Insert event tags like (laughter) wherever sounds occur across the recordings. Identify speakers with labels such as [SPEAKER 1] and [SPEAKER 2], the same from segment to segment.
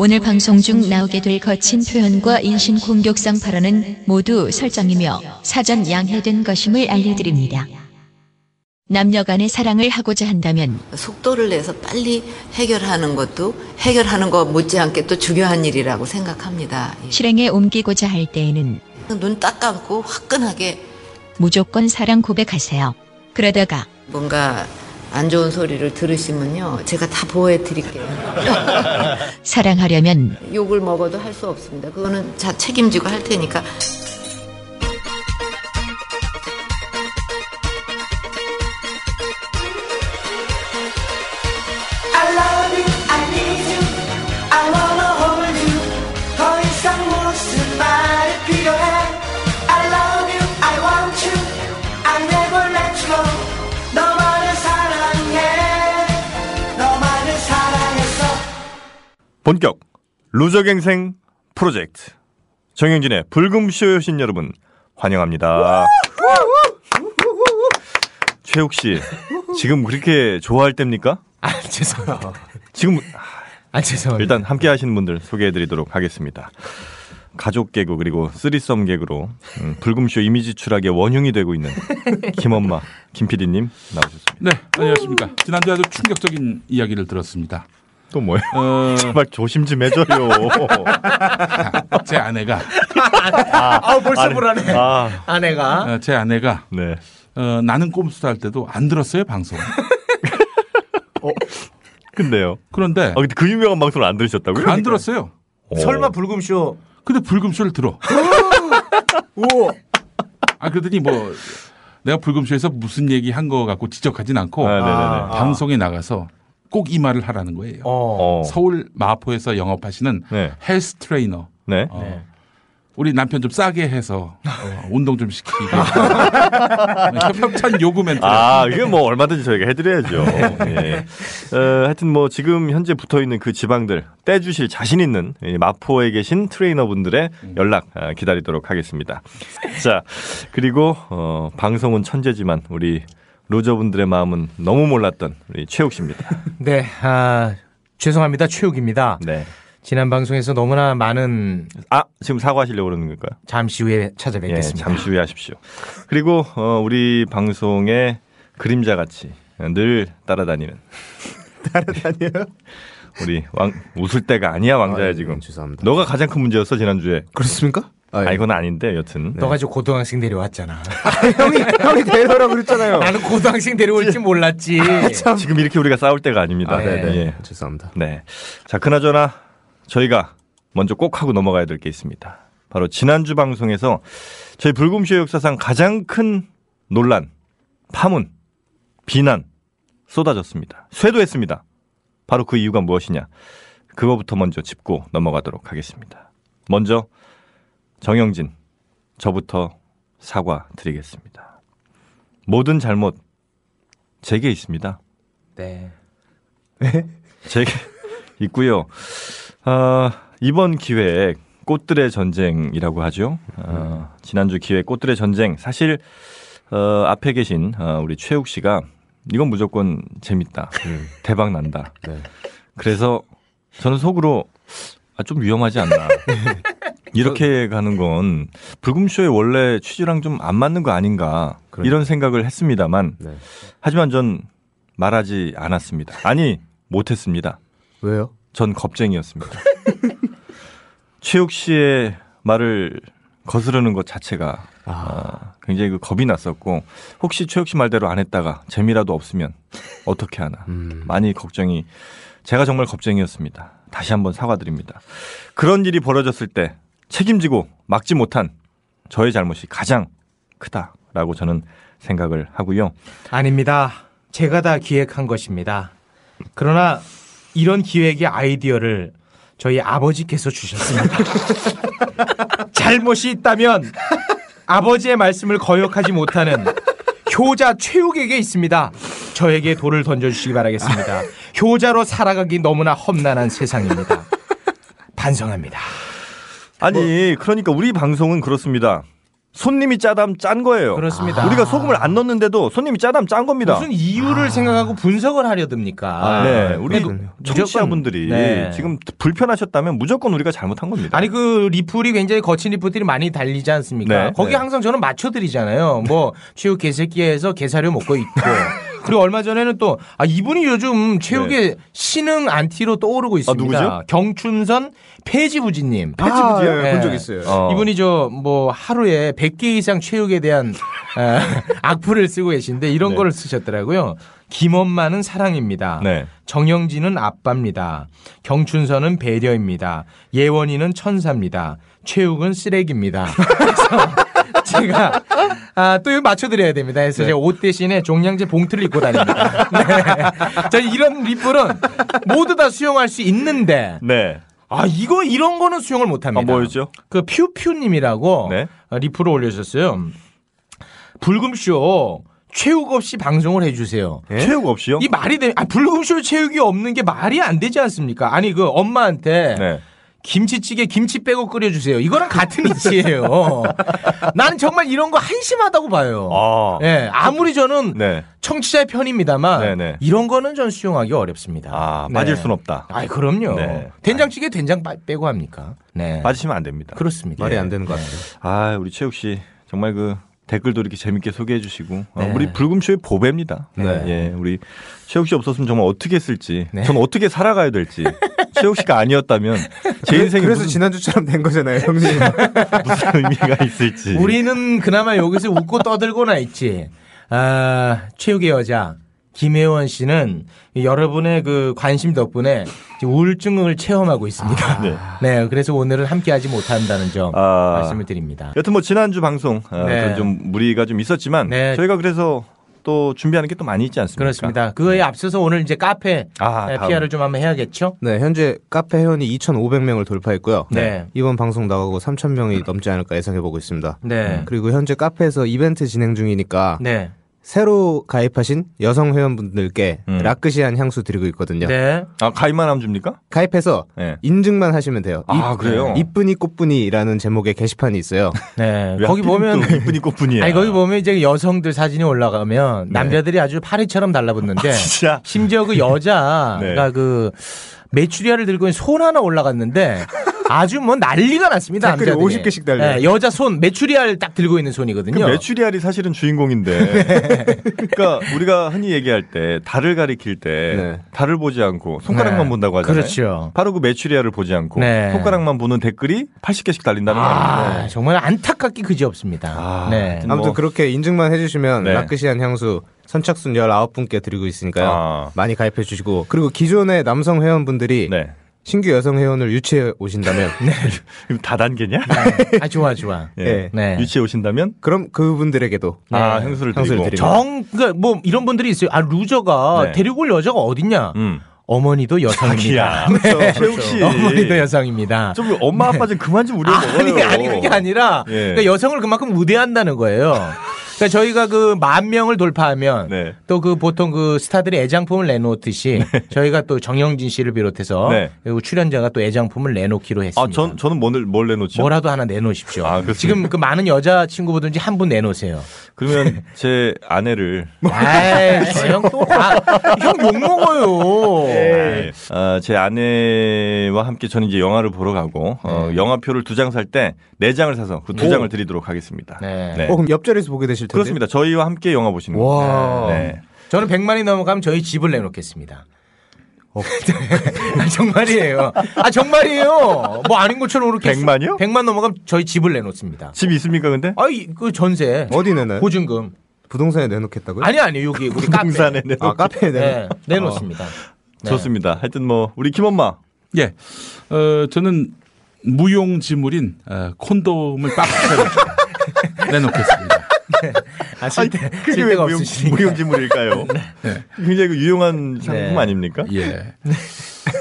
[SPEAKER 1] 오늘 방송 중 나오게 될 거친 표현과 인신 공격성 발언은 모두 설정이며 사전 양해된 것임을 알려드립니다. 남녀 간의 사랑을 하고자 한다면
[SPEAKER 2] 속도를 내서 빨리 해결하는 것도 해결하는 것 못지않게 또 중요한 일이라고 생각합니다. 예.
[SPEAKER 1] 실행에 옮기고자 할 때에는
[SPEAKER 2] 눈 딱 감고 화끈하게
[SPEAKER 1] 무조건 사랑 고백하세요. 그러다가
[SPEAKER 2] 뭔가 안 좋은 소리를 들으시면요. 제가 다 보호해 드릴게요.
[SPEAKER 1] 사랑하려면
[SPEAKER 2] 욕을 먹어도 할 수 없습니다. 그거는 자 책임지고 할 테니까.
[SPEAKER 3] I love you, I need you, I wanna hold you. 더 이상 무슨 말이 필요해? I love you, I want you, I never let you go. 너만을 사랑해, 너만을 사랑했어.
[SPEAKER 4] 본격 루저갱생 프로젝트 정영진의 불금쇼 여신 여러분 환영합니다. 최욱 씨 지금 그렇게 좋아할 때입니까?
[SPEAKER 5] 아 죄송해요.
[SPEAKER 4] 지금 아,
[SPEAKER 5] 아 죄송해요.
[SPEAKER 4] 일단 함께 하시는 분들 소개해드리도록 하겠습니다. 가족 개그 그리고 쓰리썸 개그로 음, 불금쇼 이미지 추락의 원흉이 되고 있는 김엄마 김PD님 나오셨습니다.
[SPEAKER 6] 네, 안녕하십니까. 지난주에 아주 충격적인 이야기를 들었습니다.
[SPEAKER 4] 또 뭐예요?
[SPEAKER 6] 어,
[SPEAKER 4] (laughs) 정말 조심 좀 해줘요.
[SPEAKER 6] 제 아내가,
[SPEAKER 5] 아 벌써 불안해.
[SPEAKER 4] 아,
[SPEAKER 5] 아내가
[SPEAKER 6] 어, 제 아내가,
[SPEAKER 4] 네.
[SPEAKER 6] 어, 나는 꼼수다 할 때도 안 들었어요, 방송.
[SPEAKER 4] 근데요.
[SPEAKER 6] 그런데
[SPEAKER 4] 아, 근데 그 유명한 방송을 안 들으셨다고요?
[SPEAKER 6] 안 들었어요.
[SPEAKER 4] 오.
[SPEAKER 5] 설마 불금쇼.
[SPEAKER 6] 근데 불금쇼를 들어.
[SPEAKER 5] 오.
[SPEAKER 6] 아, 그러더니 뭐, 내가 불금쇼에서 무슨 얘기 한 거 갖고 지적하진 않고,
[SPEAKER 4] 아, 네네네.
[SPEAKER 5] 아.
[SPEAKER 6] 방송에 나가서 꼭 이 말을 하라는 거예요.
[SPEAKER 5] 어.
[SPEAKER 4] 어.
[SPEAKER 6] 서울 마포에서 영업하시는
[SPEAKER 4] 네.
[SPEAKER 6] 헬스 트레이너.
[SPEAKER 4] 네.
[SPEAKER 6] 어, 우리 남편 좀 싸게 해서
[SPEAKER 5] 네.
[SPEAKER 6] 어, 운동 좀
[SPEAKER 5] (laughs)
[SPEAKER 6] 시키게. 네, 협찬 요구 멘트.
[SPEAKER 4] 아, 이게 뭐 얼마든지 저희가 해드려야죠. 예. 어, 하여튼 뭐 지금 현재 붙어 있는 그 지방들 떼주실 자신 있는 이 마포에 계신 트레이너분들의 연락 아, 기다리도록 하겠습니다. 자, 그리고 어, 방송은 천재지만 우리 로저분들의 마음은 너무 몰랐던 우리 최욱 씨입니다.
[SPEAKER 5] 네. 아 죄송합니다. 최욱입니다.
[SPEAKER 4] 네.
[SPEAKER 5] 지난 방송에서 너무나 많은
[SPEAKER 4] 아, 지금 사과하시려고 그러는 걸까요?
[SPEAKER 5] 잠시 후에
[SPEAKER 4] 예,
[SPEAKER 5] 찾아뵙겠습니다.
[SPEAKER 4] 잠시 후에 하십시오. 그리고 어, 우리 방송의 그림자 같이 늘
[SPEAKER 7] (laughs)
[SPEAKER 4] 따라다니는
[SPEAKER 7] 아니에요?
[SPEAKER 4] (laughs) 우리 왕 웃을 때가 아니야 왕자야
[SPEAKER 7] 아유, 예,
[SPEAKER 4] 지금.
[SPEAKER 7] 죄송합니다.
[SPEAKER 4] 너가 가장 큰 문제였어 지난 주에.
[SPEAKER 7] 그렇습니까?
[SPEAKER 4] 아 이건 아닌데 여튼.
[SPEAKER 5] 너가 지금
[SPEAKER 4] (laughs)
[SPEAKER 5] 고등학생 데려왔잖아.
[SPEAKER 7] 형이 형이 데려오라고 그랬잖아요.
[SPEAKER 5] 나는 고등학생 데려올 줄 몰랐지.
[SPEAKER 4] 지금 이렇게 우리가 싸울 때가 아닙니다.
[SPEAKER 5] 아, 네네.
[SPEAKER 4] 예.
[SPEAKER 7] 죄송합니다.
[SPEAKER 4] 네. 자 그나저나 저희가 먼저 꼭 하고 넘어가야 될 게 있습니다. 바로 지난주 방송에서 저희 불금쇼 역사상 가장 큰 논란, 파문, 비난 쏟아졌습니다. 쇄도했습니다. 바로 그 이유가 무엇이냐? 그거부터 먼저 짚고 넘어가도록 하겠습니다. 먼저 정영진 저부터 사과드리겠습니다. 모든 잘못 제게 있습니다.
[SPEAKER 5] 네.
[SPEAKER 4] 제게 (laughs) 있고요. 아, 이번 기획 꽃들의 전쟁이라고 하죠. 아, 지난주 기획 꽃들의 전쟁 사실 어, 앞에 계신 아, 우리 최욱 씨가 이건 무조건 재밌다. 음, 대박 난다.
[SPEAKER 7] 네.
[SPEAKER 4] 그래서 저는 속으로 아, 좀 위험하지
[SPEAKER 7] (laughs)
[SPEAKER 4] 않나. 이렇게 가는 건 불금쇼의 원래 취지랑 좀 안 맞는 거 아닌가 이런 생각을 했습니다만
[SPEAKER 7] 그러니까. 네.
[SPEAKER 4] 하지만 전 말하지 않았습니다. 아니 못했습니다.
[SPEAKER 7] 왜요?
[SPEAKER 4] 전 겁쟁이였습니다. (laughs) 최욱 씨의 말을 거스르는 것 자체가 아, 굉장히 그 겁이 났었고 혹시 최욱 씨 말대로 안 했다가 재미라도 없으면 어떻게 하나 많이 걱정이 제가 정말 겁쟁이였습니다. 다시 한번 사과드립니다. 그런 일이 벌어졌을 때 책임지고 막지 못한 저의 잘못이 가장 크다라고 저는 생각을 하고요.
[SPEAKER 5] 아닙니다. 제가 다 기획한 것입니다. 그러나 이런 기획의 아이디어를 저희 아버지께서 주셨습니다. (laughs) 잘못이 있다면 아버지의 말씀을 거역하지 못하는 효자 최욱에게 있습니다. 저에게 돌을 던져주시기 바라겠습니다. 효자로 살아가기 너무나 험난한 세상입니다. 반성합니다.
[SPEAKER 4] 아니 그러니까 우리 방송은 그렇습니다. 손님이 짜담 짠 거예요.
[SPEAKER 5] 그렇습니다.
[SPEAKER 4] 우리가 소금을 안 넣었는데도 손님이 짜담 짠 겁니다.
[SPEAKER 5] 무슨 이유를 생각하고 분석을 하려듭니까?
[SPEAKER 4] 네, 우리
[SPEAKER 5] 그러니까 무조건-
[SPEAKER 4] 청취자분들이
[SPEAKER 5] 네.
[SPEAKER 4] 지금 불편하셨다면 무조건 우리가 잘못한 겁니다.
[SPEAKER 5] 아니 그 리플이 굉장히 거친 리플들이 많이 달리지 않습니까?
[SPEAKER 4] 네.
[SPEAKER 5] 거기
[SPEAKER 4] 네.
[SPEAKER 5] 항상 저는 맞춰드리잖아요. 뭐 최욱 개새끼에서 개사료 먹고 있고 그리고 얼마 전에는 또 아, 이분이 요즘 최욱의 신흥 안티로 떠오르고 있습니다.
[SPEAKER 4] 누구죠?
[SPEAKER 5] 경춘선 폐지부지님.
[SPEAKER 7] 아,
[SPEAKER 5] 예, 예.
[SPEAKER 7] 본적 있어요.
[SPEAKER 4] 어.
[SPEAKER 5] 이분이 저 뭐 하루에 100개 이상
[SPEAKER 4] (laughs)
[SPEAKER 5] 최욱에 대한 에, 악플을 쓰고 계신데 이런
[SPEAKER 4] 네.
[SPEAKER 5] 거를 쓰셨더라고요. 김엄마는 사랑입니다.
[SPEAKER 4] 네.
[SPEAKER 5] 정영진은 아빠입니다. 경춘선은 배려입니다. 예원이는 천사입니다. 최욱은 쓰레기입니다. (laughs) 그래서 제가 아, 또 이거 맞춰드려야 됩니다.
[SPEAKER 4] 네.
[SPEAKER 5] 그래서 제가 옷 대신에 종량제 봉투를 입고 다닙니다. (laughs) 네. 자, 이런 리플은 모두 다 수용할 수 있는데
[SPEAKER 4] 네.
[SPEAKER 5] 아 이거 이런 거는 수용을
[SPEAKER 4] 아,
[SPEAKER 5] 못합니다.
[SPEAKER 4] 뭐였죠?
[SPEAKER 5] 그 퓨퓨님이라고
[SPEAKER 4] 네. 음.
[SPEAKER 5] 어, 리플을 올려주셨어요. 불금쇼 최욱 없이 방송을 해주세요.
[SPEAKER 4] 체육 네? 없이요?
[SPEAKER 5] 예? 이 말이 되, 아, 불금쇼 체육이 없는 게 말이 안 되지 않습니까? 아니, 그 엄마한테
[SPEAKER 4] 네.
[SPEAKER 5] 김치찌개 김치 빼고 끓여주세요. 이거랑 같은 이치예요. (laughs) 나는 정말 이런 거 한심하다고 봐요.
[SPEAKER 4] 아.
[SPEAKER 5] 예, 아무리 저는
[SPEAKER 4] 네.
[SPEAKER 5] 청취자의 편입니다만
[SPEAKER 4] 네, 네.
[SPEAKER 5] 이런 거는 전 수용하기 어렵습니다.
[SPEAKER 4] 아, 빠질
[SPEAKER 5] 네.
[SPEAKER 4] 순 없다.
[SPEAKER 5] 아이, 그럼요.
[SPEAKER 4] 네.
[SPEAKER 5] 된장찌개 된장 빠- 빼고 합니까? 네.
[SPEAKER 4] 빠지시면 안 됩니다.
[SPEAKER 5] 그렇습니다. 네.
[SPEAKER 7] 말이 안 되는 것 같아요.
[SPEAKER 4] 아, 우리 체육 씨 정말 그 댓글도 이렇게 재밌게 소개해 주시고 어,
[SPEAKER 5] 네.
[SPEAKER 4] 우리 불금쇼의 보배입니다.
[SPEAKER 5] 네.
[SPEAKER 4] 예, 우리 체육 씨 없었으면 정말 어떻게 했을지,
[SPEAKER 5] 네.
[SPEAKER 4] 전 어떻게 살아가야
[SPEAKER 5] (laughs)
[SPEAKER 4] 될지. 체육 씨가 아니었다면 제 인생에
[SPEAKER 7] 그래서
[SPEAKER 4] 무슨,
[SPEAKER 7] 지난주처럼 된 거잖아요,
[SPEAKER 4] (laughs)
[SPEAKER 7] 형님.
[SPEAKER 4] 무슨 의미가 있을지.
[SPEAKER 5] 우리는 그나마 여기서 웃고 떠들고나 있지. 아, 최욱의 여자 김혜원 씨는 여러분의 그 관심 덕분에 지금 우울증을 체험하고 있습니다.
[SPEAKER 4] 네.
[SPEAKER 5] 네. 그래서 오늘은 함께하지 못한다는 점
[SPEAKER 4] 아.
[SPEAKER 5] 말씀을 드립니다.
[SPEAKER 4] 여튼 뭐 지난주 방송 어,
[SPEAKER 5] 네.
[SPEAKER 4] 그런 좀 무리가 좀 있었지만
[SPEAKER 5] 네.
[SPEAKER 4] 저희가 그래서 또 준비하는 게 또 많이 있지 않습니까?
[SPEAKER 5] 그렇습니다. 그거에 앞서서 오늘 이제 카페
[SPEAKER 4] 아, 다음.
[SPEAKER 5] PR을 좀 한번 해야겠죠?
[SPEAKER 7] 네, 현재 카페 회원이 2,500명을 돌파했고요.
[SPEAKER 5] 네.
[SPEAKER 7] 이번 방송 나가고 3,000명이 넘지 않을까 예상해 보고 있습니다.
[SPEAKER 4] 음,
[SPEAKER 5] 네.
[SPEAKER 7] 그리고 현재 카페에서 이벤트 진행 중이니까
[SPEAKER 5] 네.
[SPEAKER 7] 새로 가입하신 여성 회원분들께
[SPEAKER 4] 음.
[SPEAKER 7] 라크시안 향수 드리고 있거든요.
[SPEAKER 5] 네.
[SPEAKER 4] 아 가입만 하면 줍니까?
[SPEAKER 7] 가입해서
[SPEAKER 4] 네.
[SPEAKER 7] 인증만 하시면 돼요.
[SPEAKER 4] 아,
[SPEAKER 7] 이-
[SPEAKER 4] 그래요?
[SPEAKER 7] 이쁜이 꽃분이라는 제목의
[SPEAKER 4] (laughs)
[SPEAKER 7] 게시판이 있어요.
[SPEAKER 5] 네.
[SPEAKER 4] 왜
[SPEAKER 5] 거기
[SPEAKER 4] 하필이면
[SPEAKER 5] 보면
[SPEAKER 4] 또 (laughs) 이쁜이 꽃분이야.
[SPEAKER 5] 아니 거기 보면 이제 여성들 사진이 올라가면 남자들이 아주 파리처럼 달라붙는데
[SPEAKER 4] 네. 아, 진짜. 예. (laughs)
[SPEAKER 5] 심지어 그 여자가
[SPEAKER 4] 네.
[SPEAKER 5] 그 메추리알을 들고 있는 손 하나 올라갔는데 아주 뭐 난리가 났습니다.
[SPEAKER 7] 댓글이
[SPEAKER 5] 남자들이.
[SPEAKER 7] 50 개씩 달려요.
[SPEAKER 5] 네, 여자 손 메추리알 딱 들고 있는
[SPEAKER 4] 그
[SPEAKER 5] 손이거든요. 네.
[SPEAKER 4] 메추리알이 사실은
[SPEAKER 5] (laughs)
[SPEAKER 4] 주인공인데. 그러니까 우리가 흔히 얘기할 때 달을 가리킬 때
[SPEAKER 7] 네.
[SPEAKER 4] 달을 보지 않고 손가락만
[SPEAKER 5] 네.
[SPEAKER 4] 본다고 하잖아요.
[SPEAKER 5] 그렇죠.
[SPEAKER 4] 바로 그 메추리알을 보지 않고
[SPEAKER 5] 네.
[SPEAKER 4] 손가락만 보는 댓글이 80개씩 달린다는
[SPEAKER 5] 아,
[SPEAKER 4] 말인데.
[SPEAKER 5] 정말 안타깝기 그지없습니다.
[SPEAKER 4] 아,
[SPEAKER 5] 네.
[SPEAKER 4] 하여튼
[SPEAKER 7] 아무튼
[SPEAKER 4] 뭐-
[SPEAKER 7] 그렇게 인증만 해주시면
[SPEAKER 4] 네.
[SPEAKER 7] 라크시안 향수 선착순 19분께 드리고 있으니까요.
[SPEAKER 4] 아.
[SPEAKER 7] 많이 가입해 주시고 그리고 기존의 남성 회원분들이
[SPEAKER 4] 네.
[SPEAKER 7] 신규 여성 회원을 유치해
[SPEAKER 4] (laughs)
[SPEAKER 7] 오신다면
[SPEAKER 5] 네.
[SPEAKER 4] 그럼 다 단계냐?
[SPEAKER 5] 아 좋아 좋아.
[SPEAKER 4] (laughs) 예.
[SPEAKER 5] 네.
[SPEAKER 4] 유치해 오신다면
[SPEAKER 7] 그럼 그분들에게도 네,
[SPEAKER 4] 아, 향수를
[SPEAKER 7] 향수를
[SPEAKER 4] 드리고.
[SPEAKER 7] 드리고.
[SPEAKER 5] 정, 그니까 뭐 이런 분들이 있어요. 아, 루저가
[SPEAKER 4] 네.
[SPEAKER 5] 데리고 올 여자가 어딨냐?
[SPEAKER 4] 음.
[SPEAKER 5] 어머니도 여성입니다.
[SPEAKER 4] 자기야. 그렇죠. 최욱 씨.
[SPEAKER 5] (laughs) 어머니도 여성입니다.
[SPEAKER 4] 좀 엄마 아빠 좀 그만 좀 우려 먹어요.
[SPEAKER 5] 아니, 아니 그게 아니라
[SPEAKER 4] 예.
[SPEAKER 5] 그러니까 여성을 그만큼 우대한다는 거예요. 그러니까 저희가 그 만 명을 돌파하면
[SPEAKER 4] 네.
[SPEAKER 5] 또 그 보통 그 스타들이 애장품을 내놓듯이 저희가 또 정영진 씨를 비롯해서
[SPEAKER 4] 네.
[SPEAKER 5] 그리고 출연자가 또 애장품을 내놓기로 했습니다.
[SPEAKER 4] 아, 전 저는 뭘, 뭘 내놓죠?
[SPEAKER 5] 뭐라도 하나 내놓으십시오.
[SPEAKER 4] 아, 그렇습니까?
[SPEAKER 5] 지금 그 많은 여자 친구분들인지 한 분 내놓으세요.
[SPEAKER 4] 그러면 제 아내를
[SPEAKER 5] 아이, 형또형욕 먹어요.
[SPEAKER 4] 네. 어, 제 아내와 함께 저는 이제 영화를 보러 가고 어, 영화표를 두 장 살 때 네 장을 사서 그 두
[SPEAKER 5] 오.
[SPEAKER 4] 장을 드리도록 하겠습니다.
[SPEAKER 5] 네.
[SPEAKER 7] 어, 그럼 옆자리에서 보게 되실 텐데.
[SPEAKER 4] 그렇습니다. 저희와 함께 영화 보시는 거예요.
[SPEAKER 7] 와.
[SPEAKER 4] 네.
[SPEAKER 5] 저는 100만이 넘어가면 저희 집을 내놓겠습니다.
[SPEAKER 7] 어,
[SPEAKER 5] 아, 정말이에요. 아, 정말이에요. 뭐 아닌 것처럼 그렇게.
[SPEAKER 4] 100만 이요?
[SPEAKER 5] 100만 넘어가면 저희 집을 내놓습니다.
[SPEAKER 4] 집 있습니까 근데?
[SPEAKER 5] 아이, 그 전세.
[SPEAKER 7] 어디 내나요?
[SPEAKER 5] 보증금.
[SPEAKER 7] 부동산에 내놓겠다고요?
[SPEAKER 5] 아니, 아니, 여기 우리 카페.
[SPEAKER 4] 동산에 어. 내놓-
[SPEAKER 7] 아, 카페에 내놓.
[SPEAKER 5] 네, 내놓습니다. 네.
[SPEAKER 4] 좋습니다. 하여튼 뭐 우리 김엄마
[SPEAKER 6] 예. 어, 저는 무용지물인 어, 콘돔을 박스로 (laughs) 내놓겠습니다.
[SPEAKER 5] 아, 쓸데,
[SPEAKER 4] 그게 왜
[SPEAKER 5] 쓸데가
[SPEAKER 4] 무용,
[SPEAKER 5] 없으시니까.
[SPEAKER 4] 무용지물일까요? 굉장히 그 유용한 상품
[SPEAKER 5] 네.
[SPEAKER 4] 아닙니까?
[SPEAKER 6] 예.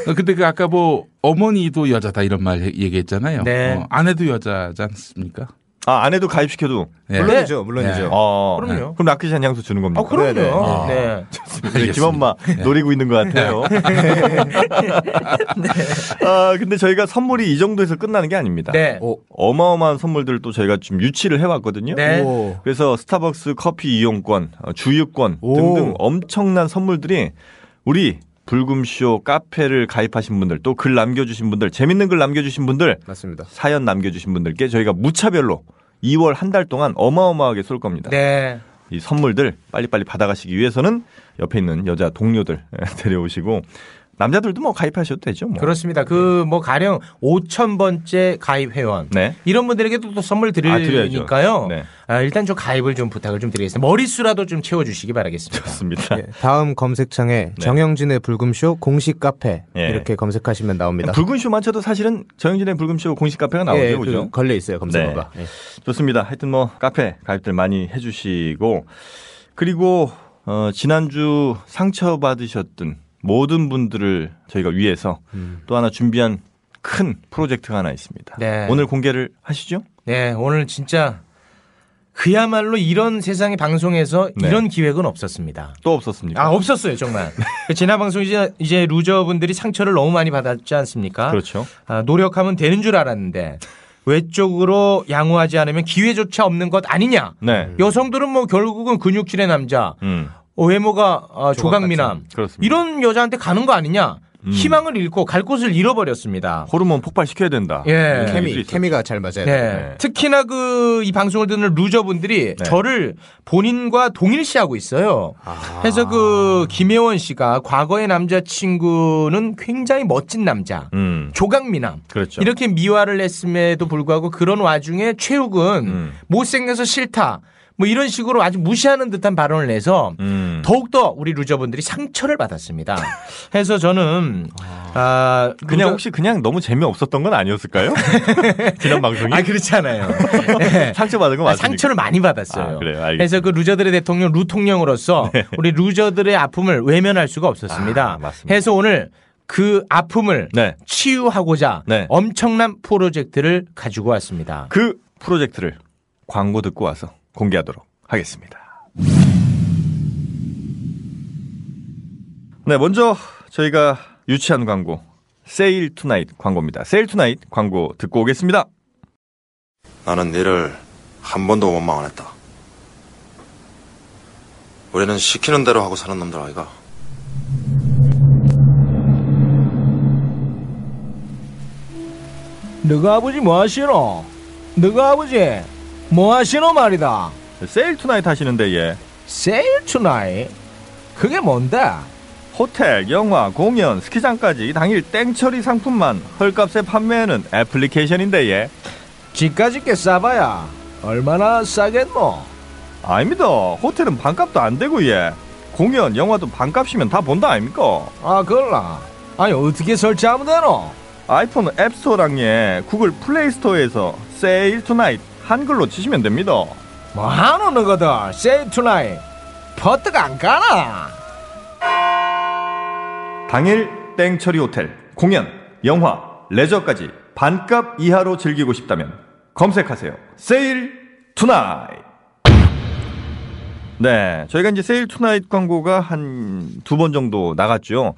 [SPEAKER 6] 어, 근데 그 아까 뭐 어머니도 여자다 이런 말 얘기했잖아요.
[SPEAKER 5] 네.
[SPEAKER 6] 어, 아내도 여자지 않습니까?
[SPEAKER 4] 아, 아내도 가입시켜도.
[SPEAKER 6] 네.
[SPEAKER 7] 물론이죠, 물론이죠.
[SPEAKER 6] 네.
[SPEAKER 4] 어.
[SPEAKER 5] 그럼요.
[SPEAKER 4] 그럼 라크샷 향수 주는 겁니다.
[SPEAKER 5] 아, 그럼요.
[SPEAKER 6] 아.
[SPEAKER 5] 네.
[SPEAKER 4] 네, 김엄마 노리고 있는 것 같아요. (laughs) 아, 근데 저희가 선물이 이 정도에서 끝나는 게 아닙니다.
[SPEAKER 5] 네.
[SPEAKER 7] 오.
[SPEAKER 4] 어마어마한 선물들을 또 저희가 좀 유치를 해왔거든요.
[SPEAKER 5] 네.
[SPEAKER 7] 오.
[SPEAKER 4] 그래서 스타벅스 커피 이용권, 어, 주유권
[SPEAKER 7] 오.
[SPEAKER 4] 등등 엄청난 선물들이 우리 불금쇼 카페를 가입하신 분들 또 글 남겨주신 분들 재밌는 글 남겨주신 분들
[SPEAKER 7] 맞습니다.
[SPEAKER 4] 사연 남겨주신 분들께 저희가 무차별로 2월 한 달 동안 어마어마하게 쏠 겁니다.
[SPEAKER 5] 네.
[SPEAKER 4] 이 선물들 빨리빨리 받아가시기 위해서는 옆에 있는 여자 동료들 (laughs) 데려오시고 남자들도 뭐 가입하셔도 되죠. 뭐.
[SPEAKER 5] 그렇습니다. 그 뭐 가령 5,000번째 가입 회원.
[SPEAKER 4] 네.
[SPEAKER 5] 이런 분들에게도 또 선물
[SPEAKER 4] 아, 드려야죠.
[SPEAKER 5] 드리니까요.
[SPEAKER 4] 네.
[SPEAKER 5] 아, 일단 좀 가입을 좀 부탁을 좀 드리겠습니다. 머릿수라도 좀 채워주시기 바라겠습니다.
[SPEAKER 4] 좋습니다.
[SPEAKER 7] 다음 검색창에 정영진의 불금쇼 공식 카페
[SPEAKER 4] 예.
[SPEAKER 7] 이렇게 검색하시면 나옵니다.
[SPEAKER 4] 붉은 쇼만 쳐도 사실은 정영진의 붉은 쇼 공식 카페가 나오죠.
[SPEAKER 7] 예,
[SPEAKER 4] 그죠? 네.
[SPEAKER 7] 그 걸려 있어요 검색어가. 예.
[SPEAKER 4] 좋습니다. 하여튼 뭐 카페 가입들 많이 해주시고 그리고 어, 지난주 상처 받으셨던 모든 분들을 저희가 위해서
[SPEAKER 7] 음.
[SPEAKER 4] 또 하나 준비한 큰 프로젝트가 하나 있습니다.
[SPEAKER 5] 네.
[SPEAKER 4] 오늘 공개를 하시죠?
[SPEAKER 5] 네, 오늘 진짜 그야말로 이런 세상의 방송에서
[SPEAKER 4] 네. 그렇죠.
[SPEAKER 5] 이런 기획은 없었습니다.
[SPEAKER 4] 또 없었습니까?
[SPEAKER 5] 아 없었어요
[SPEAKER 4] (laughs)
[SPEAKER 5] 정말.
[SPEAKER 4] 네.
[SPEAKER 5] 그 지난 방송 이제 이제 루저분들이 상처를 너무 많이 받았지 않습니까?
[SPEAKER 4] 그렇죠.
[SPEAKER 5] 아, 노력하면 되는 줄 알았는데 외적으로 양호하지 않으면 기회조차 없는 것 아니냐?
[SPEAKER 4] 네.
[SPEAKER 5] 여성들은 뭐 결국은 근육질의 남자,
[SPEAKER 4] 음.
[SPEAKER 5] 어, 외모가 아, 조각미남
[SPEAKER 4] 그렇습니다. 음.
[SPEAKER 5] 이런 여자한테 가는 거 아니냐? 희망을 잃고 갈 곳을 잃어버렸습니다.
[SPEAKER 4] 호르몬 폭발시켜야 된다.
[SPEAKER 5] 예.
[SPEAKER 4] 이런 얘기도
[SPEAKER 7] 케미
[SPEAKER 4] 있었죠.
[SPEAKER 7] 케미가 잘 맞아야
[SPEAKER 5] 네.
[SPEAKER 7] 돼요.
[SPEAKER 5] 특히나 그 이 방송을 듣는 루저분들이
[SPEAKER 4] 네.
[SPEAKER 5] 저를 본인과 동일시하고 있어요.
[SPEAKER 4] 아.
[SPEAKER 5] 그래서 그 김혜원 씨가 과거의 남자친구는 굉장히 멋진 남자.
[SPEAKER 4] 음.
[SPEAKER 5] 조각미남.
[SPEAKER 4] 그렇죠.
[SPEAKER 5] 이렇게 미화를 했음에도 불구하고 그런 와중에 최욱은
[SPEAKER 4] 음.
[SPEAKER 5] 못생겨서 싫다. 뭐 이런 식으로 아주 무시하는 듯한 발언을 해서
[SPEAKER 4] 음.
[SPEAKER 5] 더욱더 우리 루저분들이 상처를
[SPEAKER 4] (laughs)
[SPEAKER 5] 받았습니다. 그래서 저는 아,
[SPEAKER 4] 그냥
[SPEAKER 5] 루저-
[SPEAKER 4] 혹시 그냥 너무 재미없었던 건
[SPEAKER 5] (laughs)
[SPEAKER 4] 아니었을까요? 지난 방송이
[SPEAKER 5] 아 그렇지
[SPEAKER 4] (laughs)
[SPEAKER 5] 않아요. 네.
[SPEAKER 4] 상처 받은 거
[SPEAKER 5] 아,
[SPEAKER 4] 맞습니까?
[SPEAKER 5] 상처를 많이 받았어요.
[SPEAKER 4] 아, 그래요? 알겠습니다. 네.
[SPEAKER 5] 그래서 그 루저들의 대통령
[SPEAKER 4] (laughs)
[SPEAKER 5] 루통령으로서 우리 루저들의 아픔을 외면할 수가 없었습니다.
[SPEAKER 4] 아, 맞습니다.
[SPEAKER 5] 그래서 오늘 그 아픔을
[SPEAKER 4] 네.
[SPEAKER 5] 치유하고자
[SPEAKER 4] 네.
[SPEAKER 5] 엄청난 프로젝트를 가지고 왔습니다.
[SPEAKER 4] 그 프로젝트를 광고 듣고 와서 공개하도록 하겠습니다. 네, 먼저 저희가 유치한 광고 세일 투나잇 광고입니다. 세일 투나잇 광고 듣고 오겠습니다.
[SPEAKER 8] 나는 너를 한 번도 원망 안 했다. 우리는 시키는 대로 하고 사는 놈들 아이가.
[SPEAKER 5] 너가 아버지 뭐 하시노? 너가 아버지 뭐 하시노 말이다.
[SPEAKER 4] 세일 투나잇 하시는데 예.
[SPEAKER 5] 세일 투나이 그게 뭔데?
[SPEAKER 4] 호텔, 영화, 공연, 스키장까지 당일 땡처리 상품만 헐값에 판매하는 애플리케이션인데 예.
[SPEAKER 5] 집까지 꽤 싸봐야 얼마나 싸겠노?
[SPEAKER 4] 아닙니다. 호텔은 반값도 안 되고 예. 공연, 영화도 반값이면 다 본다 아닙니까?
[SPEAKER 5] 아 그걸라 아니 어떻게 설치하면 되노?
[SPEAKER 4] 아이폰 앱스토어랑 예, 구글 플레이스토어에서 세일 투나잇 한글로 치시면 됩니다.
[SPEAKER 5] 뭐하노 너거들 세이 투나이 버트가 안 가나?
[SPEAKER 4] 당일 땡처리 호텔, 공연, 영화, 레저까지 반값 이하로 즐기고 싶다면 검색하세요. 세일 투나잇. 네, 저희가 이제 세일 투나잇 광고가 한 두 번 정도 나갔죠.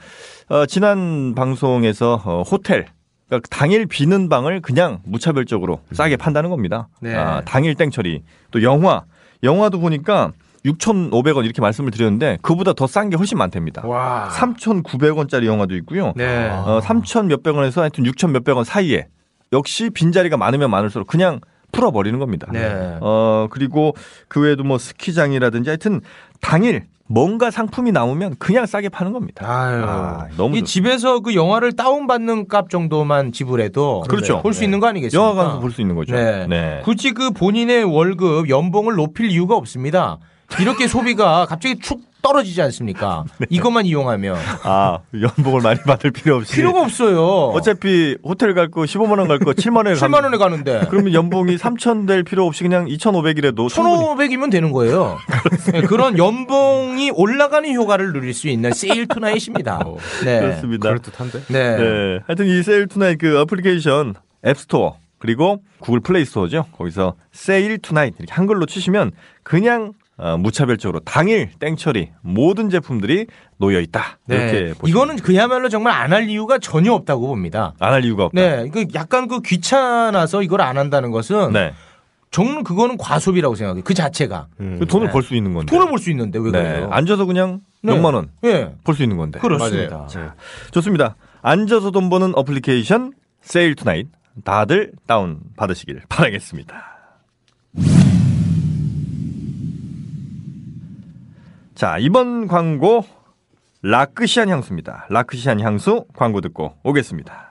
[SPEAKER 4] 어, 지난 방송에서 어, 호텔 그러니까 당일 비는 방을 그냥 무차별적으로 싸게 판다는 겁니다.
[SPEAKER 5] 네.
[SPEAKER 4] 아, 당일 땡처리 또 영화 영화도 보니까 6,500원 이렇게 말씀을 드렸는데 그보다 더 싼 게 훨씬 많답니다.
[SPEAKER 5] 와
[SPEAKER 4] 3,900원짜리 영화도 있고요.
[SPEAKER 5] 아. 네.
[SPEAKER 4] 어, 3,000 몇백 원에서 하여튼 6,000 몇백 원 사이에 역시 빈자리가 많으면 많을수록 그냥 풀어버리는 겁니다.
[SPEAKER 5] 네.
[SPEAKER 4] 어, 그리고 그 외에도 뭐 스키장이라든지 하여튼 당일 뭔가 상품이 남으면 그냥 싸게 파는 겁니다.
[SPEAKER 5] 아유
[SPEAKER 4] 아, 너무
[SPEAKER 5] 이
[SPEAKER 4] 좋습니다.
[SPEAKER 5] 집에서 그 영화를 다운받는 값 정도만 지불해도
[SPEAKER 4] 그렇죠.
[SPEAKER 5] 볼 수 있는 거 아니겠습니까?
[SPEAKER 4] 영화관에서 볼 수 있는 거죠.
[SPEAKER 5] 네.
[SPEAKER 4] 네.
[SPEAKER 5] 굳이 그 본인의 월급 연봉을 높일 이유가 없습니다. 이렇게 소비가 (laughs) 갑자기 축
[SPEAKER 4] (laughs)
[SPEAKER 5] 떨어지지 않습니까?
[SPEAKER 4] 네.
[SPEAKER 5] 이것만 이용하면
[SPEAKER 4] 아, 연봉을 많이 받을 필요 없이.
[SPEAKER 5] 필요가 없어요.
[SPEAKER 4] 어차피 호텔 갈 거 15만 원 갈 거 7만
[SPEAKER 5] (laughs)
[SPEAKER 4] 원에
[SPEAKER 5] 7만 원에 가는데
[SPEAKER 4] 그러면 연봉이 3천 될 필요 없이 그냥 2,500이라도 충분히
[SPEAKER 5] 1,500이면 되는 거예요. 네, 그런 연봉이 올라가는 효과를 누릴 수 있는
[SPEAKER 4] (laughs)
[SPEAKER 5] 세일 투나잇입니다. 네.
[SPEAKER 4] 어, 그렇습니다.
[SPEAKER 7] 그럴듯한데.
[SPEAKER 5] 네.
[SPEAKER 4] 네. 하여튼 이 세일 투나잇 그 어플리케이션 앱스토어 그리고 구글 플레이 스토어죠. 거기서 세일 투나잇 이렇게 한글로 치시면 그냥 어, 무차별적으로 당일 땡처리 모든 제품들이 놓여 있다. 이렇게
[SPEAKER 5] 네.
[SPEAKER 4] 보시면
[SPEAKER 5] 이거는 그야말로 정말 안 할 이유가 전혀 없다고 봅니다.
[SPEAKER 4] 안할 이유가 없다.
[SPEAKER 5] 네, 그 약간 그 귀찮아서 이걸 안 한다는 것은
[SPEAKER 4] 네.
[SPEAKER 5] 저는 그거는 과소비라고 생각해요. 그 자체가
[SPEAKER 4] 그 돈을 벌 수 있는 건데.
[SPEAKER 5] 네. 돈을 벌 수 있는데 왜
[SPEAKER 4] 네.
[SPEAKER 5] 그래요?
[SPEAKER 4] 앉아서 그냥
[SPEAKER 5] 네.
[SPEAKER 4] 몇만 원 벌 수
[SPEAKER 5] 예,
[SPEAKER 4] 있는 건데.
[SPEAKER 5] 그렇습니다.
[SPEAKER 7] 맞아요.
[SPEAKER 4] 자, 좋습니다. 앉아서 돈 버는 어플리케이션 세일 투나잇 다들 다운 받으시길 바라겠습니다. 자, 이번 광고 라크시안 향수입니다. 라크시안 향수 광고 듣고 오겠습니다.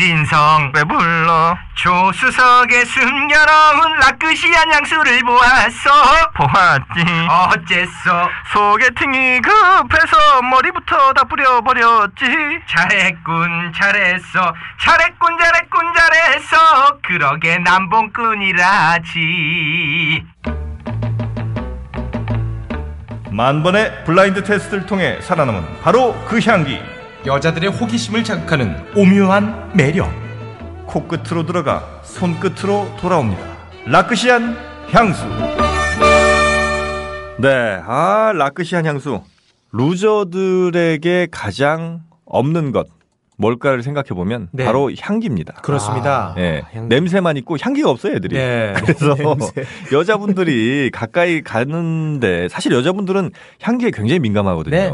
[SPEAKER 9] 인성 왜 불러 조수석에 숨겨놓은 라크시안 향수를 보았어 보았지 어째서 소개팅이 급해서 머리부터 다 뿌려버렸지 잘했군 잘했어 잘했군 잘했군 잘했어 그러게 남봉꾼이라지
[SPEAKER 4] 만 번의 블라인드 테스트를 통해 살아남은 바로 그 향기.
[SPEAKER 5] 여자들의 호기심을 자극하는 오묘한 매력.
[SPEAKER 4] 코끝으로 들어가 손끝으로 돌아옵니다. 라크시안 향수. 네, 아 라크시안 향수 루저들에게 가장 없는 것 뭘까를 생각해 보면
[SPEAKER 5] 네.
[SPEAKER 4] 바로 향기입니다.
[SPEAKER 5] 그렇습니다.
[SPEAKER 4] 예,
[SPEAKER 7] 향기.
[SPEAKER 4] 냄새만 있고 향기가 없어요, 애들이.
[SPEAKER 5] 네.
[SPEAKER 4] (laughs)
[SPEAKER 5] (laughs)
[SPEAKER 4] 그래서 여자분들이 가까이 가는데 사실 여자분들은 향기에 굉장히 민감하거든요.
[SPEAKER 5] 네.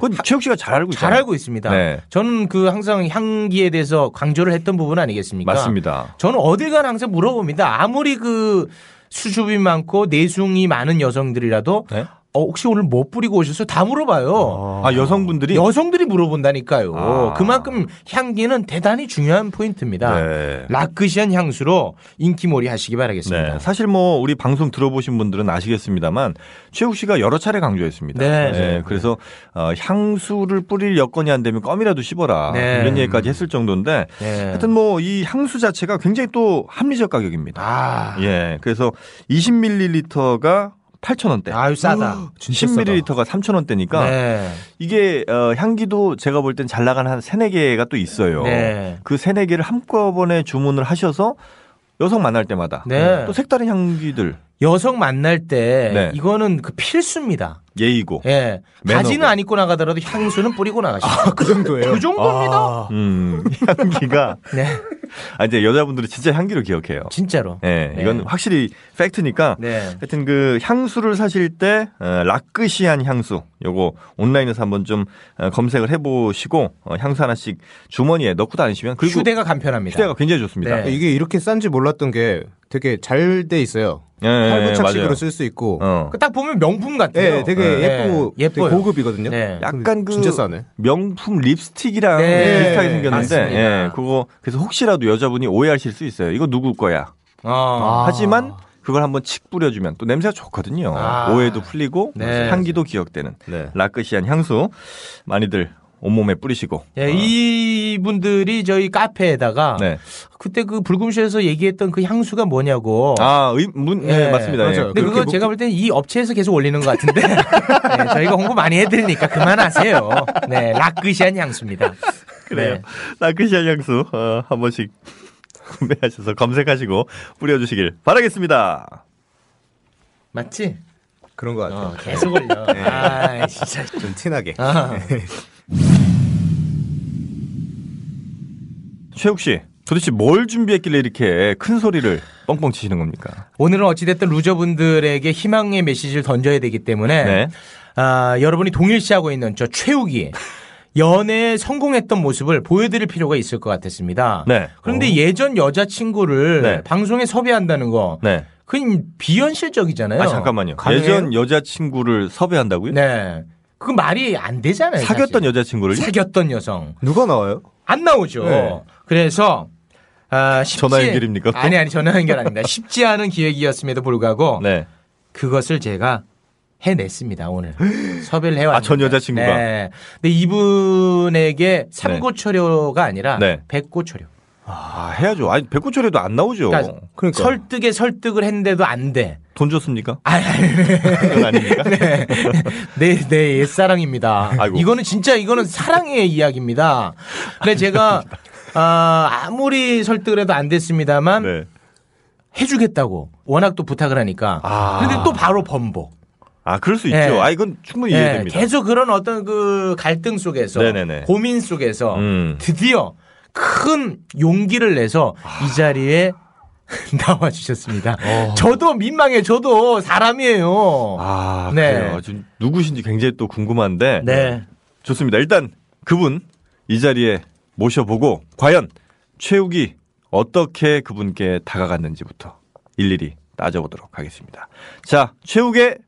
[SPEAKER 4] 그건 최욱 씨가 잘 알고 있잖아요.
[SPEAKER 5] 잘 알고 있습니다.
[SPEAKER 4] 네.
[SPEAKER 5] 저는 그 항상 향기에 대해서 강조를 했던 부분 아니겠습니까?
[SPEAKER 4] 맞습니다.
[SPEAKER 5] 저는 어딜 가나 항상 물어봅니다. 아무리 그 수줍이 많고 내숭이 많은 여성들이라도
[SPEAKER 4] 네?
[SPEAKER 5] 어, 혹시 오늘 뭐 뿌리고 오셨어요? 다 물어봐요.
[SPEAKER 4] 아 여성분들이
[SPEAKER 5] 여성들이 물어본다니까요.
[SPEAKER 4] 아.
[SPEAKER 5] 그만큼 향기는 대단히 중요한 포인트입니다.
[SPEAKER 4] 네.
[SPEAKER 5] 라크시안 향수로 인기몰이 하시기 바라겠습니다.
[SPEAKER 4] 네, 사실 뭐 우리 방송 들어보신 분들은 아시겠습니다만 최욱 씨가 여러 차례 강조했습니다.
[SPEAKER 5] 네.
[SPEAKER 4] 그래서 어, 향수를 뿌릴 여건이 안 되면 껌이라도 씹어라
[SPEAKER 5] 네.
[SPEAKER 4] 이런 얘기까지 했을 정도인데
[SPEAKER 5] 네.
[SPEAKER 4] 하여튼 뭐 이 향수 자체가 굉장히 또 합리적 가격입니다.
[SPEAKER 5] 아,
[SPEAKER 4] 예, 그래서 20ml가 8,000원대.
[SPEAKER 5] 아유
[SPEAKER 4] 어,
[SPEAKER 5] 싸다. 진짜 싸다.
[SPEAKER 4] 10ml가 3,000원대니까
[SPEAKER 5] 네.
[SPEAKER 4] 이게 어, 향기도 제가 볼 땐 잘 나간 한 세네 개가 또 있어요.
[SPEAKER 5] 네.
[SPEAKER 4] 그 세네 개를 한꺼번에 주문을 하셔서 여성 만날 때마다
[SPEAKER 5] 네.
[SPEAKER 4] 또 색다른 향기들
[SPEAKER 5] 여성 만날 때
[SPEAKER 4] 네.
[SPEAKER 5] 이거는 그 필수입니다.
[SPEAKER 4] 예의고.
[SPEAKER 5] 예.
[SPEAKER 4] 매너고. 아,
[SPEAKER 5] 바지는 안 입고 나가더라도 향수는 뿌리고 나가시죠. 그 정도예요? 그 정도입니다.
[SPEAKER 4] 음, (laughs) 향기가
[SPEAKER 5] 네.
[SPEAKER 4] 아 이제 여자분들이 진짜 향기로 기억해요.
[SPEAKER 5] 진짜로.
[SPEAKER 4] 예,
[SPEAKER 5] 네.
[SPEAKER 4] 이건 확실히 팩트니까.
[SPEAKER 5] 네.
[SPEAKER 4] 하여튼 그 향수를 사실 때 어, 라크시안 향수 요거 온라인에서 한번 좀 어, 검색을 해보시고 어, 향수 하나씩 주머니에 넣고 다니시면 그리고
[SPEAKER 5] 휴대가 간편합니다.
[SPEAKER 4] 휴대가 굉장히 좋습니다.
[SPEAKER 5] 네.
[SPEAKER 7] 이게 이렇게 싼지 몰랐던 게 되게 잘 돼 있어요.
[SPEAKER 4] 예, 예,
[SPEAKER 7] 팔부착식으로
[SPEAKER 4] 맞아요.
[SPEAKER 7] 쓸 수 있고.
[SPEAKER 4] 어.
[SPEAKER 5] 그딱 보면 명품 같아요.
[SPEAKER 7] 네, 되게
[SPEAKER 5] 네.
[SPEAKER 7] 예쁘고
[SPEAKER 5] 예뻐요.
[SPEAKER 7] 되게 고급이거든요.
[SPEAKER 5] 네.
[SPEAKER 4] 약간 그
[SPEAKER 7] 아, 진짜 싸네.
[SPEAKER 4] 명품 립스틱이랑
[SPEAKER 5] 네,
[SPEAKER 4] 비슷하게 생겼는데
[SPEAKER 5] 맞습니다.
[SPEAKER 4] 예, 그거 그래서 혹시라도 여자분이 오해하실 수 있어요. 이거 누구 거야?
[SPEAKER 5] 어.
[SPEAKER 4] 아. 하지만 그걸 한번 칙 뿌려주면 또 냄새가 좋거든요.
[SPEAKER 5] 아.
[SPEAKER 4] 오해도 풀리고
[SPEAKER 5] 네.
[SPEAKER 4] 향기도 기억되는
[SPEAKER 7] 네.
[SPEAKER 4] 라크시안 향수 많이들 온몸에 뿌리시고
[SPEAKER 5] 예, 이분들이 저희 카페에다가
[SPEAKER 4] 아. 네.
[SPEAKER 5] 그때 그 불금쇼에서 얘기했던 그 향수가 뭐냐고.
[SPEAKER 4] 아, 의, 문, 네,
[SPEAKER 5] 예.
[SPEAKER 4] 맞습니다. 예.
[SPEAKER 7] 맞아요.
[SPEAKER 5] 근데 그거 제가 볼 때는 이 업체에서 계속 올리는 것
[SPEAKER 4] (laughs)
[SPEAKER 5] 같은데 네, 저희가 홍보 많이 해드리니까 그만하세요. 네, 라크시안 향수입니다.
[SPEAKER 4] 그래요.
[SPEAKER 5] 네.
[SPEAKER 4] 라크시안 향수 어, 한 번씩 (laughs) 구매하셔서 검색하시고 뿌려주시길 바라겠습니다.
[SPEAKER 5] 맞지?
[SPEAKER 7] 그런 것 같아요.
[SPEAKER 5] 어, 계속 (laughs) 올려. 아, 진짜.
[SPEAKER 7] 좀 티나게. 네.
[SPEAKER 5] 아.
[SPEAKER 4] 최욱 씨, 도대체 뭘 준비했길래 이렇게 큰 소리를 뻥뻥 치시는 겁니까?
[SPEAKER 5] 오늘은 어찌됐든 루저분들에게 희망의 메시지를 던져야 되기 때문에
[SPEAKER 4] 네.
[SPEAKER 5] 아, 여러분이 동일시하고 있는 저 최욱이 연애에 성공했던 모습을 보여드릴 필요가 있을 것 같았습니다.
[SPEAKER 4] 네.
[SPEAKER 5] 그런데 예전 여자친구를
[SPEAKER 4] 네.
[SPEAKER 5] 방송에 섭외한다는 거
[SPEAKER 4] 네.
[SPEAKER 5] 그건 비현실적이잖아요.
[SPEAKER 4] 아, 잠깐만요.
[SPEAKER 5] 가능해요?
[SPEAKER 4] 예전 여자친구를 섭외한다고요?
[SPEAKER 5] 네. 그 말이 안 되잖아요.
[SPEAKER 4] 사귀었던 여자친구를
[SPEAKER 5] 사실. 사귀었던 여성.
[SPEAKER 7] 누가 나와요?
[SPEAKER 5] 안 나오죠.
[SPEAKER 4] 네.
[SPEAKER 5] 그래서 아, 쉽지-
[SPEAKER 4] 전화 연결입니까, 또? (laughs)
[SPEAKER 5] 아니 아니 전화 연결 아닙니다. 쉽지 않은 기획이었음에도 불구하고
[SPEAKER 4] 네.
[SPEAKER 5] 그것을 제가
[SPEAKER 4] (gasps)
[SPEAKER 5] 해냈습니다 오늘 섭외를 해왔.
[SPEAKER 4] 아, 전 여자친구가?
[SPEAKER 5] 네. 근데 이분에게 삼고초려가 아니라
[SPEAKER 4] 네.
[SPEAKER 5] 백고초려.
[SPEAKER 4] 아, 해야죠. 아니, 백구철에도 안 나오죠.
[SPEAKER 5] 그러니까,
[SPEAKER 7] 그러니까.
[SPEAKER 5] 설득에 설득을 했는데도 안 돼.
[SPEAKER 4] 돈 줬습니까?
[SPEAKER 5] 아,
[SPEAKER 4] 그건
[SPEAKER 5] (laughs)
[SPEAKER 4] 아닙니까?
[SPEAKER 5] 네. 내, 내 옛사랑입니다.
[SPEAKER 4] 아이고.
[SPEAKER 5] 이거는 진짜 이거는 사랑의 이야기입니다.
[SPEAKER 4] (laughs)
[SPEAKER 5] 근데 제가 아, 아무리 설득을 해도 안 됐습니다만
[SPEAKER 4] 네.
[SPEAKER 5] 해주겠다고 워낙 또 부탁을 하니까.
[SPEAKER 4] 아.
[SPEAKER 5] 근데 또 바로 번복.
[SPEAKER 4] 아, 그럴 수 있죠.
[SPEAKER 5] 네.
[SPEAKER 4] 아, 이건 충분히
[SPEAKER 5] 예,
[SPEAKER 4] 이해됩니다.
[SPEAKER 5] 계속 그런 어떤 그 갈등 속에서
[SPEAKER 4] 네네네.
[SPEAKER 5] 고민 속에서
[SPEAKER 4] 음.
[SPEAKER 5] 드디어 큰 용기를 내서
[SPEAKER 4] 아.
[SPEAKER 5] 이 자리에 (laughs) 나와 주셨습니다. 저도 민망해. 저도 사람이에요.
[SPEAKER 4] 어. 아,
[SPEAKER 5] 네.
[SPEAKER 4] 그래요. 지금 누구신지 굉장히 또 궁금한데.
[SPEAKER 5] 네.
[SPEAKER 4] 좋습니다. 일단 그분 이 자리에 모셔보고 과연 최욱이 어떻게 그분께 다가갔는지부터 일일이 따져보도록 하겠습니다. 자, 최욱의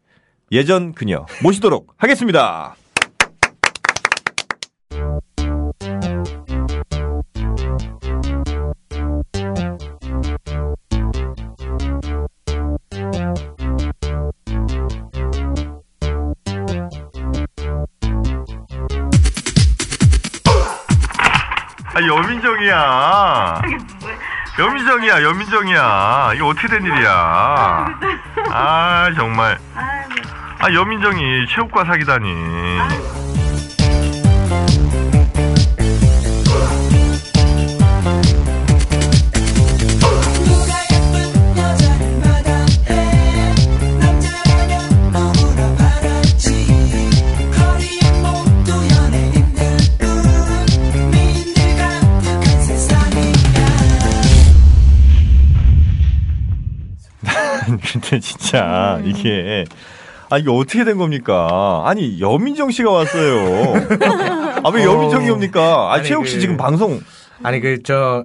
[SPEAKER 4] 예전 그녀 모시도록 하겠습니다.
[SPEAKER 9] 아, 여민정이야. 여민정이야, 여민정이야. 이거 어떻게 된 일이야? 아, 정말. 아, 여민정이 체육과 사기다니.
[SPEAKER 4] 근데 진짜 이게 아 이게 어떻게 된 겁니까? 아니 여민정 씨가 왔어요. 아 왜 여민정이
[SPEAKER 5] 어.
[SPEAKER 4] 옵니까? 아
[SPEAKER 5] 아니,
[SPEAKER 4] 최욱 씨
[SPEAKER 5] 그-
[SPEAKER 4] 지금 방송
[SPEAKER 5] 아니 그 저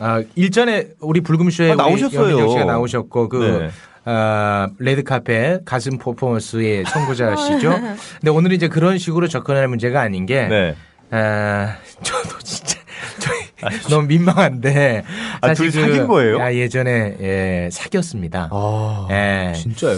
[SPEAKER 5] 아, 일전에 우리 불금쇼에
[SPEAKER 4] 아,
[SPEAKER 5] 우리
[SPEAKER 4] 나오셨어요.
[SPEAKER 5] 여민정 씨가 나오셨고 그
[SPEAKER 4] 네.
[SPEAKER 5] 아 레드카펫 가슴 퍼포먼스의 선구자시죠. 근데 오늘은 이제 그런 식으로 접근할 문제가 아닌 게
[SPEAKER 4] 네.
[SPEAKER 5] 아, 저도 진짜 저희 너무 민망한데
[SPEAKER 4] 아, 둘이 사귄 거예요?
[SPEAKER 5] 아, 예전에 예, 사귀었습니다.
[SPEAKER 7] 아,
[SPEAKER 5] 예.
[SPEAKER 7] 진짜요?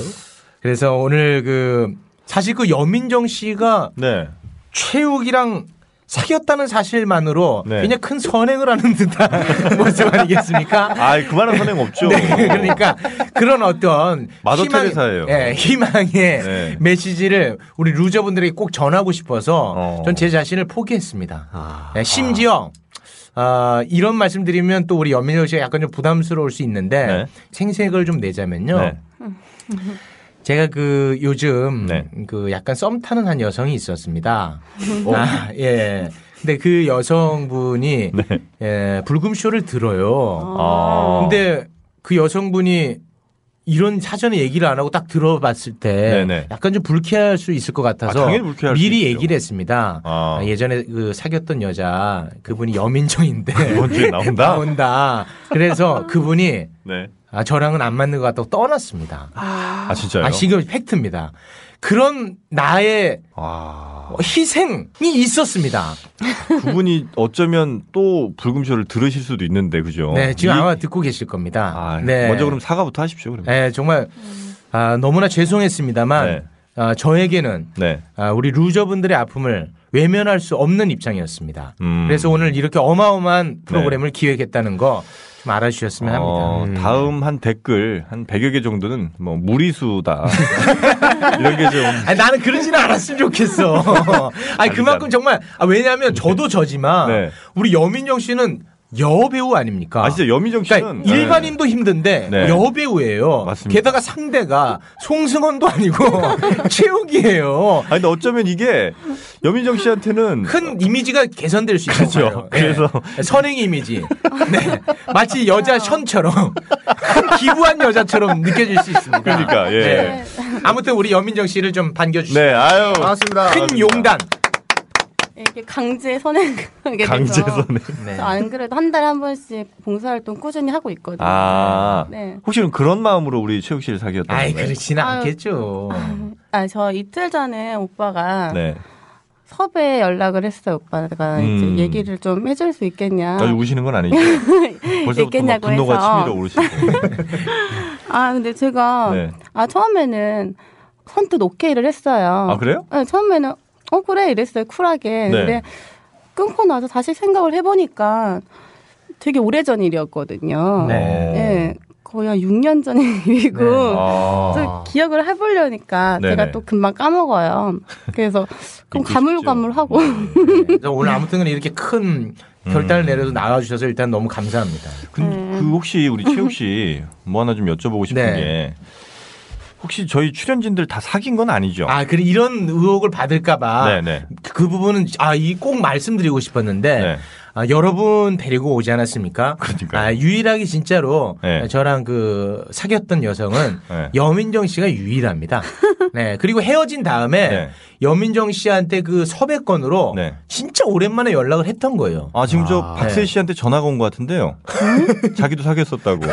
[SPEAKER 5] 그래서 오늘 그 사실 그 여민정 씨가
[SPEAKER 4] 네.
[SPEAKER 5] 최욱이랑 사귀었다는 사실만으로
[SPEAKER 4] 네.
[SPEAKER 5] 그냥 큰 선행을 하는 듯한 (laughs) 모습 아니겠습니까?
[SPEAKER 4] 아 그만한 선행 없죠.
[SPEAKER 5] (laughs) 네, 그러니까 그런 어떤
[SPEAKER 4] 마더
[SPEAKER 5] 희망-
[SPEAKER 4] 테레사예요.
[SPEAKER 5] 예, 희망의
[SPEAKER 4] 네.
[SPEAKER 5] 메시지를 우리 루저분들에게 꼭 전하고 싶어서
[SPEAKER 4] 어. 아.
[SPEAKER 5] 전 제 자신을 포기했습니다. 예, 심지어 아, 이런 말씀드리면 또 우리 연민호 씨가 약간 좀 부담스러울 수 있는데
[SPEAKER 4] 네.
[SPEAKER 5] 생색을 좀 내자면요.
[SPEAKER 4] 네.
[SPEAKER 5] 제가 그 요즘
[SPEAKER 4] 네.
[SPEAKER 5] 그 약간 썸 타는 한 여성이 있었습니다.
[SPEAKER 4] 어?
[SPEAKER 5] 아, 예. 근데 그 여성분이
[SPEAKER 4] 네.
[SPEAKER 5] 예, 불금 쇼를 들어요.
[SPEAKER 4] 아.
[SPEAKER 5] 근데 그 여성분이 이런 사전에 얘기를 안 하고 딱 들어봤을 때
[SPEAKER 4] 네네.
[SPEAKER 5] 약간 좀 불쾌할 수 있을 것 같아서
[SPEAKER 4] 아, 당연히 불쾌할 수
[SPEAKER 5] 미리
[SPEAKER 4] 있죠.
[SPEAKER 5] 얘기를 했습니다.
[SPEAKER 4] 아.
[SPEAKER 5] 아, 예전에 그 사귀었던 여자
[SPEAKER 4] (laughs)
[SPEAKER 5] 그분이 여민정인데
[SPEAKER 4] 이번 주에 나온다?
[SPEAKER 5] (laughs) 아, 나온다. 그래서 그분이
[SPEAKER 4] 네.
[SPEAKER 5] 아, 저랑은 안 맞는 것 같다고 떠났습니다.
[SPEAKER 4] 아 진짜요?
[SPEAKER 5] 아, 지금 팩트입니다. 그런 나의
[SPEAKER 4] 아,
[SPEAKER 5] 희생이 있었습니다.
[SPEAKER 4] 그분이 어쩌면 또 불금쇼를 들으실 수도 있는데 그죠?
[SPEAKER 5] 네, 지금
[SPEAKER 4] 어, 이-
[SPEAKER 5] 아마 듣고 계실 겁니다.
[SPEAKER 4] 아,
[SPEAKER 5] 네.
[SPEAKER 4] 먼저 그럼 사과부터 하십시오. 그럼.
[SPEAKER 5] 네, 정말 아, 너무나 죄송했습니다만
[SPEAKER 4] 네.
[SPEAKER 5] 아, 저에게는
[SPEAKER 4] 네.
[SPEAKER 5] 아, 우리 루저분들의 아픔을 외면할 수 없는 입장이었습니다.
[SPEAKER 4] 음. 네.
[SPEAKER 5] 그래서 오늘 이렇게 어마어마한 프로그램을 기획했다는 거 좀 알아주셨으면
[SPEAKER 4] 어,
[SPEAKER 5] 합니다.
[SPEAKER 4] 다음 한 댓글 한 100여 개 정도는 뭐 무리수다. (laughs) 이런 게 좀.
[SPEAKER 5] 아니, 나는 그러지는
[SPEAKER 4] (laughs)
[SPEAKER 5] 않았으면 좋겠어. 아니, 그만큼 정말, 아, 왜냐하면 저도 저지만,
[SPEAKER 4] 네.
[SPEAKER 5] 우리 여민정 씨는 여배우 아닙니까?
[SPEAKER 4] 아 진짜 여민정 씨는
[SPEAKER 5] 그러니까 일반인도 힘든데
[SPEAKER 4] 네.
[SPEAKER 5] 여배우예요.
[SPEAKER 4] 맞습니다.
[SPEAKER 5] 게다가 상대가 송승헌도 아니고 (laughs) 최욱이에요.
[SPEAKER 4] 네. 아니 근데 어쩌면 이게 여민정 씨한테는
[SPEAKER 5] 큰 이미지가 개선될 수 있어요.
[SPEAKER 4] 그렇죠. 그래서-
[SPEAKER 5] 선행 이미지. 네. 마치 여자 션처럼 (laughs) 기부한 여자처럼 느껴질 수 있습니다. 네.
[SPEAKER 4] 그러니까, 예.
[SPEAKER 5] 아무튼 우리 여민정 씨를 좀 반겨 주시죠.
[SPEAKER 4] 네 아유
[SPEAKER 7] 반갑습니다.
[SPEAKER 5] 큰 용단.
[SPEAKER 10] 네, 이게 강제 선행하게 돼서
[SPEAKER 4] 강제선에.
[SPEAKER 5] 네.
[SPEAKER 10] 그래서 안 그래도 한 달에 한 번씩 봉사활동 꾸준히 하고 있거든요.
[SPEAKER 4] 아
[SPEAKER 10] 네.
[SPEAKER 4] 혹시 그럼 그런 마음으로 우리 최욱 씨를 사귀었던
[SPEAKER 5] 아이
[SPEAKER 4] 건가요?
[SPEAKER 5] 그렇지는
[SPEAKER 10] 아유.
[SPEAKER 5] 않겠죠.
[SPEAKER 10] 아, 저 이틀 전에 오빠가
[SPEAKER 4] 네.
[SPEAKER 10] 섭외 연락을 했어요. 오빠가
[SPEAKER 4] 음.
[SPEAKER 10] 이제 얘기를 좀 해줄 수 있겠냐.
[SPEAKER 4] 아주 우시는 건 아니죠. 벌써부터 막
[SPEAKER 10] 있겠냐고
[SPEAKER 4] 분노가
[SPEAKER 10] 해서.
[SPEAKER 4] 치밀어 오르시고.
[SPEAKER 10] 아, 근데 제가
[SPEAKER 4] 네.
[SPEAKER 10] 아, 처음에는 선뜻 오케이를 했어요.
[SPEAKER 4] 아, 그래요?
[SPEAKER 10] 네, 처음에는 어 그래 이랬어요 쿨하게.
[SPEAKER 4] 네.
[SPEAKER 10] 근데 끊고 나서 다시 생각을 해보니까 되게 오래전 일이었거든요.
[SPEAKER 5] 네.
[SPEAKER 10] 예, 거의 한 6년 (laughs) 전 일이고
[SPEAKER 4] 어. 아.
[SPEAKER 10] 또 기억을 해보려니까
[SPEAKER 4] 네네.
[SPEAKER 10] 제가 또 금방 까먹어요. 그래서 그럼 가물가물하고
[SPEAKER 4] 음.
[SPEAKER 5] 네. 그래서 오늘 아무튼 이렇게 큰 결단을 내려서 나와주셔서 일단 너무 감사합니다.
[SPEAKER 4] 그, 그 혹시 우리 최욱 (laughs) 씨 뭐 하나 좀 여쭤보고 싶은
[SPEAKER 5] 네.
[SPEAKER 4] 게 혹시 저희 출연진들 다 사귄 건 아니죠? 아.
[SPEAKER 5] 아, 그래 이런 의혹을 받을까봐
[SPEAKER 4] 네네.
[SPEAKER 5] 그 부분은 아 이 꼭 말씀드리고 싶었는데
[SPEAKER 4] 네.
[SPEAKER 5] 아, 여러분 데리고 오지 않았습니까?
[SPEAKER 4] 그러니까요.
[SPEAKER 5] 아, 유일하게 진짜로
[SPEAKER 4] 네.
[SPEAKER 5] 저랑 그 사귀었던 여성은
[SPEAKER 4] 네.
[SPEAKER 5] 여민정 씨가 유일합니다. 네 그리고 헤어진 다음에
[SPEAKER 4] 네.
[SPEAKER 5] 여민정 씨한테 그 섭외권으로
[SPEAKER 4] 네.
[SPEAKER 5] 진짜 오랜만에 연락을 했던 거예요.
[SPEAKER 4] 아 음? 지금 저 박세 씨한테 전화가 온 것 같은데요. (laughs) 자기도 사귀었었다고.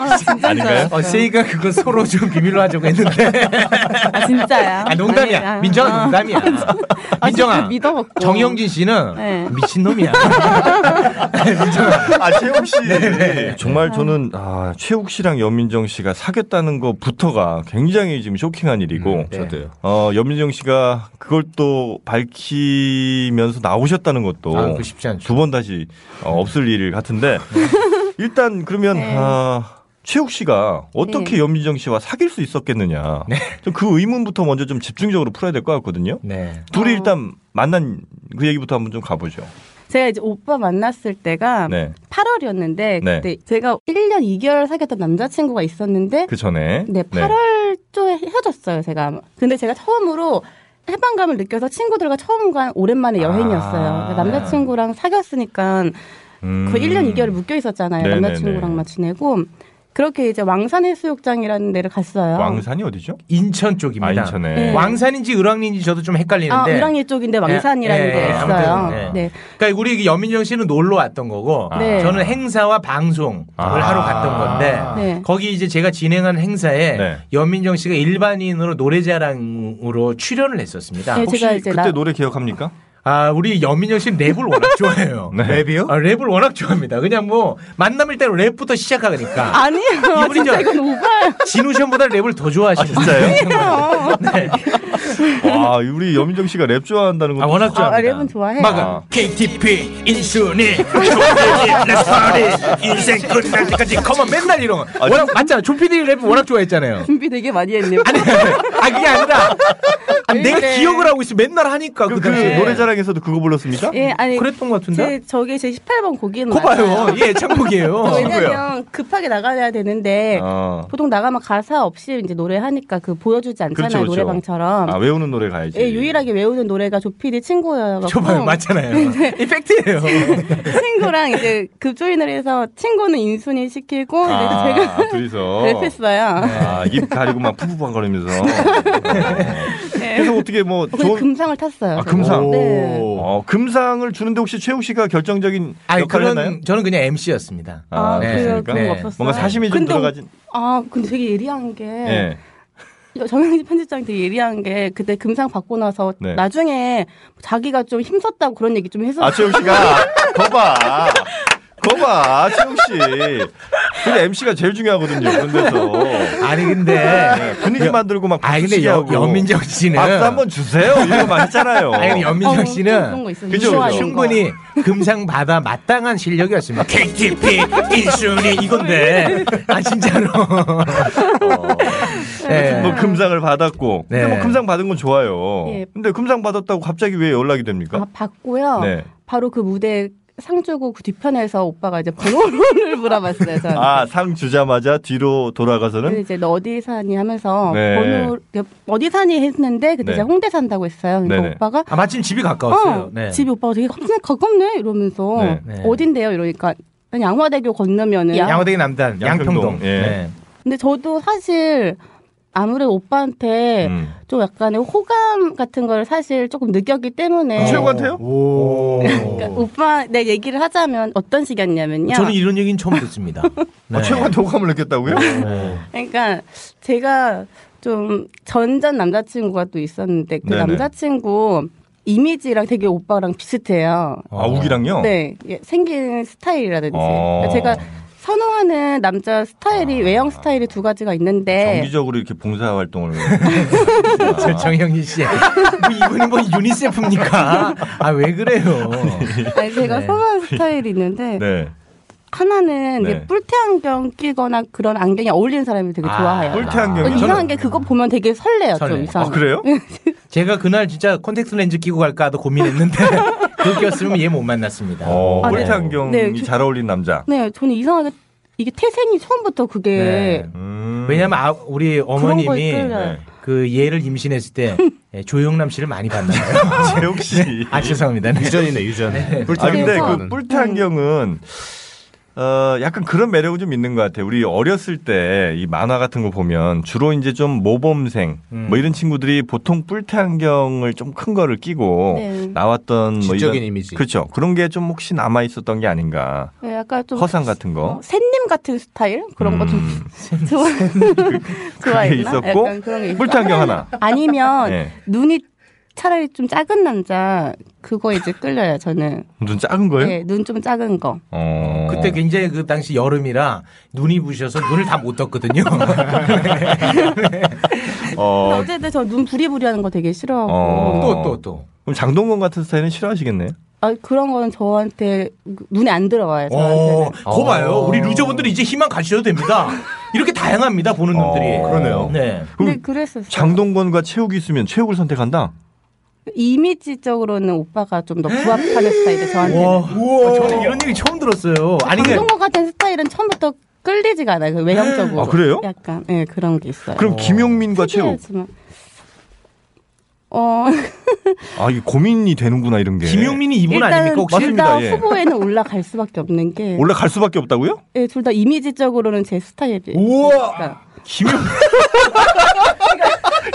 [SPEAKER 10] 아, 진짜
[SPEAKER 4] 아닌가요?
[SPEAKER 5] 어, 세이가 그건 서로 좀 비밀로 하자고 했는데.
[SPEAKER 10] (laughs) 아, 진짜야.
[SPEAKER 5] 아, 농담이야.
[SPEAKER 10] 아니, 아,
[SPEAKER 5] 민정아,
[SPEAKER 10] 아.
[SPEAKER 5] 농담이야.
[SPEAKER 10] 진짜
[SPEAKER 5] 민정아.
[SPEAKER 10] 믿어갖고.
[SPEAKER 5] 정영진 씨는
[SPEAKER 10] 네.
[SPEAKER 5] 미친놈이야.
[SPEAKER 4] 아 최욱 씨. 네. 정말 저는 아 최욱 씨랑 여민정 씨가 사귀었다는 것부터가 굉장히 지금 쇼킹한 일이고.
[SPEAKER 5] 네.
[SPEAKER 7] 저도요.
[SPEAKER 4] 어 여민정 씨가 그걸 또 밝히면서 나오셨다는 것도
[SPEAKER 5] 아, 그거 쉽지 않죠.
[SPEAKER 4] 두 번 다시 어, 없을
[SPEAKER 10] (laughs)
[SPEAKER 4] 일 같은데 일단 그러면
[SPEAKER 10] 네.
[SPEAKER 4] 아, 최욱 씨가 어떻게 연민정 씨와 사귈 수 있었겠느냐
[SPEAKER 10] 네.
[SPEAKER 4] 좀 그 의문부터 먼저 좀 집중적으로 풀어야 될 것 같거든요.
[SPEAKER 5] 네.
[SPEAKER 4] 둘이
[SPEAKER 10] 어.
[SPEAKER 4] 일단 만난 그 얘기부터 한번 좀 가보죠.
[SPEAKER 10] 제가 이제 오빠 만났을 때가
[SPEAKER 4] 네,
[SPEAKER 10] 8월이었는데
[SPEAKER 4] 네.
[SPEAKER 10] 그때 제가 1년 2개월 사귀었던 남자친구가 있었는데
[SPEAKER 4] 그 전에
[SPEAKER 10] 네, 8월 초에 헤어졌어요, 제가. 근데 제가 처음으로 해방감을 느껴서 친구들과 처음 간 오랜만에 여행이었어요.
[SPEAKER 5] 아.
[SPEAKER 10] 남자친구랑 사귀었으니까
[SPEAKER 4] 음.
[SPEAKER 10] 거의 그 1년 2개월 묶여 있었잖아요.
[SPEAKER 4] 네네네.
[SPEAKER 10] 남자친구랑만 지내고 그렇게 이제 왕산 해수욕장이라는 데를 갔어요.
[SPEAKER 4] 왕산이 어디죠?
[SPEAKER 5] 인천
[SPEAKER 4] 아
[SPEAKER 5] 쪽입니다.
[SPEAKER 4] 인천에
[SPEAKER 10] 네.
[SPEAKER 5] 왕산인지 을왕리인지 저도 좀
[SPEAKER 10] 아,
[SPEAKER 5] 헷갈리는데.
[SPEAKER 10] 을왕리 쪽인데 왕산이라는
[SPEAKER 5] 네. 예, 예,
[SPEAKER 10] 데가
[SPEAKER 5] 예,
[SPEAKER 10] 있어요.
[SPEAKER 5] 아무튼, 예.
[SPEAKER 10] 네.
[SPEAKER 5] 그러니까 우리 여민정 씨는 놀러 왔던 거고
[SPEAKER 10] 네.
[SPEAKER 5] 저는 행사와 방송을
[SPEAKER 4] 아.
[SPEAKER 5] 하러 갔던 건데
[SPEAKER 10] 네.
[SPEAKER 5] 거기 이제 제가 진행한 행사에
[SPEAKER 4] 네.
[SPEAKER 5] 여민정 씨가 일반인으로 노래자랑으로 출연을 했었습니다.
[SPEAKER 10] 네,
[SPEAKER 4] 혹시
[SPEAKER 10] 제가 이제
[SPEAKER 4] 그때
[SPEAKER 10] 나-
[SPEAKER 4] 노래 기억합니까?
[SPEAKER 5] 아, 우리 여민영 씨는 랩을 워낙 좋아해요.
[SPEAKER 4] (laughs) 네.
[SPEAKER 5] 아, 랩을 워낙 좋아합니다. 그냥 뭐 만남일 때로 랩부터 시작하니까.
[SPEAKER 10] 아니에요.
[SPEAKER 5] (laughs) 이분이
[SPEAKER 10] 진짜
[SPEAKER 5] 저-
[SPEAKER 10] 이건
[SPEAKER 5] (laughs)
[SPEAKER 10] 오바예요.
[SPEAKER 5] 진우션보다 랩을 더 좋아하시는
[SPEAKER 4] 아, 진짜요?
[SPEAKER 5] 분이에요. 네.
[SPEAKER 4] 와 우리 여민정 씨가 랩 좋아한다는 것도
[SPEAKER 5] 아, 워낙
[SPEAKER 10] 아,
[SPEAKER 5] 좋아합니다.
[SPEAKER 10] 랩은 좋아해요.
[SPEAKER 5] 막
[SPEAKER 4] 아.
[SPEAKER 5] KTP 인순이 조대리 랩파리 인생 끝날 때까지 컴온 맨날 이런 거. 워낙 맞잖아. 조피디 랩 워낙 좋아했잖아요.
[SPEAKER 10] 준비 되게 많이 했네요.
[SPEAKER 5] 아니, 아 그게 아니라 아, 내가
[SPEAKER 10] 네.
[SPEAKER 5] 기억을 하고 있어. 맨날 하니까 그,
[SPEAKER 4] 그, 그
[SPEAKER 5] 당시에.
[SPEAKER 4] 노래자랑에서도 그거 불렀습니까?
[SPEAKER 10] 예, 아니
[SPEAKER 5] 그랬던 것 같은데.
[SPEAKER 10] 제 저게 제 18번 곡이는
[SPEAKER 5] 거 봐요.
[SPEAKER 10] 맞아요.
[SPEAKER 5] 예, 창복이에요.
[SPEAKER 10] 왜냐면 급하게 나가야 되는데
[SPEAKER 4] 아.
[SPEAKER 10] 보통 나가면 가사 없이 이제 노래하니까 그 보여주지 않잖아요
[SPEAKER 4] 그렇죠, 그렇죠.
[SPEAKER 10] 노래방처럼.
[SPEAKER 4] 아 외우는 노래 가야지.
[SPEAKER 10] 예, 유일하게 외우는 노래가 조피디 친구여가지고
[SPEAKER 5] 줘봐요
[SPEAKER 10] 네,
[SPEAKER 5] 맞잖아요 이펙트예요
[SPEAKER 10] 그 친구랑 이제 급조인을 해서 친구는 인순이 시키고 이제
[SPEAKER 4] 아,
[SPEAKER 10] 제가
[SPEAKER 4] 둘이서
[SPEAKER 10] (laughs) 랩했어요.
[SPEAKER 4] 아, 입 가리고 막 푸푸방거리면서.
[SPEAKER 10] (laughs)
[SPEAKER 4] 그래서 어떻게 뭐
[SPEAKER 10] 근데
[SPEAKER 4] 좋은
[SPEAKER 10] 네. 금상을 탔어요.
[SPEAKER 4] 아,
[SPEAKER 10] 제가.
[SPEAKER 4] 금상.
[SPEAKER 10] 네.
[SPEAKER 4] 어, 금상을 주는데 혹시 최욱 씨가 결정적인
[SPEAKER 5] 아니
[SPEAKER 4] 역할을
[SPEAKER 5] 그런
[SPEAKER 4] 했나요?
[SPEAKER 5] 저는 그냥 MC였습니다
[SPEAKER 10] 아,
[SPEAKER 5] 네.
[SPEAKER 10] 그래요?
[SPEAKER 5] 그러니까.
[SPEAKER 10] 그런
[SPEAKER 5] 네.
[SPEAKER 10] 거 없었어요.
[SPEAKER 4] 뭔가 사심이 좀
[SPEAKER 10] 근데
[SPEAKER 4] 들어가진.
[SPEAKER 10] 아, 근데 되게 예리한 게
[SPEAKER 4] 예.
[SPEAKER 10] 정영진 편집장 되게 예리한 게 그때 금상 받고 나서
[SPEAKER 4] 네.
[SPEAKER 10] 나중에 자기가 좀 힘썼다고 그런 얘기 좀 해서
[SPEAKER 4] 아, 최욱 씨가. 거봐. 거봐, 최욱 씨. 근데 MC가 제일 중요하거든요, 그런 데서.
[SPEAKER 5] 아니 근데
[SPEAKER 4] 네, 분위기 만들고 막.
[SPEAKER 5] 아니 근데
[SPEAKER 4] 박수치게
[SPEAKER 5] 여,
[SPEAKER 4] 하고.
[SPEAKER 5] 여민정 씨는
[SPEAKER 4] 박수 한번 주세요. 이런 거 많잖아요.
[SPEAKER 5] 아니 근데
[SPEAKER 10] 어,
[SPEAKER 5] 여민정
[SPEAKER 10] 그런 거 아,
[SPEAKER 5] 씨는
[SPEAKER 10] 있어요.
[SPEAKER 4] 그죠, 그죠.
[SPEAKER 5] 충분히 금상 받아 마땅한 실력이었습니다 KTP 인순이 이건데 아 진짜로 네.
[SPEAKER 4] 어. 뭐 금상을 받았고. 근데
[SPEAKER 5] 네.
[SPEAKER 4] 뭐 금상 받은 건 좋아요.
[SPEAKER 10] 예.
[SPEAKER 4] 근데 금상 받았다고 갑자기 왜 연락이 됩니까?
[SPEAKER 10] 아, 봤고요.
[SPEAKER 4] 네.
[SPEAKER 10] 바로 그 무대 상주고 그 뒤편에서 오빠가 이제 번호를 (laughs) 물어봤어요. 저한테.
[SPEAKER 4] 아, 상 주자마자 뒤로 돌아가서는
[SPEAKER 10] 그래서 이제 너 어디 사니 하면서
[SPEAKER 4] 네.
[SPEAKER 10] 번호 뭐 어디 사니 했는데 그때
[SPEAKER 4] 네.
[SPEAKER 10] 제가 홍대 산다고 했어요. 그러니까
[SPEAKER 4] 네네.
[SPEAKER 10] 오빠가
[SPEAKER 5] 아 마침 집이 가까웠어요
[SPEAKER 10] 어,
[SPEAKER 5] 네.
[SPEAKER 10] 집이 오빠가 되게 가깝네, 가깝네 이러면서
[SPEAKER 4] 네,
[SPEAKER 5] 네.
[SPEAKER 10] 어딘데요 이러니까 아니, 양화대교 건너면은
[SPEAKER 5] 양화대교 남단
[SPEAKER 4] 양평동.
[SPEAKER 5] 양평동
[SPEAKER 4] 예.
[SPEAKER 5] 네.
[SPEAKER 10] 근데 저도 사실 아무래도 오빠한테
[SPEAKER 4] 음.
[SPEAKER 10] 좀 약간의 호감 같은 걸 사실 조금 느꼈기 때문에
[SPEAKER 4] 어. 아, 최욱한테요?
[SPEAKER 5] 오. 음,
[SPEAKER 10] 그러니까 오빠 내 얘기를 하자면 어떤 식이었냐면요.
[SPEAKER 5] 저는 이런 얘기는 처음 듣습니다
[SPEAKER 4] 아, 최욱한테 호감을 느꼈다고요?
[SPEAKER 5] 네.
[SPEAKER 10] 그러니까 제가 좀 전전 남자친구가 또 있었는데 그
[SPEAKER 4] 네네.
[SPEAKER 10] 남자친구 이미지랑 되게 오빠랑 비슷해요.
[SPEAKER 4] 아, 우기랑요?
[SPEAKER 10] 네, 예, 생긴 스타일이라든지
[SPEAKER 4] 어. 어. 아.
[SPEAKER 10] 제가 선호하는 남자 스타일이 외형 스타일이 두 가지가 있는데
[SPEAKER 4] 정기적으로 이렇게
[SPEAKER 10] (laughs)
[SPEAKER 4] 봉사 활동을
[SPEAKER 5] 저 정영희 씨. 뭐 이분이 뭐 유니세프입니까? 아, 왜 그래요?
[SPEAKER 10] 아니, 제가
[SPEAKER 4] (laughs)
[SPEAKER 5] 네.
[SPEAKER 10] 선호하는 스타일이 있는데
[SPEAKER 4] 네.
[SPEAKER 10] 하나는 이게
[SPEAKER 4] 네.
[SPEAKER 10] 뿔테 안경 끼거나 그런 안경이 어울리는 사람이 되게
[SPEAKER 5] 아,
[SPEAKER 10] 좋아해요.
[SPEAKER 4] 뿔테 안경이요?
[SPEAKER 10] 어, 이상한 게 그거 보면 되게 설레요.
[SPEAKER 5] 설레.
[SPEAKER 10] 좀
[SPEAKER 4] 아
[SPEAKER 10] 이상한.
[SPEAKER 4] 그래요?
[SPEAKER 5] 제가 그날 진짜 콘택트 렌즈 끼고
[SPEAKER 4] (laughs)
[SPEAKER 5] 갈까도 고민했는데 그거 꼈으면 얘 못 만났습니다.
[SPEAKER 4] 어,
[SPEAKER 10] 아, 네.
[SPEAKER 4] 꼴트 안경이
[SPEAKER 10] 네, 그-
[SPEAKER 4] 잘 어울린 남자.
[SPEAKER 10] 네, 저는 이상하게 이게 태생이 처음부터 그게
[SPEAKER 5] 네.
[SPEAKER 4] 음. 네.
[SPEAKER 5] 왜냐면 아, 우리
[SPEAKER 10] 그런 거에
[SPEAKER 5] 어머님이
[SPEAKER 10] 끌려요.
[SPEAKER 5] 그 얘를 임신했을 때
[SPEAKER 10] (laughs)
[SPEAKER 5] 예, 조영남 씨를
[SPEAKER 4] (laughs)
[SPEAKER 5] 많이 봤나요?
[SPEAKER 4] 재욱 씨.
[SPEAKER 5] 아 죄송합니다. 네.
[SPEAKER 7] 유전이네 유전.
[SPEAKER 4] 아 근데
[SPEAKER 10] 그래서- 음.
[SPEAKER 4] 그 뿔테 안경은 어 약간 그런 매력은 좀 있는 것 같아요. 우리 어렸을 때 이 만화 같은 거 보면 주로 이제 좀 모범생
[SPEAKER 5] 음.
[SPEAKER 4] 뭐 이런 친구들이 보통 뿔테 안경을 좀 큰 거를 끼고
[SPEAKER 10] 네.
[SPEAKER 4] 나왔던 뭐
[SPEAKER 7] 지적인
[SPEAKER 4] 이런
[SPEAKER 7] 이미지.
[SPEAKER 4] 그렇죠. 그런 게 좀 혹시 남아 있었던 게 아닌가.
[SPEAKER 10] 네, 약간 좀
[SPEAKER 4] 허상 같은 거.
[SPEAKER 10] 어, 샌님 같은 스타일 그런 거 좀 (laughs)
[SPEAKER 4] 음.
[SPEAKER 10] 좋아
[SPEAKER 4] (laughs) 그게
[SPEAKER 10] 좋아했나?
[SPEAKER 4] 있었고
[SPEAKER 10] 약간 그런 게 있어.
[SPEAKER 4] 뿔테 안경 하나.
[SPEAKER 10] (laughs) 아니면
[SPEAKER 4] 예.
[SPEAKER 10] 눈이 차라리 좀 작은 남자 그거 이제 끌려요 저는.
[SPEAKER 4] 눈 작은 거예요?
[SPEAKER 10] 네, 눈 좀 작은 거.
[SPEAKER 4] 어.
[SPEAKER 5] 그때 굉장히 그 당시 여름이라 눈이 부셔서 눈을 다 못 떴거든요.
[SPEAKER 4] 어.
[SPEAKER 10] 어제도 저 눈 부리부리하는 거 되게 싫어하고
[SPEAKER 4] 어.
[SPEAKER 5] (laughs) 또 또 또.
[SPEAKER 4] 그럼 장동건 같은 스타일은 싫어하시겠네요.
[SPEAKER 10] 아, 그런 거는 저한테 눈에 안 들어와요.
[SPEAKER 5] 어,
[SPEAKER 10] 저한테는.
[SPEAKER 5] 거 봐요. 우리 루저분들 이제 희망 가지셔도 됩니다. 이렇게 다양합니다 보는
[SPEAKER 4] 어,
[SPEAKER 5] 눈들이.
[SPEAKER 4] 그러네요.
[SPEAKER 5] 네.
[SPEAKER 10] 근데
[SPEAKER 4] 그럼
[SPEAKER 10] 그랬었어요.
[SPEAKER 4] 장동건과 채욱이 있으면 채욱을 선택한다.
[SPEAKER 10] 이미지적으로는 오빠가 좀 더 부합하는 스타일이
[SPEAKER 5] 와,
[SPEAKER 10] 저한테는.
[SPEAKER 5] 저는 이런 얘기 처음 들었어요. 아니 그
[SPEAKER 10] 장동건 같은 스타일은 처음부터 끌리지가 않아요. 그 외형적으로.
[SPEAKER 4] 아, 그래요?
[SPEAKER 10] 약간 예, 그런 게 있어요.
[SPEAKER 4] 그럼 김용민과 채욱.
[SPEAKER 10] 특이하지만. 어,
[SPEAKER 4] 아 이게 고민이 되는구나 이런 게.
[SPEAKER 5] 김용민이 이분
[SPEAKER 10] 일단
[SPEAKER 5] 아닙니까 혹시?
[SPEAKER 10] 둘다
[SPEAKER 4] 맞습니다, 예.
[SPEAKER 10] 후보에는 올라갈 수밖에 없는 게,
[SPEAKER 4] 올라갈 수밖에 없다고요?
[SPEAKER 10] 예, 둘 다 이미지적으로는 제 스타일이.
[SPEAKER 5] 우와.
[SPEAKER 10] 그러니까.
[SPEAKER 5] 김용.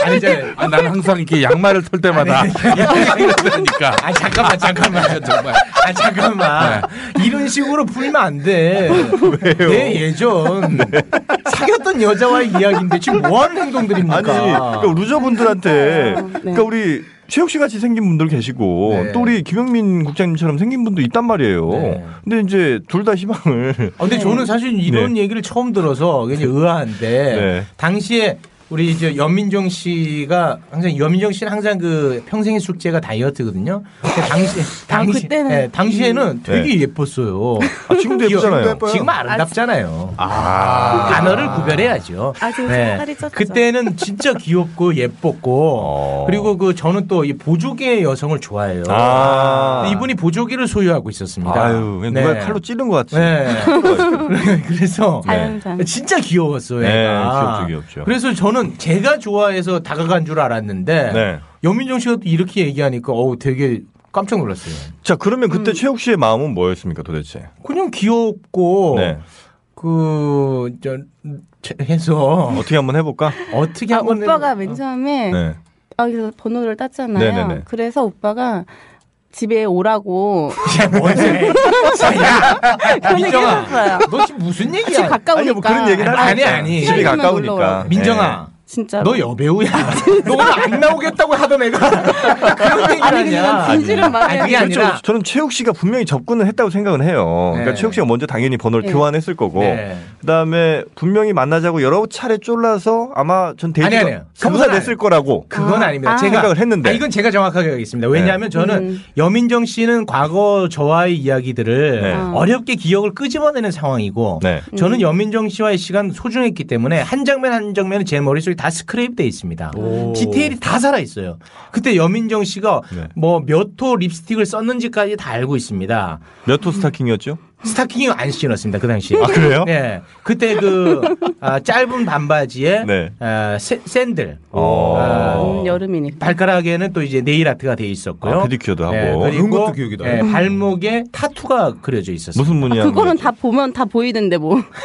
[SPEAKER 5] 아니 이제
[SPEAKER 6] 아, 나는 항상 이렇게 양말을 털 때마다 (laughs) 그러니까
[SPEAKER 5] 아 잠깐만 잠깐만
[SPEAKER 6] 정말.
[SPEAKER 5] 아 잠깐만
[SPEAKER 4] 네.
[SPEAKER 5] 이런 식으로 풀면 안돼 왜요? 내 예전
[SPEAKER 4] 네.
[SPEAKER 5] 사귀었던 여자와의 이야기인데 지금 뭐하는 행동들입니까?
[SPEAKER 4] 아니 그러니까 루저분들한테
[SPEAKER 10] 맞아요. 네.
[SPEAKER 4] 그러니까 우리 최욱 씨 같이 생긴 분들 계시고
[SPEAKER 5] 네.
[SPEAKER 4] 또 우리 김영민 국장님처럼 생긴 분도 있단 말이에요.
[SPEAKER 5] 네.
[SPEAKER 4] 근데 이제 둘 다 희망을
[SPEAKER 5] 아, 근데 저는 사실 이런 얘기를 처음 들어서 굉장히 의아한데
[SPEAKER 4] 네.
[SPEAKER 5] 당시에 우리 이제 연민정 씨가 항상 연민정 씨는 항상 그 평생의 숙제가 다이어트거든요. 근데 당시 당시
[SPEAKER 10] 아, 그때는.
[SPEAKER 5] 예, 당시에는 되게 예뻤어요.
[SPEAKER 4] 음. 네. 아, 지금도 예쁘잖아요.
[SPEAKER 5] 지금 아름답잖아요. 단어를 구별해야죠. 네.
[SPEAKER 10] 아, 지금 색깔이 쪘죠.
[SPEAKER 5] 그때는 진짜 귀엽고 예뻤고
[SPEAKER 4] 어.
[SPEAKER 5] 그리고 그 저는 또 이 보조개 여성을 좋아해요.
[SPEAKER 4] 아.
[SPEAKER 5] 근데 이분이 보조개를 소유하고 있었습니다.
[SPEAKER 4] 아유 그냥 누가
[SPEAKER 5] 네.
[SPEAKER 4] 칼로 찌른 것 같지.
[SPEAKER 5] 네. (laughs) 그래서
[SPEAKER 10] 자연산.
[SPEAKER 5] 진짜 귀여웠어요.
[SPEAKER 4] 네,
[SPEAKER 5] 애가.
[SPEAKER 4] 귀엽죠, 귀엽죠.
[SPEAKER 5] 그래서 저는 제가 좋아해서 다가간 줄 알았는데
[SPEAKER 4] 네.
[SPEAKER 5] 연민정 씨가 또 이렇게 얘기하니까 어우 되게 깜짝 놀랐어요.
[SPEAKER 4] 자 그러면 그때 최욱 씨의 마음은 뭐였습니까 도대체?
[SPEAKER 5] 그냥 귀엽고
[SPEAKER 4] 네.
[SPEAKER 5] 그저 해서
[SPEAKER 4] 어떻게 한번 해볼까?
[SPEAKER 5] 어떻게
[SPEAKER 10] 아,
[SPEAKER 5] 하면
[SPEAKER 10] 오빠가 맨 처음에
[SPEAKER 4] 네.
[SPEAKER 10] 아, 그래서 번호를 땄잖아요.
[SPEAKER 4] 네네네.
[SPEAKER 10] 그래서 오빠가 집에 오라고
[SPEAKER 5] 야, 뭐해? 야, 민정아,
[SPEAKER 10] 얘기했어요.
[SPEAKER 5] 너 지금 무슨 얘기야?
[SPEAKER 10] 집 가까우니까.
[SPEAKER 4] 아니 뭐 그런 얘기는 하지
[SPEAKER 5] 아니,
[SPEAKER 4] 않아요.
[SPEAKER 5] 아니.
[SPEAKER 4] 집이
[SPEAKER 10] 시간이면
[SPEAKER 4] 가까우니까. 네.
[SPEAKER 10] 놀러와요.
[SPEAKER 5] 민정아,
[SPEAKER 10] 진짜.
[SPEAKER 5] 너 여배우야. 너 오늘 안 나오겠다고 하던 애가 (laughs) 그런
[SPEAKER 10] 아니,
[SPEAKER 5] 얘기를 하냐.
[SPEAKER 10] 그냥 진실을 말해야
[SPEAKER 5] 아니, 그게
[SPEAKER 4] 그렇죠.
[SPEAKER 5] 아니라
[SPEAKER 4] 저는 최욱 씨가 분명히 접근을 했다고 생각은 해요. 그러니까
[SPEAKER 5] 네.
[SPEAKER 4] 최욱 씨가 먼저 당연히 번호를
[SPEAKER 10] 네.
[SPEAKER 4] 교환했을 거고
[SPEAKER 5] 네.
[SPEAKER 4] 그다음에 분명히 만나자고 여러 차례 쫄라서 아마 전 데이트
[SPEAKER 5] 아니, 아니에요.
[SPEAKER 4] 성사
[SPEAKER 5] 그건
[SPEAKER 4] 됐을
[SPEAKER 5] 아니에요.
[SPEAKER 4] 거라고.
[SPEAKER 5] 그건
[SPEAKER 10] 아,
[SPEAKER 5] 아, 닙니다
[SPEAKER 10] 아.
[SPEAKER 5] 제가
[SPEAKER 4] 생각을 했는데. 네.
[SPEAKER 5] 아, 이건 제가 정확하게 하겠습니다. 왜냐하면 저는
[SPEAKER 10] 음.
[SPEAKER 5] 여민정 씨는 과거 저와의 이야기들을
[SPEAKER 4] 네.
[SPEAKER 10] 아.
[SPEAKER 5] 어렵게 기억을 끄집어내는 상황이고
[SPEAKER 4] 네.
[SPEAKER 10] 음.
[SPEAKER 5] 저는 여민정 씨와의 시간 소중했기 때문에 한 장면 한 장면은 제 머릿속에 다 스크랩돼 있습니다. 디테일이 다 살아 있어요. 그때 여민정 씨가
[SPEAKER 4] 네.
[SPEAKER 5] 뭐 몇 호 립스틱을 썼는지까지 다 알고 있습니다.
[SPEAKER 4] 몇 호 스타킹이었죠?
[SPEAKER 5] 스타킹을 안 신었습니다 그 당시.
[SPEAKER 4] 아 그래요?
[SPEAKER 5] 예. 그때 그 아, 짧은 반바지에
[SPEAKER 4] 네.
[SPEAKER 5] 아, 새- 샌들.
[SPEAKER 4] 어.
[SPEAKER 5] 아,
[SPEAKER 10] 음, 여름이니까.
[SPEAKER 5] 발가락에는 또 이제 네일 아트가 돼 있었고요. 네,
[SPEAKER 4] 아, 페디큐어도 하고.
[SPEAKER 7] 그런 것도 기억이 나요.
[SPEAKER 5] 예, 발목에 타투가 그려져 있었어요.
[SPEAKER 4] 무슨 문이야?
[SPEAKER 10] 아, 그거는 다 보면 다 보이는데 뭐.
[SPEAKER 5] (laughs)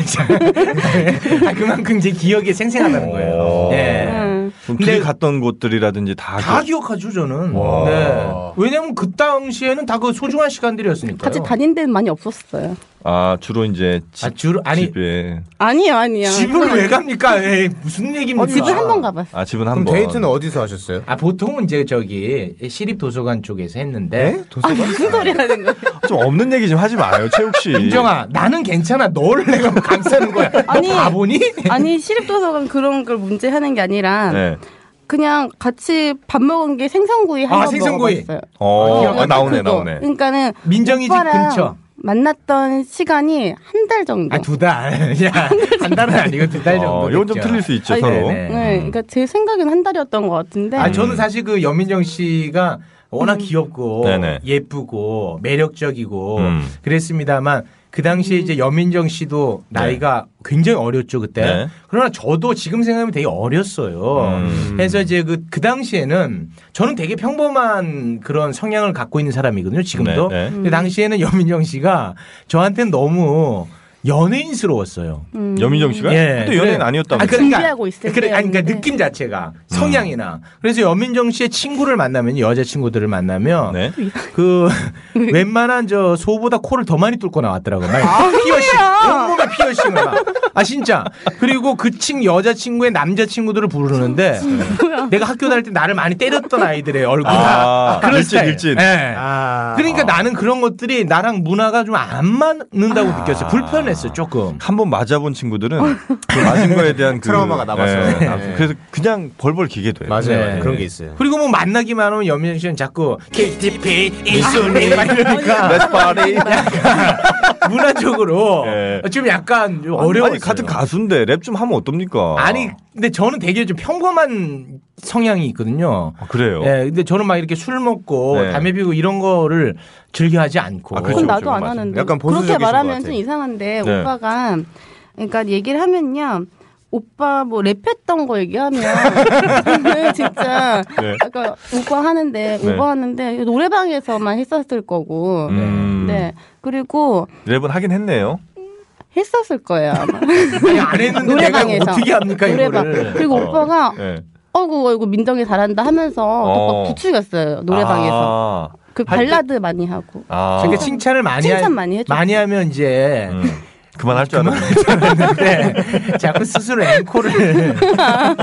[SPEAKER 5] 아, 그만큼 제 기억이 생생하다는 거예요.
[SPEAKER 4] 오. 아,
[SPEAKER 5] 예.
[SPEAKER 4] 둘이
[SPEAKER 5] 근데-
[SPEAKER 4] 갔던 곳들이라든지 다,
[SPEAKER 5] 다
[SPEAKER 4] 기-
[SPEAKER 5] 기억하죠 저는. 그 네. 왜냐면 그 당시에는 다 그 소중한 시간들이었으니까요.
[SPEAKER 10] 같이 다닌 데는 많이 없었어요.
[SPEAKER 4] 아 주로 이제 집,
[SPEAKER 5] 아, 주로- 아니.
[SPEAKER 4] 집에
[SPEAKER 10] 아니요, 아니요.
[SPEAKER 5] 집을 왜 갑니까? 에이, 무슨 얘기입니까?
[SPEAKER 10] 집을 한 번 가봤어요.
[SPEAKER 4] 아 집은
[SPEAKER 7] 그럼
[SPEAKER 4] 한번
[SPEAKER 7] 데이트는 어디서 하셨어요?
[SPEAKER 5] 아 보통은 이제 저기 시립 도서관 쪽에서 했는데
[SPEAKER 7] 네?
[SPEAKER 10] 아, 무슨 소리 하는 거예요?
[SPEAKER 4] 좀 없는 얘기 좀 하지 마요 최욱 씨.
[SPEAKER 5] 은정아 나는 괜찮아 널 내가 뭐 감싸는 거야
[SPEAKER 10] 아니.
[SPEAKER 5] 너 바보니?
[SPEAKER 10] 아니, 시립도서관 그런 걸 문제하는 게 아니라
[SPEAKER 4] 네.
[SPEAKER 10] 그냥 같이 밥 먹은 게 생선구이 한
[SPEAKER 5] 아,
[SPEAKER 10] 번
[SPEAKER 5] 생선구이.
[SPEAKER 10] 먹어봤어요.
[SPEAKER 4] 어
[SPEAKER 5] 기억나.
[SPEAKER 4] 아, 나오네
[SPEAKER 10] 그거.
[SPEAKER 4] 나오네.
[SPEAKER 5] 음.
[SPEAKER 10] 그러니까는
[SPEAKER 5] 민정이 집
[SPEAKER 10] 오빠랑
[SPEAKER 5] 근처
[SPEAKER 10] 만났던 시간이 한 달 정도.
[SPEAKER 5] 아, (laughs) 아두달야한 달은 아니고 두 달 정도
[SPEAKER 4] 뭐. 네. 어, 이건 좀
[SPEAKER 5] 됐죠.
[SPEAKER 4] 틀릴 수 있죠
[SPEAKER 10] 아니,
[SPEAKER 4] 서로.
[SPEAKER 10] 네,
[SPEAKER 5] 네네.
[SPEAKER 4] 음.
[SPEAKER 10] 그러니까 제 생각엔 한 달이었던 것 같은데.
[SPEAKER 5] 아 저는 사실 그 연민정 씨가 워낙 귀엽고
[SPEAKER 4] 네네.
[SPEAKER 5] 예쁘고 매력적이고
[SPEAKER 4] 음.
[SPEAKER 5] 그랬습니다만 그 당시에 이제 연민정 씨도 나이가 굉장히 어렸죠 그때.
[SPEAKER 4] 네.
[SPEAKER 5] 그러나 저도 지금 생각하면 되게 어렸어요.
[SPEAKER 4] 음.
[SPEAKER 5] 그래서 이제 그 그 당시에는 저는 되게 평범한 그런 성향을 갖고 있는 사람이거든요 지금도.
[SPEAKER 4] 네, 네.
[SPEAKER 5] 근데 당시에는 연민정 씨가 저한테는 너무 연예인스러웠어요.
[SPEAKER 10] 음.
[SPEAKER 4] 여민정 씨가?
[SPEAKER 5] 예.
[SPEAKER 4] 그때 연예인 음.
[SPEAKER 5] 그래.
[SPEAKER 4] 아니었다면.
[SPEAKER 5] 아,
[SPEAKER 10] 준비하고 있을
[SPEAKER 5] 그래, 아니, 그러니까
[SPEAKER 10] 때였는데.
[SPEAKER 5] 느낌 자체가 성향이나 그래서 연민정 씨의 친구를 만나면 여자 친구들을 만나면
[SPEAKER 4] 네.
[SPEAKER 5] 그 (laughs) 웬만한 저 소보다 코를 더 많이 뚫고 나왔더라고. 막
[SPEAKER 10] 아,
[SPEAKER 5] 피어싱, 온몸에 피어싱을 막. 아 진짜. 그리고 그 친 여자 친구의 남자 친구들을 부르는데 내가 학교 다닐 때 나를 많이 때렸던 아이들의 얼굴.
[SPEAKER 4] 아,
[SPEAKER 5] 그런
[SPEAKER 4] 일진,
[SPEAKER 5] 스타일.
[SPEAKER 4] 일진.
[SPEAKER 5] 예.
[SPEAKER 7] 아,
[SPEAKER 5] 그러니까 나는 그런 것들이 나랑 문화가 좀 안 맞는다고
[SPEAKER 4] 아.
[SPEAKER 5] 느꼈어요. 불편했어 조금.
[SPEAKER 4] 한 번 맞아본 친구들은 그 맞은 거에
[SPEAKER 7] (laughs)
[SPEAKER 4] 대한 그
[SPEAKER 7] 트라우마가 남았어요. 네.
[SPEAKER 4] 예, 남- 그래서 그냥 벌벌 기게 돼요.
[SPEAKER 7] 맞아요.
[SPEAKER 5] 네.
[SPEAKER 7] 그런 게 있어요.
[SPEAKER 5] 그리고 뭐 만나기만 하면 염민 씨는 자꾸 KTP
[SPEAKER 4] 네.
[SPEAKER 5] 인슐린 막
[SPEAKER 10] (laughs)
[SPEAKER 4] 그러니까
[SPEAKER 7] 아,
[SPEAKER 5] 이러니까
[SPEAKER 4] 레스파리.
[SPEAKER 5] 문화적으로
[SPEAKER 4] 예.
[SPEAKER 5] 좀 약간 좀 어려워.
[SPEAKER 4] 아니 같은 가수인데 랩 좀 하면 어떻습니까?
[SPEAKER 5] 아니 근데 저는 되게 좀 평범한 성향이 있거든요.
[SPEAKER 4] 아, 그래요.
[SPEAKER 10] 네.
[SPEAKER 5] 예, 근데 저는 막 이렇게 술 먹고
[SPEAKER 4] 네.
[SPEAKER 5] 담배 피우고 이런 거를 즐겨하지 않고.
[SPEAKER 4] 아,
[SPEAKER 10] 그건
[SPEAKER 4] 그렇죠,
[SPEAKER 10] 나도
[SPEAKER 4] 그렇죠.
[SPEAKER 10] 안
[SPEAKER 4] 맞아요.
[SPEAKER 10] 하는데.
[SPEAKER 7] 약간 보수적이신
[SPEAKER 10] 그렇게
[SPEAKER 7] 것
[SPEAKER 10] 말하면
[SPEAKER 7] 같아.
[SPEAKER 10] 좀 이상한데
[SPEAKER 4] 네.
[SPEAKER 10] 오빠가 그러니까 얘기를 하면요. 오빠 뭐 랩했던 거 얘기하면 (laughs) 저는 진짜
[SPEAKER 4] 네.
[SPEAKER 10] 아까 오빠 하는데
[SPEAKER 4] 네.
[SPEAKER 10] 오버하는데 노래방에서만 했었을 거고
[SPEAKER 4] 음,
[SPEAKER 10] 네 그리고
[SPEAKER 4] 랩은 하긴 했네요.
[SPEAKER 10] 했었을 거예요 아마
[SPEAKER 5] 아니, 안 했는데 내가 이거
[SPEAKER 10] 노래방에서.
[SPEAKER 5] 어떻게 합니까
[SPEAKER 10] 노래방
[SPEAKER 5] 이거를.
[SPEAKER 10] 그리고
[SPEAKER 4] 어.
[SPEAKER 10] 오빠가
[SPEAKER 4] 네.
[SPEAKER 10] 어이구 어이구 민정이 잘한다 하면서
[SPEAKER 4] 어. 아.
[SPEAKER 10] 또막 부추겼어요 노래방에서 그
[SPEAKER 4] 할 때-
[SPEAKER 10] 발라드 많이 하고
[SPEAKER 4] 아, 아.
[SPEAKER 5] 그러니까 칭찬을 많이
[SPEAKER 10] 어. 칭찬
[SPEAKER 5] 하-
[SPEAKER 10] 많이 해줘.
[SPEAKER 5] 많이 하면 이제
[SPEAKER 4] 음, 그만할 줄 알았는데.
[SPEAKER 5] 그랬는데
[SPEAKER 10] 네.
[SPEAKER 5] 자꾸 스스로
[SPEAKER 10] (laughs)
[SPEAKER 5] 앵콜을 네.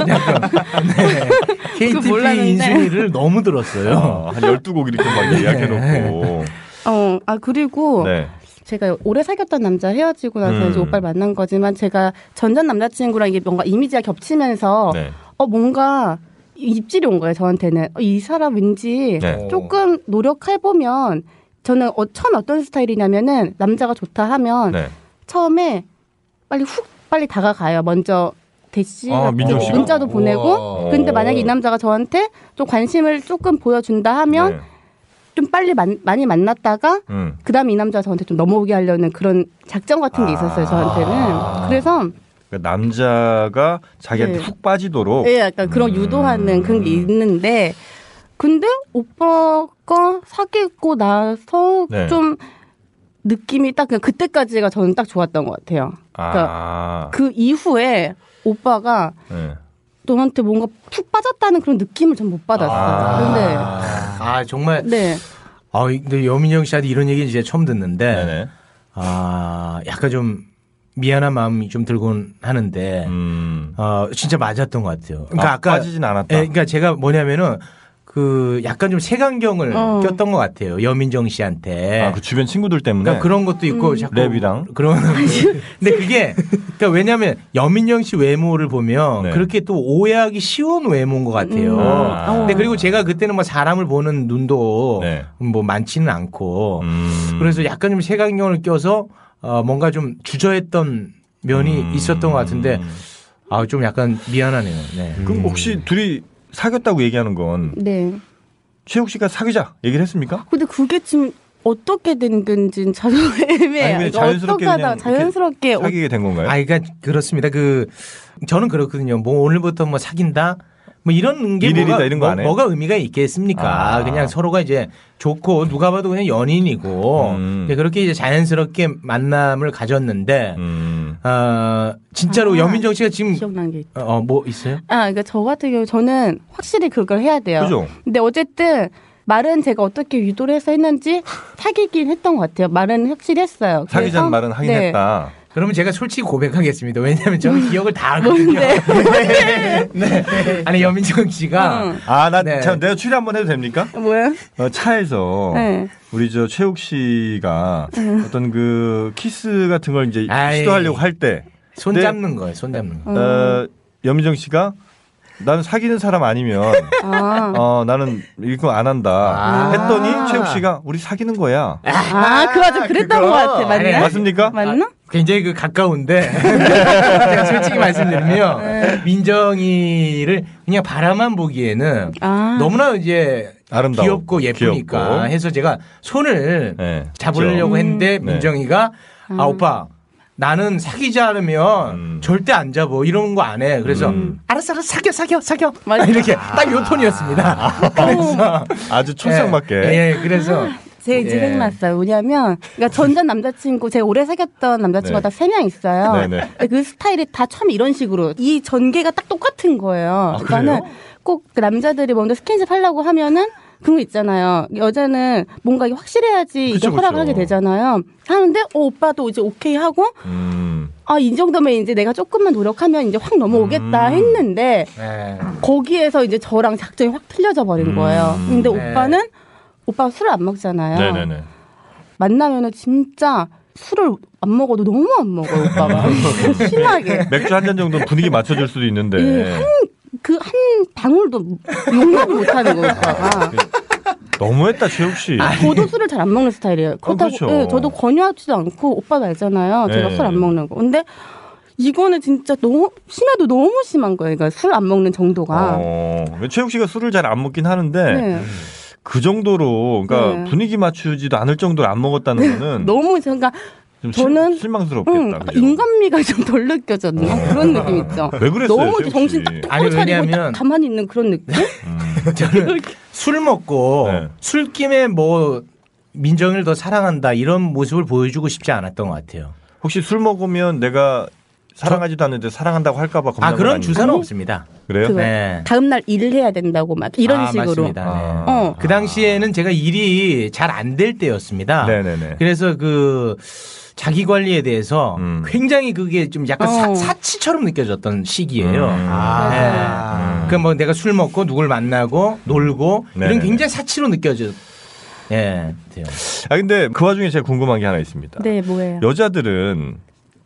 [SPEAKER 5] 약간, 네. KTP
[SPEAKER 10] 몰랐는데.
[SPEAKER 5] 인수위를 너무 들었어요.
[SPEAKER 4] 아, 한 12곡 이렇게 막 예약해놓고.
[SPEAKER 10] 어 아 그리고
[SPEAKER 4] 네.
[SPEAKER 10] 제가 오래 사귀었던 남자 헤어지고 나서
[SPEAKER 4] 음.
[SPEAKER 10] 이제 오빠를 만난 거지만 제가 전전 남자친구랑 이게 뭔가 이미지가 겹치면서
[SPEAKER 4] 네.
[SPEAKER 10] 어 뭔가 입질이 온 거예요 저한테는 어, 이 사람 왠지
[SPEAKER 4] 네.
[SPEAKER 10] 조금 노력해 보면 저는 어, 처음 어떤 스타일이냐면은 남자가 좋다 하면
[SPEAKER 4] 네.
[SPEAKER 10] 처음에 빨리 훅 빨리 다가가요 먼저 대시
[SPEAKER 4] 아, 민정 씨가?
[SPEAKER 10] 문자도 보내고
[SPEAKER 4] 우와. 어.
[SPEAKER 10] 근데 만약에 이 남자가 저한테 좀 관심을 조금 보여준다 하면
[SPEAKER 4] 네.
[SPEAKER 10] 좀 빨리 만- 많이 만났다가
[SPEAKER 4] 음.
[SPEAKER 10] 그다음에 이 남자 저한테 좀 넘어오게 하려는 그런 작전 같은 게
[SPEAKER 4] 아.
[SPEAKER 10] 있었어요 저한테는 그래서
[SPEAKER 4] 그러니까 남자가 자기한테
[SPEAKER 10] 네.
[SPEAKER 4] 훅 빠지도록.
[SPEAKER 10] 예 약간 그런
[SPEAKER 4] 음.
[SPEAKER 10] 유도하는 그런 게 있는데 근데 오빠가 사귀고 나서
[SPEAKER 4] 네.
[SPEAKER 10] 좀 느낌이 딱 그냥 그때까지가 저는 딱 좋았던 것 같아요
[SPEAKER 4] 아.
[SPEAKER 10] 그 이후에 오빠가
[SPEAKER 4] 네.
[SPEAKER 10] 너한테 뭔가 푹 빠졌다는 그런 느낌을 전 못 받았어요
[SPEAKER 5] 아, 아, 정말.
[SPEAKER 10] 근데 네
[SPEAKER 5] 아 근데 여민정 씨한테 이런 얘기 이제 처음 듣는데
[SPEAKER 4] 네네.
[SPEAKER 5] 아 약간 좀 미안한 마음이 좀 들곤 하는데
[SPEAKER 4] 음.
[SPEAKER 5] 어 진짜 맞았던 것 같아요.
[SPEAKER 4] 아, 빠지진 않았다.
[SPEAKER 5] 예, 그러니까 제가 뭐냐면은 그 약간 좀 색안경을
[SPEAKER 10] 어.
[SPEAKER 5] 꼈던 것 같아요. 여민정 씨한테.
[SPEAKER 4] 아, 그 주변 친구들 때문에.
[SPEAKER 5] 그러니까 그런 것도 있고 자꾸
[SPEAKER 4] 랩이랑?
[SPEAKER 5] 그런 (laughs) 근데 그게 그러니까 왜냐하면 여민정 씨 외모를 보면
[SPEAKER 4] 네.
[SPEAKER 5] 그렇게 또 오해하기 쉬운 외모인 것 같아요.
[SPEAKER 10] 음.
[SPEAKER 4] 아.
[SPEAKER 5] 근데 그리고 제가 그때는 뭐 사람을 보는 눈도
[SPEAKER 4] 네.
[SPEAKER 5] 뭐 많지는 않고
[SPEAKER 4] 음.
[SPEAKER 5] 그래서 약간 좀 색안경을 껴서 어 뭔가 좀 주저했던 면이
[SPEAKER 4] 음.
[SPEAKER 5] 있었던 것 같은데 아 좀 약간 미안하네요. 네.
[SPEAKER 4] 그럼 혹시 둘이 사귀었다고 얘기하는 건
[SPEAKER 10] 네.
[SPEAKER 4] 최욱 씨가 사귀자 얘기를 했습니까?
[SPEAKER 10] 근데 그게 지금 어떻게 된 건지는 자주 (laughs) 애매해요.
[SPEAKER 4] 아니면
[SPEAKER 10] 이거
[SPEAKER 4] 자연스럽게
[SPEAKER 10] 어떡하다,
[SPEAKER 4] 그냥
[SPEAKER 10] 자연스럽게 어-
[SPEAKER 4] 사귀게 된 건가요?
[SPEAKER 5] 아, 그러니까 그렇습니다. 그 저는 그렇거든요. 뭐 오늘부터 뭐 사귄다. 뭐 이런 게
[SPEAKER 4] 일일이다
[SPEAKER 5] 뭐가,
[SPEAKER 4] 이런 거안 해요?
[SPEAKER 5] 뭐, 가 의미가 있겠습니까?
[SPEAKER 4] 아.
[SPEAKER 5] 그냥 서로가 이제 좋고 누가 봐도 그냥 연인이고
[SPEAKER 4] 음.
[SPEAKER 5] 이제 그렇게 이제 자연스럽게 만남을 가졌는데
[SPEAKER 4] 음.
[SPEAKER 5] 아 진짜로
[SPEAKER 10] 아,
[SPEAKER 5] 여민정 씨가 지금
[SPEAKER 10] 기억난 게. 있-
[SPEAKER 5] 어 뭐 있어요?
[SPEAKER 10] 아, 그러니까 저 같은 경우 저는 확실히 그걸 해야 돼요.
[SPEAKER 4] 그죠?
[SPEAKER 10] 근데 어쨌든 말은 제가 어떻게 유도를 해서 했는지 사귀긴 했던 것 같아요. 말은 확실히 했어요. 그래서-
[SPEAKER 4] 사귀자는 말은 하긴
[SPEAKER 10] 네.
[SPEAKER 4] 했다.
[SPEAKER 5] 그러면 제가 솔직히 고백하겠습니다. 왜냐면 저는 기억을 다 알거든요.
[SPEAKER 4] (laughs)
[SPEAKER 10] 뭔데?
[SPEAKER 5] 네. 아니 여민정 씨가
[SPEAKER 10] 응.
[SPEAKER 4] 아 나
[SPEAKER 5] 네.
[SPEAKER 4] 참 내가 추리 한번 해도 됩니까?
[SPEAKER 10] 뭐야?
[SPEAKER 4] 어, 차에서
[SPEAKER 10] 네. 음.
[SPEAKER 4] 우리 저 최욱 씨가 어떤 그 키스 같은 걸 이제
[SPEAKER 5] 아이.
[SPEAKER 4] 시도하려고 할 때
[SPEAKER 5] 손
[SPEAKER 4] 네.
[SPEAKER 5] 잡는 거예요. 손 잡는
[SPEAKER 10] 음.
[SPEAKER 5] 거.
[SPEAKER 4] 어, 여민정 씨가 나는 사귀는 사람 아니면
[SPEAKER 10] 아,
[SPEAKER 4] 어 나는 이거 안 한다
[SPEAKER 5] 아.
[SPEAKER 4] 했더니 최욱 씨가 우리 사귀는 거야
[SPEAKER 10] 아, 그 맞아. 그랬던
[SPEAKER 5] 그거.
[SPEAKER 10] 것 같아.
[SPEAKER 5] 아니,
[SPEAKER 10] 맞나?
[SPEAKER 4] 맞습니까?
[SPEAKER 10] 맞나?
[SPEAKER 5] 굉장히 그 가까운데 (laughs) 제가 솔직히 말씀드리면
[SPEAKER 10] 네.
[SPEAKER 5] 민정이를 그냥 바라만 보기에는
[SPEAKER 10] 아.
[SPEAKER 5] 너무나 이제
[SPEAKER 4] 아름다워.
[SPEAKER 5] 귀엽고 예쁘니까
[SPEAKER 4] 귀엽고.
[SPEAKER 5] 해서 제가 손을
[SPEAKER 4] 네,
[SPEAKER 5] 잡으려고 했는데
[SPEAKER 4] 네.
[SPEAKER 5] 민정이가 아 오빠 나는 사귀자면
[SPEAKER 4] 음.
[SPEAKER 5] 절대 안 잡어 이런 거 안 해 그래서
[SPEAKER 4] 음.
[SPEAKER 5] 알았어 알았어 사겨 사겨 사겨
[SPEAKER 10] 맞아.
[SPEAKER 5] 이렇게 딱 요 톤이었습니다
[SPEAKER 10] 아,
[SPEAKER 5] 그래서
[SPEAKER 4] 아주 아, 촉상맞게
[SPEAKER 5] 예, 예, 그래서
[SPEAKER 10] 제
[SPEAKER 5] 예.
[SPEAKER 10] 이제 생각났어요. 뭐냐면, 그러니까 전전 남자친구, 제가 오래 사귀었던 남자친구가
[SPEAKER 4] 네.
[SPEAKER 10] 다 세 명 있어요.
[SPEAKER 4] 네네.
[SPEAKER 10] 근데 그 스타일이 다 처음 이런 식으로 이 전개가 딱 똑같은 거예요.
[SPEAKER 4] 아,
[SPEAKER 10] 그러니까는
[SPEAKER 4] 그래요?
[SPEAKER 10] 꼭 그 남자들이 먼저 스킨십 하려고 하면은 그런 거 있잖아요. 여자는 뭔가 이게 확실해야지 이게
[SPEAKER 4] 그쵸, 그쵸.
[SPEAKER 10] 허락을 하게 되잖아요. 하는데 어, 오빠도 이제 오케이 하고
[SPEAKER 4] 음.
[SPEAKER 10] 아, 이 정도면 이제 내가 조금만 노력하면 이제 확 넘어오겠다
[SPEAKER 4] 음.
[SPEAKER 10] 했는데
[SPEAKER 5] 예.
[SPEAKER 10] 거기에서 이제 저랑 작전이 확 틀려져 버린 거예요.
[SPEAKER 4] 음.
[SPEAKER 10] 근데
[SPEAKER 5] 네.
[SPEAKER 10] 오빠는 오빠가 술을 안 먹잖아요.
[SPEAKER 4] 네네네
[SPEAKER 10] 만나면은 진짜 술을 안 먹어도 너무 안 먹어요,
[SPEAKER 4] (laughs)
[SPEAKER 10] 오빠가. 심하게.
[SPEAKER 4] 맥주 한 잔 정도 는 분위기 맞춰줄 수도 있는데
[SPEAKER 10] 예, 그 한 방울도 용납을 못 하는 거예요, 오빠가.
[SPEAKER 4] 너무했다 최욱 씨
[SPEAKER 10] 저도 술을 잘 안 먹는 스타일이에요. 그렇다고
[SPEAKER 4] 아, 네. 그렇죠.
[SPEAKER 10] 예, 저도 권유하지도 않고 오빠도 알잖아요. 제가
[SPEAKER 4] 네.
[SPEAKER 10] 술 안 먹는 거. 근데 이거는 진짜 너무 심해도 너무 심한 거예요. 그러니까 술 안 먹는 정도가.
[SPEAKER 4] 어, 최욱 씨가 술을 잘 안 먹긴 하는데
[SPEAKER 10] 네.
[SPEAKER 4] 그 정도로 그러니까
[SPEAKER 10] 네.
[SPEAKER 4] 분위기 맞추지도 않을 정도로 안 먹었다는 거는
[SPEAKER 10] 너무 그러니까
[SPEAKER 4] 좀
[SPEAKER 10] 저는-
[SPEAKER 4] 실, 실망스럽겠다.
[SPEAKER 10] 응,
[SPEAKER 4] 그죠?
[SPEAKER 10] 인간미가 좀 덜 느껴졌나
[SPEAKER 4] (laughs)
[SPEAKER 10] 그런 느낌 있죠.
[SPEAKER 4] 왜 그랬어요,
[SPEAKER 10] 너무
[SPEAKER 4] 세욱 씨?
[SPEAKER 10] 정신 딱
[SPEAKER 5] 아니,
[SPEAKER 10] 똑바로 차리고
[SPEAKER 5] 왜냐면-
[SPEAKER 10] 딱 가만히 있는 그런 느낌?
[SPEAKER 5] 저는 술 먹고
[SPEAKER 4] 네.
[SPEAKER 5] 술김에 뭐 민정이를 더 사랑한다 이런 모습을 보여주고 싶지 않았던 것 같아요.
[SPEAKER 4] 혹시 술 먹으면 내가 사랑하지도 않는데 사랑한다고 할까봐 겁나.
[SPEAKER 5] 아 그런 주사는 없습니다.
[SPEAKER 4] 그래요?
[SPEAKER 10] 그거
[SPEAKER 5] 네.
[SPEAKER 10] 다음 날 일을 해야 된다고 막 이런
[SPEAKER 5] 아,
[SPEAKER 10] 식으로.
[SPEAKER 5] 맞습니다. 네.
[SPEAKER 4] 아.
[SPEAKER 10] 어.
[SPEAKER 5] 그 당시에는 제가 일이 잘 안 될 때였습니다.
[SPEAKER 4] 네네네.
[SPEAKER 5] 그래서 그 자기 관리에 대해서
[SPEAKER 4] 음.
[SPEAKER 5] 굉장히 그게 좀 약간
[SPEAKER 10] 어.
[SPEAKER 5] 사, 치처럼 느껴졌던 시기예요.
[SPEAKER 4] 음.
[SPEAKER 5] 아.
[SPEAKER 4] 음.
[SPEAKER 5] 그뭐 내가 술 먹고 누굴 만나고 놀고
[SPEAKER 4] 네네네.
[SPEAKER 5] 이런 굉장히 사치로 느껴졌. 예. 돼요.
[SPEAKER 4] 아 근데 그 와중에 제가 궁금한 게 하나 있습니다.
[SPEAKER 10] 네, 뭐예요?
[SPEAKER 4] 여자들은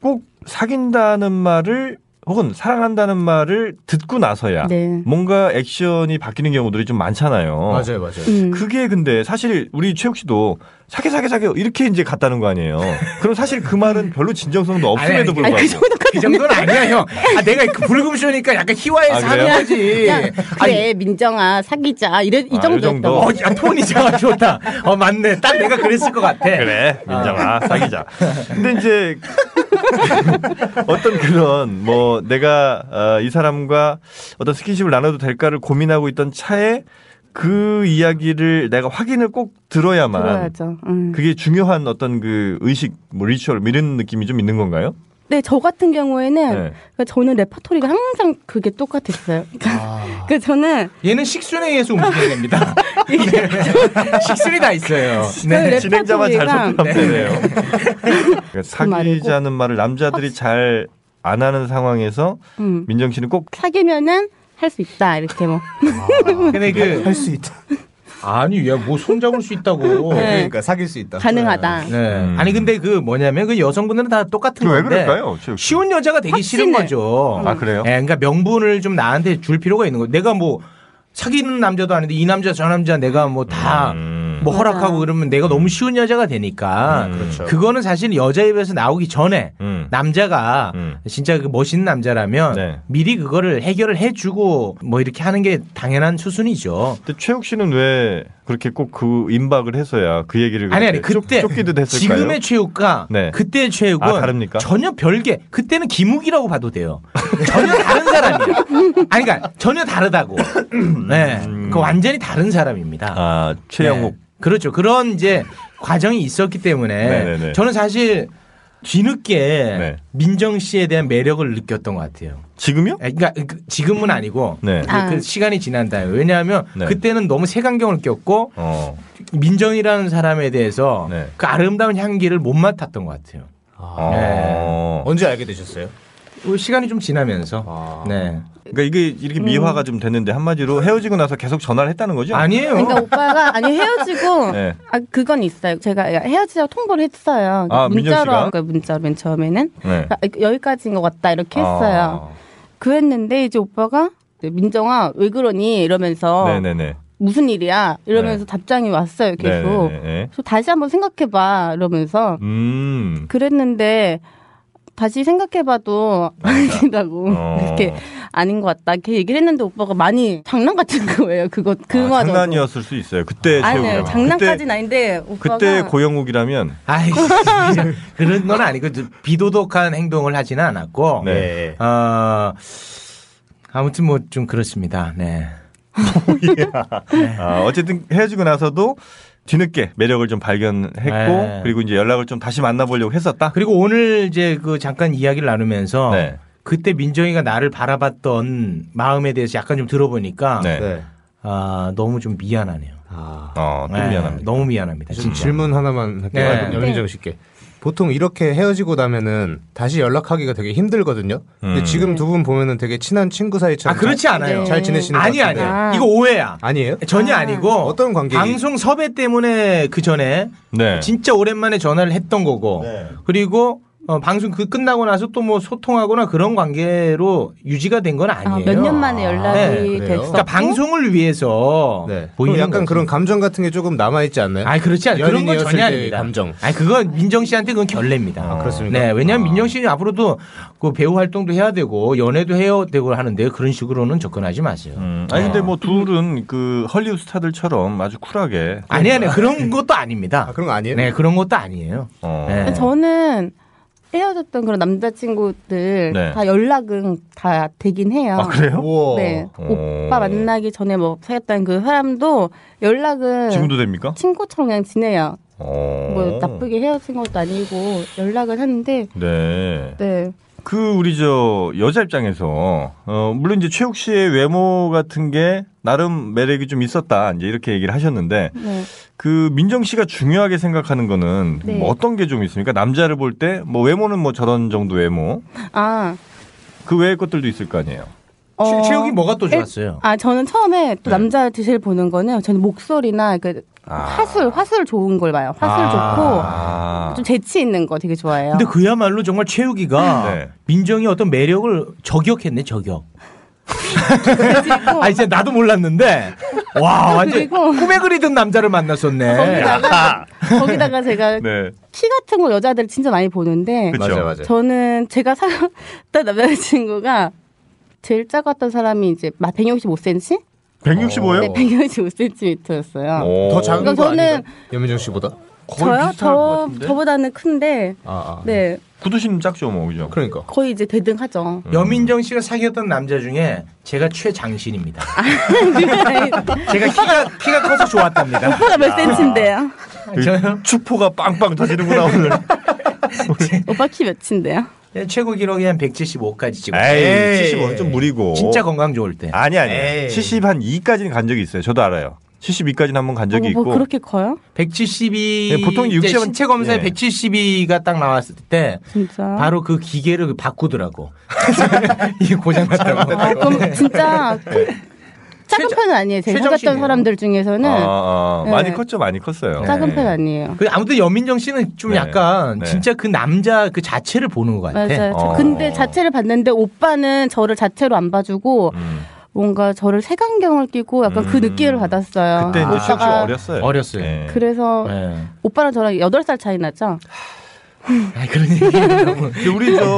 [SPEAKER 4] 꼭 사귄다는 말을 혹은 사랑한다는 말을 듣고 나서야
[SPEAKER 10] 네.
[SPEAKER 4] 뭔가 액션이 바뀌는 경우들이 좀
[SPEAKER 7] 어.
[SPEAKER 4] 많잖아요.
[SPEAKER 5] 맞아요.
[SPEAKER 10] 음.
[SPEAKER 4] 그게 근데 사실 우리 최욱 씨도 사귀 사귀 사귀 이렇게 이제 갔다는 거 아니에요. 그럼 사실 그 말은 별로 진정성도 없음에도
[SPEAKER 5] 아니, 아니,
[SPEAKER 4] 불구하고
[SPEAKER 5] 아니, 그 정도는 아니야 형. 아 내가 그 불금쇼니까 약간 희화해서
[SPEAKER 4] 아,
[SPEAKER 5] 하는
[SPEAKER 4] 그래요?
[SPEAKER 5] 거지.
[SPEAKER 10] 야, 그래 민정아 사귀자 이래
[SPEAKER 4] 아,
[SPEAKER 10] 이
[SPEAKER 4] 이
[SPEAKER 10] 정도였던
[SPEAKER 4] 정도?
[SPEAKER 10] 거.
[SPEAKER 5] 어, 야, 톤이 참 좋다. 어, 맞네. 딱 내가 그랬을 것 같아.
[SPEAKER 4] 그래 민정아 사귀자. 근데 이제 어떤 그런 뭐 내가 어, 이 사람과 어떤 스킨십을 나눠도 될까를 고민하고 있던 차에 그 이야기를 내가 확인을 꼭 들어야만
[SPEAKER 10] 들어야죠. 음.
[SPEAKER 4] 아, 그게 중요한 어떤 그 의식 뭐 리추얼 이런 느낌이 좀 있는 건가요?
[SPEAKER 10] 네, 저 같은 경우에는
[SPEAKER 4] 네.
[SPEAKER 10] 그러니까 저는 레퍼토리가 항상 그게 똑같았어요. 그러니까, (laughs) 그 저는
[SPEAKER 5] 얘는 식순에 의해서 움직여야 됩니다. 네. 식순이 다 있어요.
[SPEAKER 10] 그 레퍼토리가
[SPEAKER 4] 진행자만 잘
[SPEAKER 10] 네.
[SPEAKER 4] 소통하면 되네요. 그러니까 사귀자는
[SPEAKER 10] 말고.
[SPEAKER 4] 말을 남자들이 잘 안 하는 상황에서
[SPEAKER 10] 음.
[SPEAKER 4] 민정 씨는 꼭
[SPEAKER 10] 사귀면은 할 수 있다 이렇게 뭐.
[SPEAKER 5] 근데 그. 할 수 있다. 아니, 야, 뭐 손잡을 수 있다고.
[SPEAKER 10] 네.
[SPEAKER 7] 그러니까 사귈 수 있다.
[SPEAKER 10] 가능하다.
[SPEAKER 5] 네. 아니, 근데 그 뭐냐면 그 여성분들은 다 똑같은
[SPEAKER 4] 음. 왜
[SPEAKER 5] 건데.
[SPEAKER 4] 그렇죠, 그럴까요? 최욱 씨?
[SPEAKER 5] 쉬운 여자가 되기 싫은
[SPEAKER 10] 확신을.
[SPEAKER 5] 거죠.
[SPEAKER 4] 아, 그래요?
[SPEAKER 5] 예, 그러니까 명분을 좀 나한테 줄 필요가 있는 거. 내가 뭐 사귀는 남자도 아닌데 이 남자 저 남자 내가 뭐 다 뭐
[SPEAKER 4] 음.
[SPEAKER 5] 허락하고 그러면 내가 너무 쉬운 여자가 되니까
[SPEAKER 4] 음. 그렇죠.
[SPEAKER 5] 거는 사실 여자 입에서 나오기 전에
[SPEAKER 4] 음.
[SPEAKER 5] 남자가
[SPEAKER 4] 음.
[SPEAKER 5] 진짜 그 멋있는 남자라면
[SPEAKER 4] 네.
[SPEAKER 5] 미리 그거를 해결을 해주고 뭐 이렇게 하는 게 당연한 수순이죠.
[SPEAKER 4] 근데 최욱 씨는 왜 그렇게 꼭 그 임박을 해서야 그 얘기를
[SPEAKER 5] 아니 아니
[SPEAKER 4] 그렇게
[SPEAKER 5] 그때
[SPEAKER 4] 쫓- 쫓기듯 했을까요?
[SPEAKER 5] 지금의 최욱과
[SPEAKER 4] 네.
[SPEAKER 5] 그때의 최욱은
[SPEAKER 4] 아, 다릅니까?
[SPEAKER 5] 전혀 별개 그때는 김욱이라고 봐도 돼요 전혀 다른 사람이에요 아니 그러니까 전혀 다르다고 네. 그 완전히 다른 사람입니다
[SPEAKER 4] 음. 아 최영욱
[SPEAKER 5] 네. 그렇죠 그런 이제 과정이 있었기 때문에
[SPEAKER 4] 네네네.
[SPEAKER 5] 저는 사실 뒤늦게
[SPEAKER 4] 네.
[SPEAKER 5] 민정 씨에 대한 매력을 느꼈던 것 같아요.
[SPEAKER 4] 지금요?
[SPEAKER 5] 아, 그러니까 그- 지금은 아니고
[SPEAKER 4] 네.
[SPEAKER 5] 그-
[SPEAKER 10] 아.
[SPEAKER 5] 그 시간이 지난다. 왜냐하면
[SPEAKER 4] 네.
[SPEAKER 5] 그때는 너무 색안경을 꼈고
[SPEAKER 4] 어.
[SPEAKER 5] 민정이라는 사람에 대해서
[SPEAKER 4] 네.
[SPEAKER 5] 그 아름다운 향기를 못 맡았던 것 같아요. 네.
[SPEAKER 4] 어.
[SPEAKER 7] 언제 알게 되셨어요?
[SPEAKER 5] 시간이 좀 지나면서. 네.
[SPEAKER 4] 그러니까 이게 이렇게 미화가 좀 됐는데 한마디로 헤어지고 나서 계속 전화를 했다는 거죠?
[SPEAKER 5] 아니에요.
[SPEAKER 10] 그러니까 오빠가 아니 헤어지고
[SPEAKER 4] 네.
[SPEAKER 10] 아 그건 있어요. 제가 헤어지자고 통보를 했어요. 그러니까
[SPEAKER 4] 아, 민정
[SPEAKER 10] 문자로
[SPEAKER 4] 씨가?
[SPEAKER 10] 한 거예요. 문자로 맨 처음에는
[SPEAKER 4] 네.
[SPEAKER 10] 아, 여기까지인 것 같다 이렇게
[SPEAKER 4] 아.
[SPEAKER 10] 했어요. 그랬는데 이제 오빠가 네, 민정아 왜 그러니 이러면서
[SPEAKER 4] 아. 네네네. 네.
[SPEAKER 10] 무슨 일이야 이러면서 답장이 왔어요 계속.
[SPEAKER 4] 네네네.
[SPEAKER 10] 그래서 다시 한번 생각해봐 이러면서
[SPEAKER 4] 음.
[SPEAKER 10] 그랬는데 다시 생각해봐도 아니라고
[SPEAKER 4] 어.
[SPEAKER 10] 이렇게 아닌 것 같다 이렇게 얘기를 했는데 오빠가 많이 장난 같은 거예요 그거
[SPEAKER 4] 아,
[SPEAKER 10] 그마저도
[SPEAKER 4] 장난이었을 수 있어요. 그때
[SPEAKER 10] 아니요
[SPEAKER 4] 최후라면.
[SPEAKER 10] 장난까지는 아닌데 오빠가
[SPEAKER 4] 그때 고영욱이라면
[SPEAKER 5] (laughs) 아이 그런 건 아니고 좀 비도덕한 행동을 하지는 않았고
[SPEAKER 4] 네.
[SPEAKER 7] 예.
[SPEAKER 5] 어, 아무튼 뭐 좀 그렇습니다. 네.
[SPEAKER 4] 아, 어쨌든 헤어지고 나서도 뒤늦게 매력을 좀 발견했고
[SPEAKER 5] 네.
[SPEAKER 4] 그리고 이제 연락을 좀 다시 만나보려고 했었다.
[SPEAKER 5] 그리고 오늘 이제 그 잠깐 이야기를 나누면서
[SPEAKER 4] 네.
[SPEAKER 5] 그때 민정이가 나를 바라봤던 마음에 대해서 약간 좀 들어보니까
[SPEAKER 4] 네.
[SPEAKER 7] 네.
[SPEAKER 5] 아, 너무 좀 미안하네요.
[SPEAKER 7] 아.
[SPEAKER 4] 어, 또
[SPEAKER 5] 네,
[SPEAKER 4] 미안합니다.
[SPEAKER 5] 너무 미안합니다.
[SPEAKER 7] 좀
[SPEAKER 5] 진짜.
[SPEAKER 7] 질문 하나만 할게요.
[SPEAKER 5] 네.
[SPEAKER 7] 연민정 씨께. 보통 이렇게 헤어지고 나면은 다시 연락하기가 되게 힘들거든요. 근데
[SPEAKER 4] 음.
[SPEAKER 7] 지금 두 분 보면은 되게 친한 친구
[SPEAKER 5] 아,
[SPEAKER 7] 사이처럼
[SPEAKER 5] 그렇지 않아요.
[SPEAKER 10] 네.
[SPEAKER 7] 잘 지내시는
[SPEAKER 5] 아니
[SPEAKER 7] 것 같은데.
[SPEAKER 5] 아니야.
[SPEAKER 10] 아.
[SPEAKER 5] 이거 오해야.
[SPEAKER 7] 아니에요?
[SPEAKER 5] 전혀 아니고
[SPEAKER 7] 어떤 관계?
[SPEAKER 5] 방송 섭외 때문에 그 전에
[SPEAKER 4] 네.
[SPEAKER 5] 진짜 오랜만에 전화를 했던 거고
[SPEAKER 7] 네.
[SPEAKER 5] 그리고 어, 방송 그 끝나고 나서 또 뭐 소통하거나 그런 관계로 유지가 된 건 아니에요. 네.
[SPEAKER 10] 몇 년 만에
[SPEAKER 4] 네,
[SPEAKER 10] 연락이
[SPEAKER 7] 그래요?
[SPEAKER 10] 됐어.
[SPEAKER 5] 그러니까 방송을 위해서
[SPEAKER 7] 네. 그럼
[SPEAKER 5] 어, 보이는
[SPEAKER 7] 약간
[SPEAKER 5] 거지.
[SPEAKER 7] 그런 감정 같은 게 조금 남아 있지 않나요?
[SPEAKER 5] 아니 그렇지 않아요. 그런 건
[SPEAKER 7] 연인이었을
[SPEAKER 5] 전혀
[SPEAKER 7] 때의
[SPEAKER 5] 아닙니다.
[SPEAKER 7] 감정.
[SPEAKER 5] 아니 그건 민정 씨한테 그건 결례입니다.
[SPEAKER 7] 아, 그렇습니까?
[SPEAKER 5] 네, 왜냐하면
[SPEAKER 7] 아.
[SPEAKER 5] 민정 씨는 앞으로도 그 배우 활동도 해야 되고 연애도 해야 되고 하는데 그런 식으로는 접근하지 마세요.
[SPEAKER 4] 음, 아니 근데 뭐 둘은 그 헐리우드 스타들처럼 아주 쿨하게
[SPEAKER 5] 아니 아니 그런 것도 아닙니다.
[SPEAKER 7] 아, 그런 거 아니에요?
[SPEAKER 5] 네, 그런 것도 아니에요.
[SPEAKER 4] 어.
[SPEAKER 5] 네.
[SPEAKER 10] 저는 헤어졌던 그런 남자친구들
[SPEAKER 4] 네.
[SPEAKER 10] 다 연락은 다 되긴 해요.
[SPEAKER 4] 아 그래요?
[SPEAKER 7] 우와.
[SPEAKER 10] 네.
[SPEAKER 4] 어.
[SPEAKER 10] 오빠 만나기 전에 뭐 사귀었던 그 사람도 연락은
[SPEAKER 4] 지금도 됩니까?
[SPEAKER 10] 친구처럼 그냥 지내요.
[SPEAKER 4] 어.
[SPEAKER 10] 뭐 나쁘게 헤어진 것도 아니고 연락을 하는데
[SPEAKER 4] 네.
[SPEAKER 10] 네.
[SPEAKER 4] 그 우리 저 여자 입장에서 어 물론 이제 최욱 씨의 외모 같은 게 나름 매력이 좀 있었다 이제 이렇게 얘기를 하셨는데
[SPEAKER 10] 네.
[SPEAKER 4] 그 민정 씨가 중요하게 생각하는 거는
[SPEAKER 10] 네.
[SPEAKER 4] 뭐 어떤 게 좀 있습니까? 남자를 볼 때 뭐 외모는 뭐 저런 정도 외모
[SPEAKER 10] 아.
[SPEAKER 4] 그 외의 것들도 있을 거 아니에요.
[SPEAKER 10] 어,
[SPEAKER 5] 최- 최욱이 뭐가 또 좋았어요?
[SPEAKER 10] 아 저는 처음에
[SPEAKER 4] 네.
[SPEAKER 10] 또 남자 제일 보는 거는 저는 목소리나 그 화술 화술 좋은 걸 봐요. 화술
[SPEAKER 4] 아.
[SPEAKER 10] 좋고 좀 재치 있는 거 되게 좋아해요.
[SPEAKER 5] 근데 그야말로 정말 최욱이가
[SPEAKER 4] 네.
[SPEAKER 5] 민정이 어떤 매력을 저격했네 저격.
[SPEAKER 10] 그리고
[SPEAKER 5] 아 이제 나도 몰랐는데 와 완전
[SPEAKER 10] 그리고-
[SPEAKER 5] 꿈에 그리던 남자를 만났었네.
[SPEAKER 10] 거기다가 거기다가 제가
[SPEAKER 4] 네.
[SPEAKER 10] 키 같은 거 여자들 진짜 많이 보는데
[SPEAKER 4] 그쵸.
[SPEAKER 7] 맞아 맞아.
[SPEAKER 10] 저는 제가 (laughs) 사귀었던 남자친구가 제일 작았던 사람이 이제 165cm?
[SPEAKER 4] 165요?
[SPEAKER 10] 네, 165cm였어요.
[SPEAKER 7] 더 작은
[SPEAKER 10] 그러니까
[SPEAKER 7] 거
[SPEAKER 10] 저는-
[SPEAKER 7] 아니에요? 연민정 씨보다?
[SPEAKER 10] 저요? 저, 저보다는 큰데,
[SPEAKER 7] 아, 아.
[SPEAKER 10] 네,
[SPEAKER 4] 구두신 작죠 뭐 그죠?
[SPEAKER 7] 그러니까.
[SPEAKER 10] 거의 이제 (laughs) 대등하죠.
[SPEAKER 5] 여민정 씨가 사귀었던 남자 중에 제가 최장신입니다. 제가 키가 키가 커서 좋았답니다.
[SPEAKER 10] 오빠가 네, 몇 cm인데요?
[SPEAKER 5] 저요?
[SPEAKER 4] 그 축포가 빵빵 터지는구나 (laughs) 오늘.
[SPEAKER 10] 오빠 키 몇인데요?
[SPEAKER 5] 예, 최고 기록이 한 175까지 찍고.
[SPEAKER 4] 에이, 75는 좀 무리고.
[SPEAKER 5] 진짜 건강 좋을 때.
[SPEAKER 4] 아니
[SPEAKER 5] 에이.
[SPEAKER 4] 아니. 70 한 2까지는 간 적이 있어요. 저도 알아요. 72까지는 한번 간 적이
[SPEAKER 10] 뭐
[SPEAKER 4] 있고.
[SPEAKER 10] 그렇게 커요?
[SPEAKER 5] 172.
[SPEAKER 4] 예, 보통
[SPEAKER 5] 이제
[SPEAKER 4] 60
[SPEAKER 5] 신체 검사에
[SPEAKER 4] 예.
[SPEAKER 5] 172가 딱 나왔을 때
[SPEAKER 10] 진짜.
[SPEAKER 5] 바로 그 기계를 바꾸더라고. (laughs) 이게 고장났다고.
[SPEAKER 10] 아, 그럼 진짜 큰- 작은
[SPEAKER 5] 최저-
[SPEAKER 10] 편은 아니에요. 제가
[SPEAKER 5] 최저신이에요.
[SPEAKER 10] 사귀었던 사람들 중에서는
[SPEAKER 4] 아, 아, 많이
[SPEAKER 10] 네.
[SPEAKER 4] 컸죠, 많이 컸어요.
[SPEAKER 10] 작은
[SPEAKER 4] 네.
[SPEAKER 10] 편 아니에요.
[SPEAKER 5] 그 아무튼 여민정 씨는 좀
[SPEAKER 4] 네.
[SPEAKER 5] 약간
[SPEAKER 4] 네.
[SPEAKER 5] 진짜 그 남자 그 자체를 보는 것 같아.
[SPEAKER 10] 맞아요. 저-
[SPEAKER 4] 어.
[SPEAKER 10] 근데 자체를 봤는데 오빠는 저를 자체로 안 봐주고
[SPEAKER 4] 음.
[SPEAKER 10] 뭔가 저를 색안경을 끼고 약간 그
[SPEAKER 4] 음.
[SPEAKER 10] 느낌을 받았어요.
[SPEAKER 4] 그때 이제 시험 아, 어렸어요.
[SPEAKER 5] 어렸어요.
[SPEAKER 4] 예.
[SPEAKER 10] 그래서
[SPEAKER 5] 네.
[SPEAKER 10] 오빠랑 저랑 8살 차이 나죠?
[SPEAKER 5] 아 그런 얘기.
[SPEAKER 4] 근데 우리 저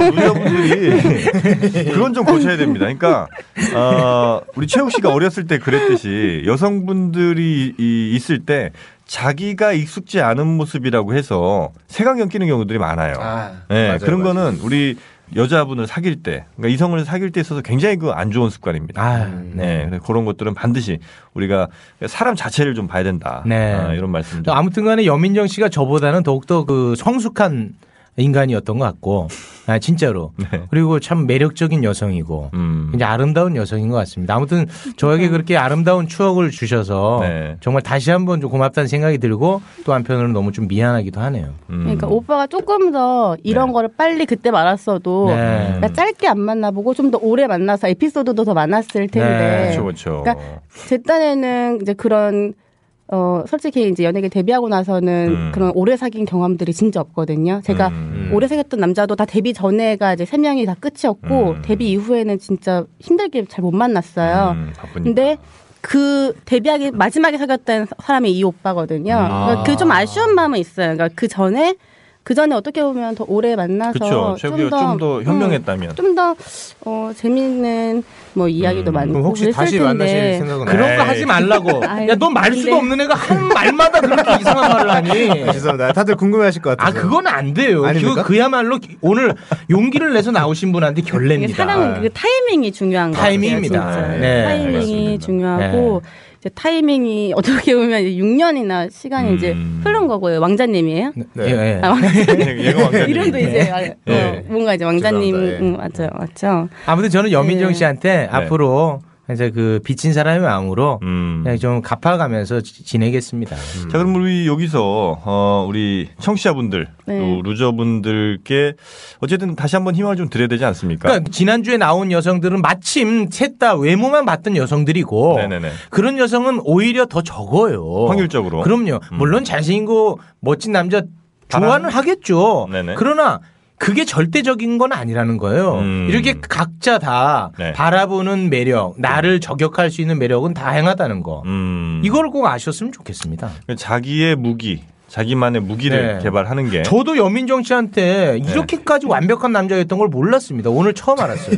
[SPEAKER 4] 의사분들이 그건 좀 고쳐야 됩니다. 그러니까 어, 우리 최욱 씨가 어렸을 때 그랬듯이 여성분들이 이- 있을 때 자기가 익숙지 않은 모습이라고 해서 색안경 끼는 경우들이 많아요.
[SPEAKER 5] 아,
[SPEAKER 4] 예,
[SPEAKER 7] 맞아요,
[SPEAKER 4] 그런
[SPEAKER 7] 맞아요.
[SPEAKER 4] 거는 우리 여자분을 사귈 때, 그러니까 이성을 사귈 때 있어서 굉장히 그 안 좋은 습관입니다.
[SPEAKER 5] 아,
[SPEAKER 4] 네, 그래서 그런 것들은 반드시 우리가 사람 자체를 좀 봐야 된다.
[SPEAKER 5] 네.
[SPEAKER 4] 아, 이런 말씀. 좀.
[SPEAKER 5] 아무튼간에 여민정 씨가 저보다는 더욱더 그 성숙한 인간이었던 것 같고, 아, 진짜로.
[SPEAKER 4] 네.
[SPEAKER 5] 그리고 참 매력적인 여성이고,
[SPEAKER 4] 음.
[SPEAKER 5] 굉장히 아름다운 여성인 것 같습니다. 아무튼 저에게 그렇게 아름다운 추억을 주셔서
[SPEAKER 4] 네.
[SPEAKER 5] 정말 다시 한번 좀 고맙다는 생각이 들고 또 한편으로는 너무 좀 미안하기도 하네요.
[SPEAKER 4] 음.
[SPEAKER 10] 그러니까 오빠가 조금 더 이런
[SPEAKER 4] 네.
[SPEAKER 10] 거를 빨리 그때 말았어도
[SPEAKER 5] 네.
[SPEAKER 10] 나 짧게 안 만나보고 좀 더 오래 만나서 에피소드도 더 많았을 텐데
[SPEAKER 4] 그렇죠, 그렇죠.
[SPEAKER 10] 그러니까 제 딴에는 이제 그런 어 솔직히 이제 연예계 데뷔하고 나서는
[SPEAKER 4] 음.
[SPEAKER 10] 그런 오래 사귄 경험들이 진짜 없거든요. 제가 오래 사귀었던 남자도 다 데뷔 전에가 이제 세 명이 다 끝이었고
[SPEAKER 4] 음.
[SPEAKER 10] 데뷔 이후에는 진짜 힘들게 잘 못 만났어요.
[SPEAKER 4] 음, 바쁘니까.
[SPEAKER 10] 근데 그 데뷔하기 마지막에 사귀었던 사람이 이 오빠거든요.
[SPEAKER 5] 아.
[SPEAKER 10] 그 좀 아쉬운 마음은 있어요. 그러니까 그 전에 그 전에 어떻게 보면 더 오래
[SPEAKER 4] 그렇죠.
[SPEAKER 10] 만나서 음,
[SPEAKER 4] 최욱이가 좀 더 현명했다면.
[SPEAKER 10] 좀더 어, 재미있는 뭐 이야기도 많고
[SPEAKER 7] 그럼 혹시
[SPEAKER 10] 그랬을
[SPEAKER 7] 다시
[SPEAKER 10] 텐데.
[SPEAKER 7] 만나실 생각은
[SPEAKER 5] 그런 거
[SPEAKER 4] 에이.
[SPEAKER 5] 하지 말라고.
[SPEAKER 10] (laughs) 아유,
[SPEAKER 5] 야, 넌 말 수도
[SPEAKER 10] 근데-
[SPEAKER 5] 없는 애가 한 말마다 그렇게 이상한 말을
[SPEAKER 7] 아,
[SPEAKER 5] 하니.
[SPEAKER 7] 죄송합니다. 다들 궁금해하실 것
[SPEAKER 5] 아,
[SPEAKER 7] 같아서.
[SPEAKER 5] 그건 안 돼요.
[SPEAKER 7] 아닙니까?
[SPEAKER 5] 그, 그야말로 기- 오늘 용기를 내서 나오신 분한테
[SPEAKER 10] 이게
[SPEAKER 5] 결례입니다. 아, 네.
[SPEAKER 10] 사랑은 그 타이밍이 중요한 거예요.
[SPEAKER 5] 타이밍입니다.
[SPEAKER 10] 진짜.
[SPEAKER 5] 네,
[SPEAKER 10] 타이밍이
[SPEAKER 4] 알겠습니다.
[SPEAKER 10] 중요하고 이제 타이밍이 (laughs) 어떻게 보면 6년이나 시간이 이제
[SPEAKER 4] 음.
[SPEAKER 10] 흐른 거고요. 왕자님이에요?
[SPEAKER 7] 네.
[SPEAKER 5] 예, 예.
[SPEAKER 10] 아, 왕자님.
[SPEAKER 4] 얘가 왕자
[SPEAKER 10] (laughs) 이름도 이제 알-
[SPEAKER 4] 네.
[SPEAKER 10] 어, 뭔가 이제 왕자님
[SPEAKER 7] 죄송합니다. 예.
[SPEAKER 10] 음, 맞아요, 맞죠.
[SPEAKER 5] 아무튼 저는 여민정
[SPEAKER 10] 네.
[SPEAKER 5] 씨한테 앞으로 이제 그 비친 사람의 마음으로
[SPEAKER 4] 음.
[SPEAKER 5] 그냥 좀 갚아가면서 지- 지내겠습니다.
[SPEAKER 4] 자 그럼 우리 여기서 어, 우리 청취자분들
[SPEAKER 10] 네.
[SPEAKER 4] 또 루저분들께 어쨌든 다시 한번 희망을 좀 드려야 되지 않습니까?
[SPEAKER 5] 그러니까 지난주에 나온 여성들은 마침 셋 다 외모만 봤던 여성들이고
[SPEAKER 4] 네네네.
[SPEAKER 5] 그런 여성은 오히려 더 적어요.
[SPEAKER 4] 확률적으로. 음.
[SPEAKER 5] 그럼요. 물론 잘생기고 멋진 남자 좋아는 하겠죠.
[SPEAKER 4] 네네.
[SPEAKER 5] 그러나 그게 절대적인 건 아니라는 거예요.
[SPEAKER 4] 음.
[SPEAKER 5] 이렇게 각자 다
[SPEAKER 4] 네.
[SPEAKER 5] 바라보는 매력, 나를 저격할 수 있는 매력은 다양하다는 거.
[SPEAKER 4] 음.
[SPEAKER 5] 이걸 꼭 아셨으면 좋겠습니다.
[SPEAKER 4] 자기의 무기, 자기만의 무기를
[SPEAKER 5] 네.
[SPEAKER 4] 개발하는 게
[SPEAKER 5] 저도 여민정 씨한테
[SPEAKER 4] 네.
[SPEAKER 5] 이렇게까지 완벽한 남자였던 걸 몰랐습니다. 오늘
[SPEAKER 4] (laughs)
[SPEAKER 5] 처음 알았어요.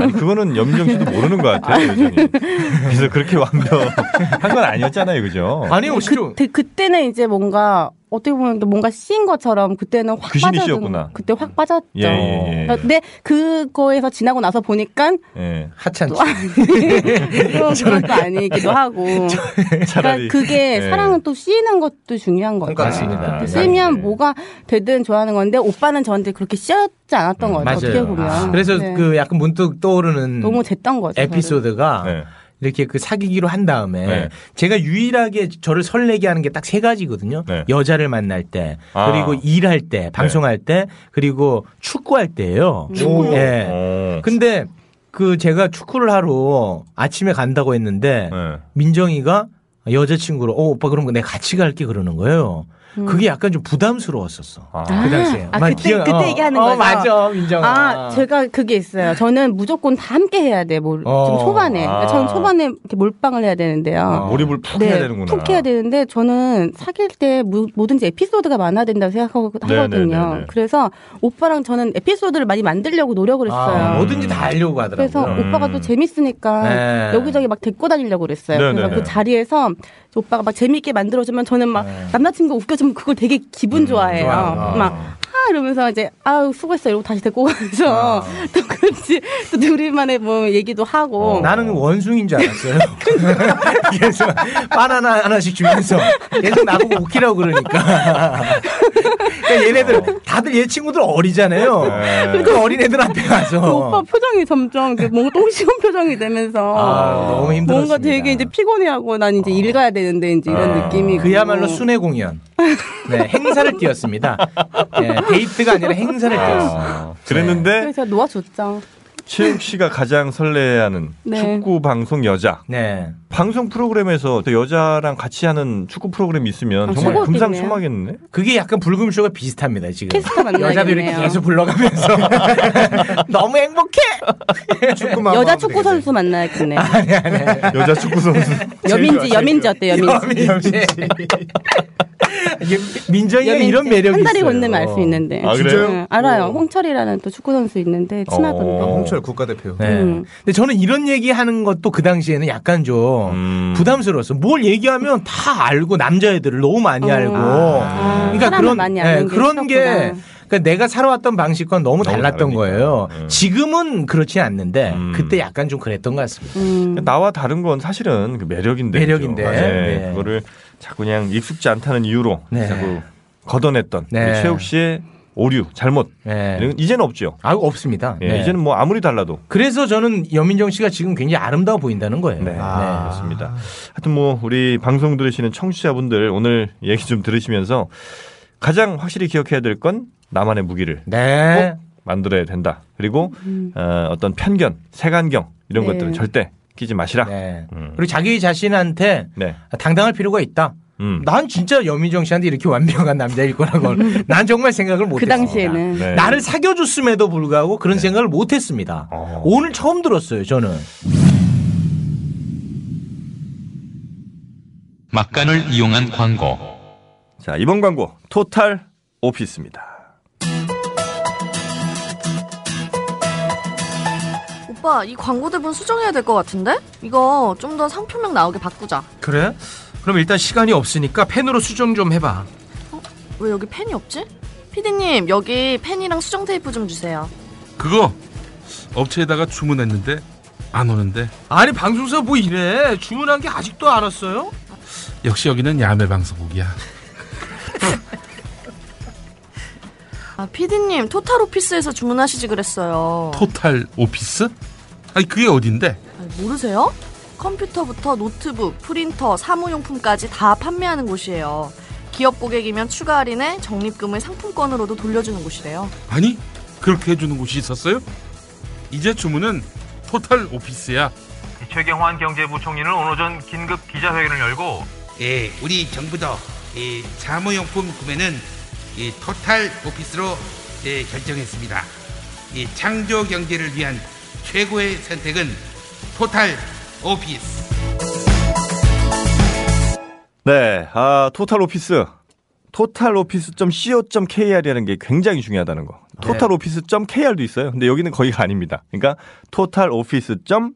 [SPEAKER 4] 아니, 그거는 염정 씨도 모르는
[SPEAKER 10] 네.
[SPEAKER 4] 것 같아요. 여전히. 그래서 그렇게 완벽한 건 아니었잖아요, 그죠?
[SPEAKER 5] 아니요, 실은
[SPEAKER 10] 그, 그때는 이제 뭔가 어떻게 보면 이렇게 뭔가 씌인 것처럼 그때는 확
[SPEAKER 4] 귀신이
[SPEAKER 10] 빠져든-
[SPEAKER 4] 씌었구나.
[SPEAKER 10] 그때 확 빠졌죠. 그러니까
[SPEAKER 4] 예, 예, 예.
[SPEAKER 10] 근데 그거에서 지나고 나서 보니까
[SPEAKER 4] 예.
[SPEAKER 5] 하찮죠.
[SPEAKER 10] 아, 그런 것도 아니기도 하고.
[SPEAKER 4] 예. 차라리. 그러니까
[SPEAKER 10] 그러니까 그게
[SPEAKER 4] 네.
[SPEAKER 10] 사랑은 또 씌이는 것도 중요한 거예요.
[SPEAKER 5] 그렇습니다.
[SPEAKER 10] 그 쓰면
[SPEAKER 4] 예.
[SPEAKER 10] 뭐가 되든 좋아하는 건데 오빠는 저한테 그렇게 씌었지 않았던 거죠. 어떻게 보면.
[SPEAKER 5] 아, 그래서
[SPEAKER 10] 네.
[SPEAKER 5] 그 약간 문득 떠오르는
[SPEAKER 10] 너무 쟀던 거죠.
[SPEAKER 5] 에피소드가
[SPEAKER 4] 네.
[SPEAKER 5] 이렇게 그 사귀기로 한 다음에
[SPEAKER 4] 네.
[SPEAKER 5] 제가 유일하게 저를 설레게 하는 게 딱 세 가지거든요.
[SPEAKER 4] 네.
[SPEAKER 5] 여자를 만날 때,
[SPEAKER 4] 아.
[SPEAKER 5] 그리고 일할 때, 방송할 때, 그리고 축구할 때예요.
[SPEAKER 7] 축구요?
[SPEAKER 5] 예.
[SPEAKER 4] 어.
[SPEAKER 5] 근데 그 제가 축구를 하러 아침에 간다고 했는데
[SPEAKER 4] 네.
[SPEAKER 5] 민정이가 여자친구로 어 오빠 그럼 내가 같이 갈게 그러는 거예요.
[SPEAKER 10] 음.
[SPEAKER 5] 그게 약간 좀 부담스러웠었어.
[SPEAKER 4] 아.
[SPEAKER 5] 그 당시에.
[SPEAKER 10] 아,
[SPEAKER 5] 막
[SPEAKER 10] 그때- 그때
[SPEAKER 5] 어,
[SPEAKER 10] 얘기하는
[SPEAKER 5] 어,
[SPEAKER 10] 거죠?
[SPEAKER 5] 맞아, 어. 민정아.
[SPEAKER 10] 아, 제가 그게 있어요. 저는 무조건 다 함께 해야 돼. 뭘,
[SPEAKER 5] 어.
[SPEAKER 10] 지금 초반에.
[SPEAKER 4] 아.
[SPEAKER 10] 그러니까 저는 초반에 이렇게 몰빵을 해야 되는데요.
[SPEAKER 4] 몰입을 푹 해야 되는구나.
[SPEAKER 10] 아. 네, 푹 해야 되는데 저는 사귈 때 뭐- 뭐든지 에피소드가 많아야 된다고
[SPEAKER 4] 네,
[SPEAKER 10] 생각하거든요.
[SPEAKER 4] 네, 네, 네.
[SPEAKER 10] 그래서 오빠랑 저는 에피소드를 많이 만들려고 노력을 했어요.
[SPEAKER 5] 아, 뭐든지 다 하려고 하더라고요. 어.
[SPEAKER 10] 그래서
[SPEAKER 4] 음.
[SPEAKER 10] 오빠가 또 재밌으니까
[SPEAKER 5] 네.
[SPEAKER 10] 여기저기 막 데리고 다니려고 그랬어요.
[SPEAKER 4] 네,
[SPEAKER 10] 그래서
[SPEAKER 4] 네,
[SPEAKER 10] 그
[SPEAKER 4] 네.
[SPEAKER 10] 자리에서 오빠가 막 재밌게 만들어주면 저는 막 남자친구 웃겨주면 그걸 되게 기분 좋아해요.
[SPEAKER 4] 어.
[SPEAKER 5] 좋아요.
[SPEAKER 10] 막 아, 이러면서 이제 아우 수고했어 이러고 다시 데리고
[SPEAKER 5] 아.
[SPEAKER 10] 가서 (laughs) 또 그렇지 또 둘이만의 뭐 얘기도 하고
[SPEAKER 5] 나는 원숭인 이줄 알았어요. (laughs) 계속 바나나 하나씩 주면서 계속 나보고 웃기라고 그러니까. (laughs) 그러니까 얘네들 다들 얘 친구들 어리잖아요. 그 어린애들 앞에
[SPEAKER 10] 그
[SPEAKER 5] 가서
[SPEAKER 10] 오빠 표정이 점점 이렇게 뭔가 똥시원 표정이 되면서
[SPEAKER 5] 아, 너무 힘들었습니다. 어. 아.
[SPEAKER 10] 뭔가 되게 이제 피곤해하고 난 이제 일 가야 되는데 이제 이런 느낌이
[SPEAKER 5] 그야말로 순회 공연. 네, 행사를 띄웠습니다. 네, 데이트가 아니라 행사를 띄웠어요.
[SPEAKER 4] 아. 그랬는데
[SPEAKER 10] 그래서 놓아줬죠.
[SPEAKER 4] 최욱 씨가 가장 설레하는
[SPEAKER 10] 네.
[SPEAKER 4] 축구 방송 여자.
[SPEAKER 5] 네.
[SPEAKER 4] 방송 프로그램에서 또 여자랑 같이 하는 축구 프로그램이 있으면
[SPEAKER 10] 아,
[SPEAKER 4] 정말
[SPEAKER 10] 최고
[SPEAKER 4] 금상첨화겠네.
[SPEAKER 5] 그게 약간 불금쇼가 비슷합니다, 지금.
[SPEAKER 10] 캐스터 만나야겠네요.
[SPEAKER 5] (laughs) 여자도 이렇게 계속 불러가면서 (laughs) 너무 행복해!
[SPEAKER 7] 축구만
[SPEAKER 10] 여자
[SPEAKER 7] 하면
[SPEAKER 10] 축구
[SPEAKER 7] 되겠네.
[SPEAKER 10] 선수
[SPEAKER 5] (laughs)
[SPEAKER 10] 만나야겠네.
[SPEAKER 4] 여자 축구 선수.
[SPEAKER 10] 여민지 네, 여민지 어때 여민지? (laughs)
[SPEAKER 5] 여민지. 이게 민정이가
[SPEAKER 10] 여민지.
[SPEAKER 5] 이런 매력이
[SPEAKER 10] 한 다리
[SPEAKER 5] 있어요.
[SPEAKER 10] 건너면 알 수 있는데.
[SPEAKER 4] 아, 그래요?
[SPEAKER 10] 응, 알아요. 홍철이라는 또 축구 선수 있는데 친하던데.
[SPEAKER 7] 아,
[SPEAKER 4] 어.
[SPEAKER 7] 홍철 국가대표.
[SPEAKER 5] 네.
[SPEAKER 10] 음.
[SPEAKER 5] 근데 저는 이런 얘기하는 것도 그 당시에는 약간 좀
[SPEAKER 4] 음.
[SPEAKER 5] 부담스러웠어. 뭘 얘기하면 다 알고 남자애들을 너무 많이
[SPEAKER 10] 어.
[SPEAKER 5] 알고. 그러니까
[SPEAKER 10] 아, 사람을 많이 아는 게
[SPEAKER 5] 그런 게
[SPEAKER 10] 싫었구나.
[SPEAKER 5] 그러니까 내가 살아왔던 방식과 너무,
[SPEAKER 4] 너무
[SPEAKER 5] 달랐던
[SPEAKER 4] 다르니까.
[SPEAKER 5] 거예요.
[SPEAKER 4] 음.
[SPEAKER 5] 지금은 그렇지 않는데
[SPEAKER 4] 음.
[SPEAKER 5] 그때 약간 좀 그랬던 것 같습니다.
[SPEAKER 10] 음.
[SPEAKER 4] 나와 다른 건 사실은 그 매력인데. 그죠?
[SPEAKER 5] 매력인데.
[SPEAKER 4] 네,
[SPEAKER 5] 네.
[SPEAKER 4] 그거를 자꾸 그냥 익숙지 않다는 이유로
[SPEAKER 5] 네.
[SPEAKER 4] 자꾸 걷어냈던
[SPEAKER 5] 네.
[SPEAKER 4] 우리 최욱 씨의 오류, 잘못
[SPEAKER 5] 예.
[SPEAKER 4] 이런 건 이제는 없죠.
[SPEAKER 5] 아 없습니다.
[SPEAKER 4] 예,
[SPEAKER 5] 네.
[SPEAKER 4] 이제는 뭐 아무리 달라도
[SPEAKER 5] 그래서 저는 여민정 씨가 지금 굉장히 아름다워 보인다는 거예요.
[SPEAKER 4] 네,
[SPEAKER 5] 아.
[SPEAKER 4] 그렇습니다. 하여튼 뭐 우리 방송 들으시는 청취자분들 오늘 얘기 좀 들으시면서 가장 확실히 기억해야 될 건 나만의 무기를
[SPEAKER 5] 네.
[SPEAKER 4] 꼭 만들어야 된다. 그리고 어, 어떤 편견, 색안경 이런
[SPEAKER 10] 네.
[SPEAKER 4] 것들은 절대 끼지
[SPEAKER 11] 어?
[SPEAKER 4] 마시라.
[SPEAKER 5] 네.
[SPEAKER 4] 음.
[SPEAKER 5] 그리고 자기 자신한테
[SPEAKER 4] 네.
[SPEAKER 5] 당당할 필요가 있다.
[SPEAKER 4] 음.
[SPEAKER 5] 난 진짜 여민정 씨한테 이렇게 완벽한
[SPEAKER 10] (laughs)
[SPEAKER 5] 남자일 거라고 난 정말 생각을
[SPEAKER 10] 음. 그
[SPEAKER 5] 못했습니다.
[SPEAKER 10] 당시에는
[SPEAKER 4] 네.
[SPEAKER 5] 나를 사겨줬음에도 불구하고 그런
[SPEAKER 11] 네.
[SPEAKER 5] 생각을 못했습니다.
[SPEAKER 4] 어.
[SPEAKER 5] 오늘 처음 들었어요, 저는.
[SPEAKER 12] 막간을 이용한 광고.
[SPEAKER 4] 자, 이번 광고 토탈 오피스입니다.
[SPEAKER 13] 오빠 이 광고 대본 수정해야 될 것 같은데? 이거 좀 더 상표명 나오게 바꾸자.
[SPEAKER 11] 그래? 그럼 일단 시간이 없으니까 펜으로 수정 좀 해봐.
[SPEAKER 13] 왜 여기 펜이 없지? 피디님 여기 펜이랑 수정 테이프 좀 주세요.
[SPEAKER 6] 그거 업체에다가 주문했는데 안 오는데
[SPEAKER 11] 아니 방송사 뭐 이래? 주문한 게 아직도 안 왔어요?
[SPEAKER 6] 역시 여기는 야매 방송국이야.
[SPEAKER 13] 아 피디님 토탈 오피스에서 주문하시지 그랬어요.
[SPEAKER 6] 토탈 오피스? 아니 그게 어딘데?
[SPEAKER 13] 아니, 모르세요? 컴퓨터부터 노트북, 프린터, 사무용품까지 다 판매하는 곳이에요. 기업 고객이면 추가 할인에 적립금을 상품권으로도 돌려주는 곳이래요.
[SPEAKER 6] 아니 그렇게 해주는 곳이 있었어요? 이제 주문은 토탈 오피스야.
[SPEAKER 9] 최경환 경제부총리는 오늘 오전 긴급 기자회견을 열고
[SPEAKER 14] 예, 우리 정부도 이 사무용품 구매는 이 토탈 오피스로 예, 결정했습니다. 이 창조 경제를 위한 최고의 선택은 토탈 오피스.
[SPEAKER 4] 네, 아 토탈 오피스 토탈 오피스.co.kr이라는 게 굉장히 중요하다는 거.
[SPEAKER 5] 네.
[SPEAKER 4] 토탈 오피스.kr도 있어요. 근데 여기는 거기가 아닙니다. 그러니까 토탈 오피스.co.kr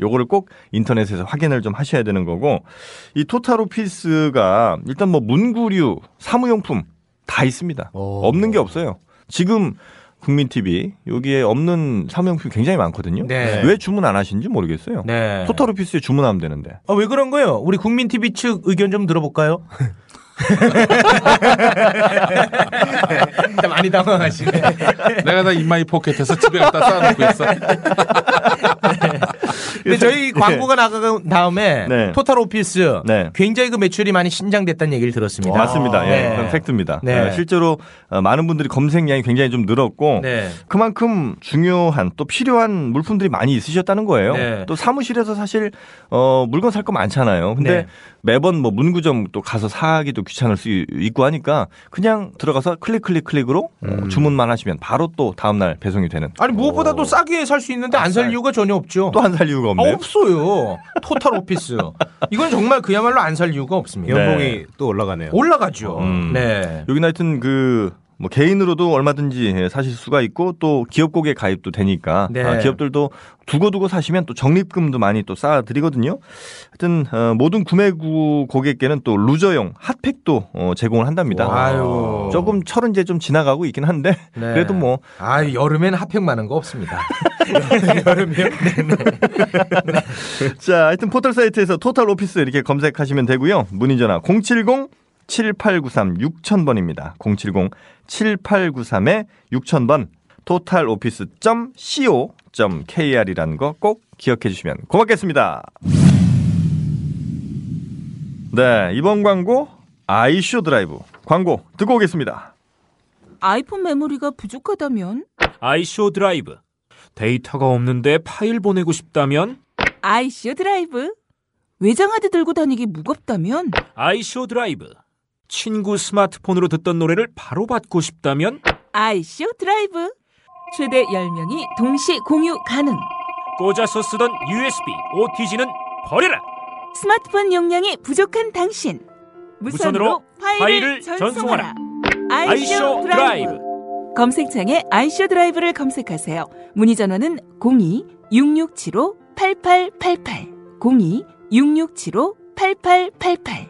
[SPEAKER 4] 요거를 꼭 인터넷에서 확인을 좀 하셔야 되는 거고 이 토탈 오피스가 일단 뭐 문구류, 사무용품 다 있습니다. 없는 게 없어요. 지금 국민 TV 여기에 없는 사무용품 굉장히 많거든요.
[SPEAKER 5] 네.
[SPEAKER 4] 왜 주문 안 하신지 모르겠어요.
[SPEAKER 5] 네.
[SPEAKER 4] 토탈 오피스에 주문하면 되는데.
[SPEAKER 5] 아, 왜 그런 거예요? 우리 국민 TV 측 의견 좀
[SPEAKER 4] (laughs)
[SPEAKER 5] 들어볼까요? 많이 당황하시네.
[SPEAKER 6] 내가 다 인마이 포켓에서 집에 갖다 쌓아놓고 있어.
[SPEAKER 5] 근데 저희 광고가 나간 다음에
[SPEAKER 4] 예. 네.
[SPEAKER 5] 토탈 오피스
[SPEAKER 4] 네.
[SPEAKER 5] 굉장히 그 매출이 많이 신장됐다는 얘기를 들었습니다.
[SPEAKER 4] 맞습니다. 예, 그건 팩트입니다.
[SPEAKER 5] 네.
[SPEAKER 4] 어, 실제로 어, 많은 분들이 검색량이 굉장히 좀 늘었고
[SPEAKER 5] 네.
[SPEAKER 4] 그만큼 중요한 또 필요한 물품들이 많이 있으셨다는 거예요.
[SPEAKER 5] 네.
[SPEAKER 4] 또 사무실에서 사실 어, 물건 살 거 많잖아요. 근데
[SPEAKER 5] 네.
[SPEAKER 4] 매번 뭐 문구점 또 가서 사기도 귀찮을 수 있고 하니까 그냥 들어가서 클릭 클릭 클릭으로 어,
[SPEAKER 5] 음.
[SPEAKER 4] 주문만 하시면 바로 또 다음 날 배송이 되는.
[SPEAKER 5] 아니 무엇보다도 싸게 살 수 있는데 안 살 이유가 전혀 없죠.
[SPEAKER 4] 네. 또 안 살 이유가 없네요.
[SPEAKER 5] 아, 없어요. 토탈 오피스. 이건 정말 그야말로 안 살 이유가 없습니다.
[SPEAKER 4] 연봉이
[SPEAKER 5] 또 올라가네요. 올라가죠.
[SPEAKER 15] 음.
[SPEAKER 5] 네.
[SPEAKER 4] 여기는 하여튼 그, 뭐 개인으로도 얼마든지 예, 사실 수가 있고 또 기업 고객 가입도 되니까
[SPEAKER 5] 네.
[SPEAKER 4] 아, 기업들도 두고두고 사시면 또 적립금도 많이 또 쌓아드리거든요. 하여튼 어, 모든 구매구 고객께는 또 루저용 핫팩도 어, 제공을 한답니다.
[SPEAKER 5] 와요.
[SPEAKER 4] 조금 철은 이제 좀 지나가고 있긴 한데
[SPEAKER 5] 네.
[SPEAKER 4] 그래도 뭐
[SPEAKER 5] 아 여름엔 핫팩 많은
[SPEAKER 4] (laughs)
[SPEAKER 5] 거 없습니다. 네, 여름이요?
[SPEAKER 4] 네. 자, 하여튼 포털 사이트에서 토탈 오피스 이렇게 검색하시면 되고요. 문의 전화 070 7893 6000번입니다. 070 7893에 6000번 토탈 오피스.co.kr이라는 거 꼭 기억해 주시면 고맙겠습니다. 네, 이번 광고 아이쇼 드라이브 광고 듣고 오겠습니다.
[SPEAKER 16] 아이폰 메모리가 부족하다면
[SPEAKER 15] 아이쇼 드라이브. 데이터가 없는데 파일 보내고 싶다면
[SPEAKER 16] 아이쇼 드라이브 외장하드 들고 다니기 무겁다면
[SPEAKER 15] 아이쇼 드라이브. 친구 스마트폰으로 듣던 노래를 바로 받고 싶다면
[SPEAKER 16] 아이쇼 드라이브 최대 10명이 동시 공유 가능
[SPEAKER 15] 꽂아서 쓰던 USB, OTG는 버려라.
[SPEAKER 16] 스마트폰 용량이 부족한 당신 무선으로, 파일을, 전송하라 아이쇼 드라이브 검색창에 아이쇼 드라이브를 검색하세요 문의 전화는 02-6675-8888 02-6675-8888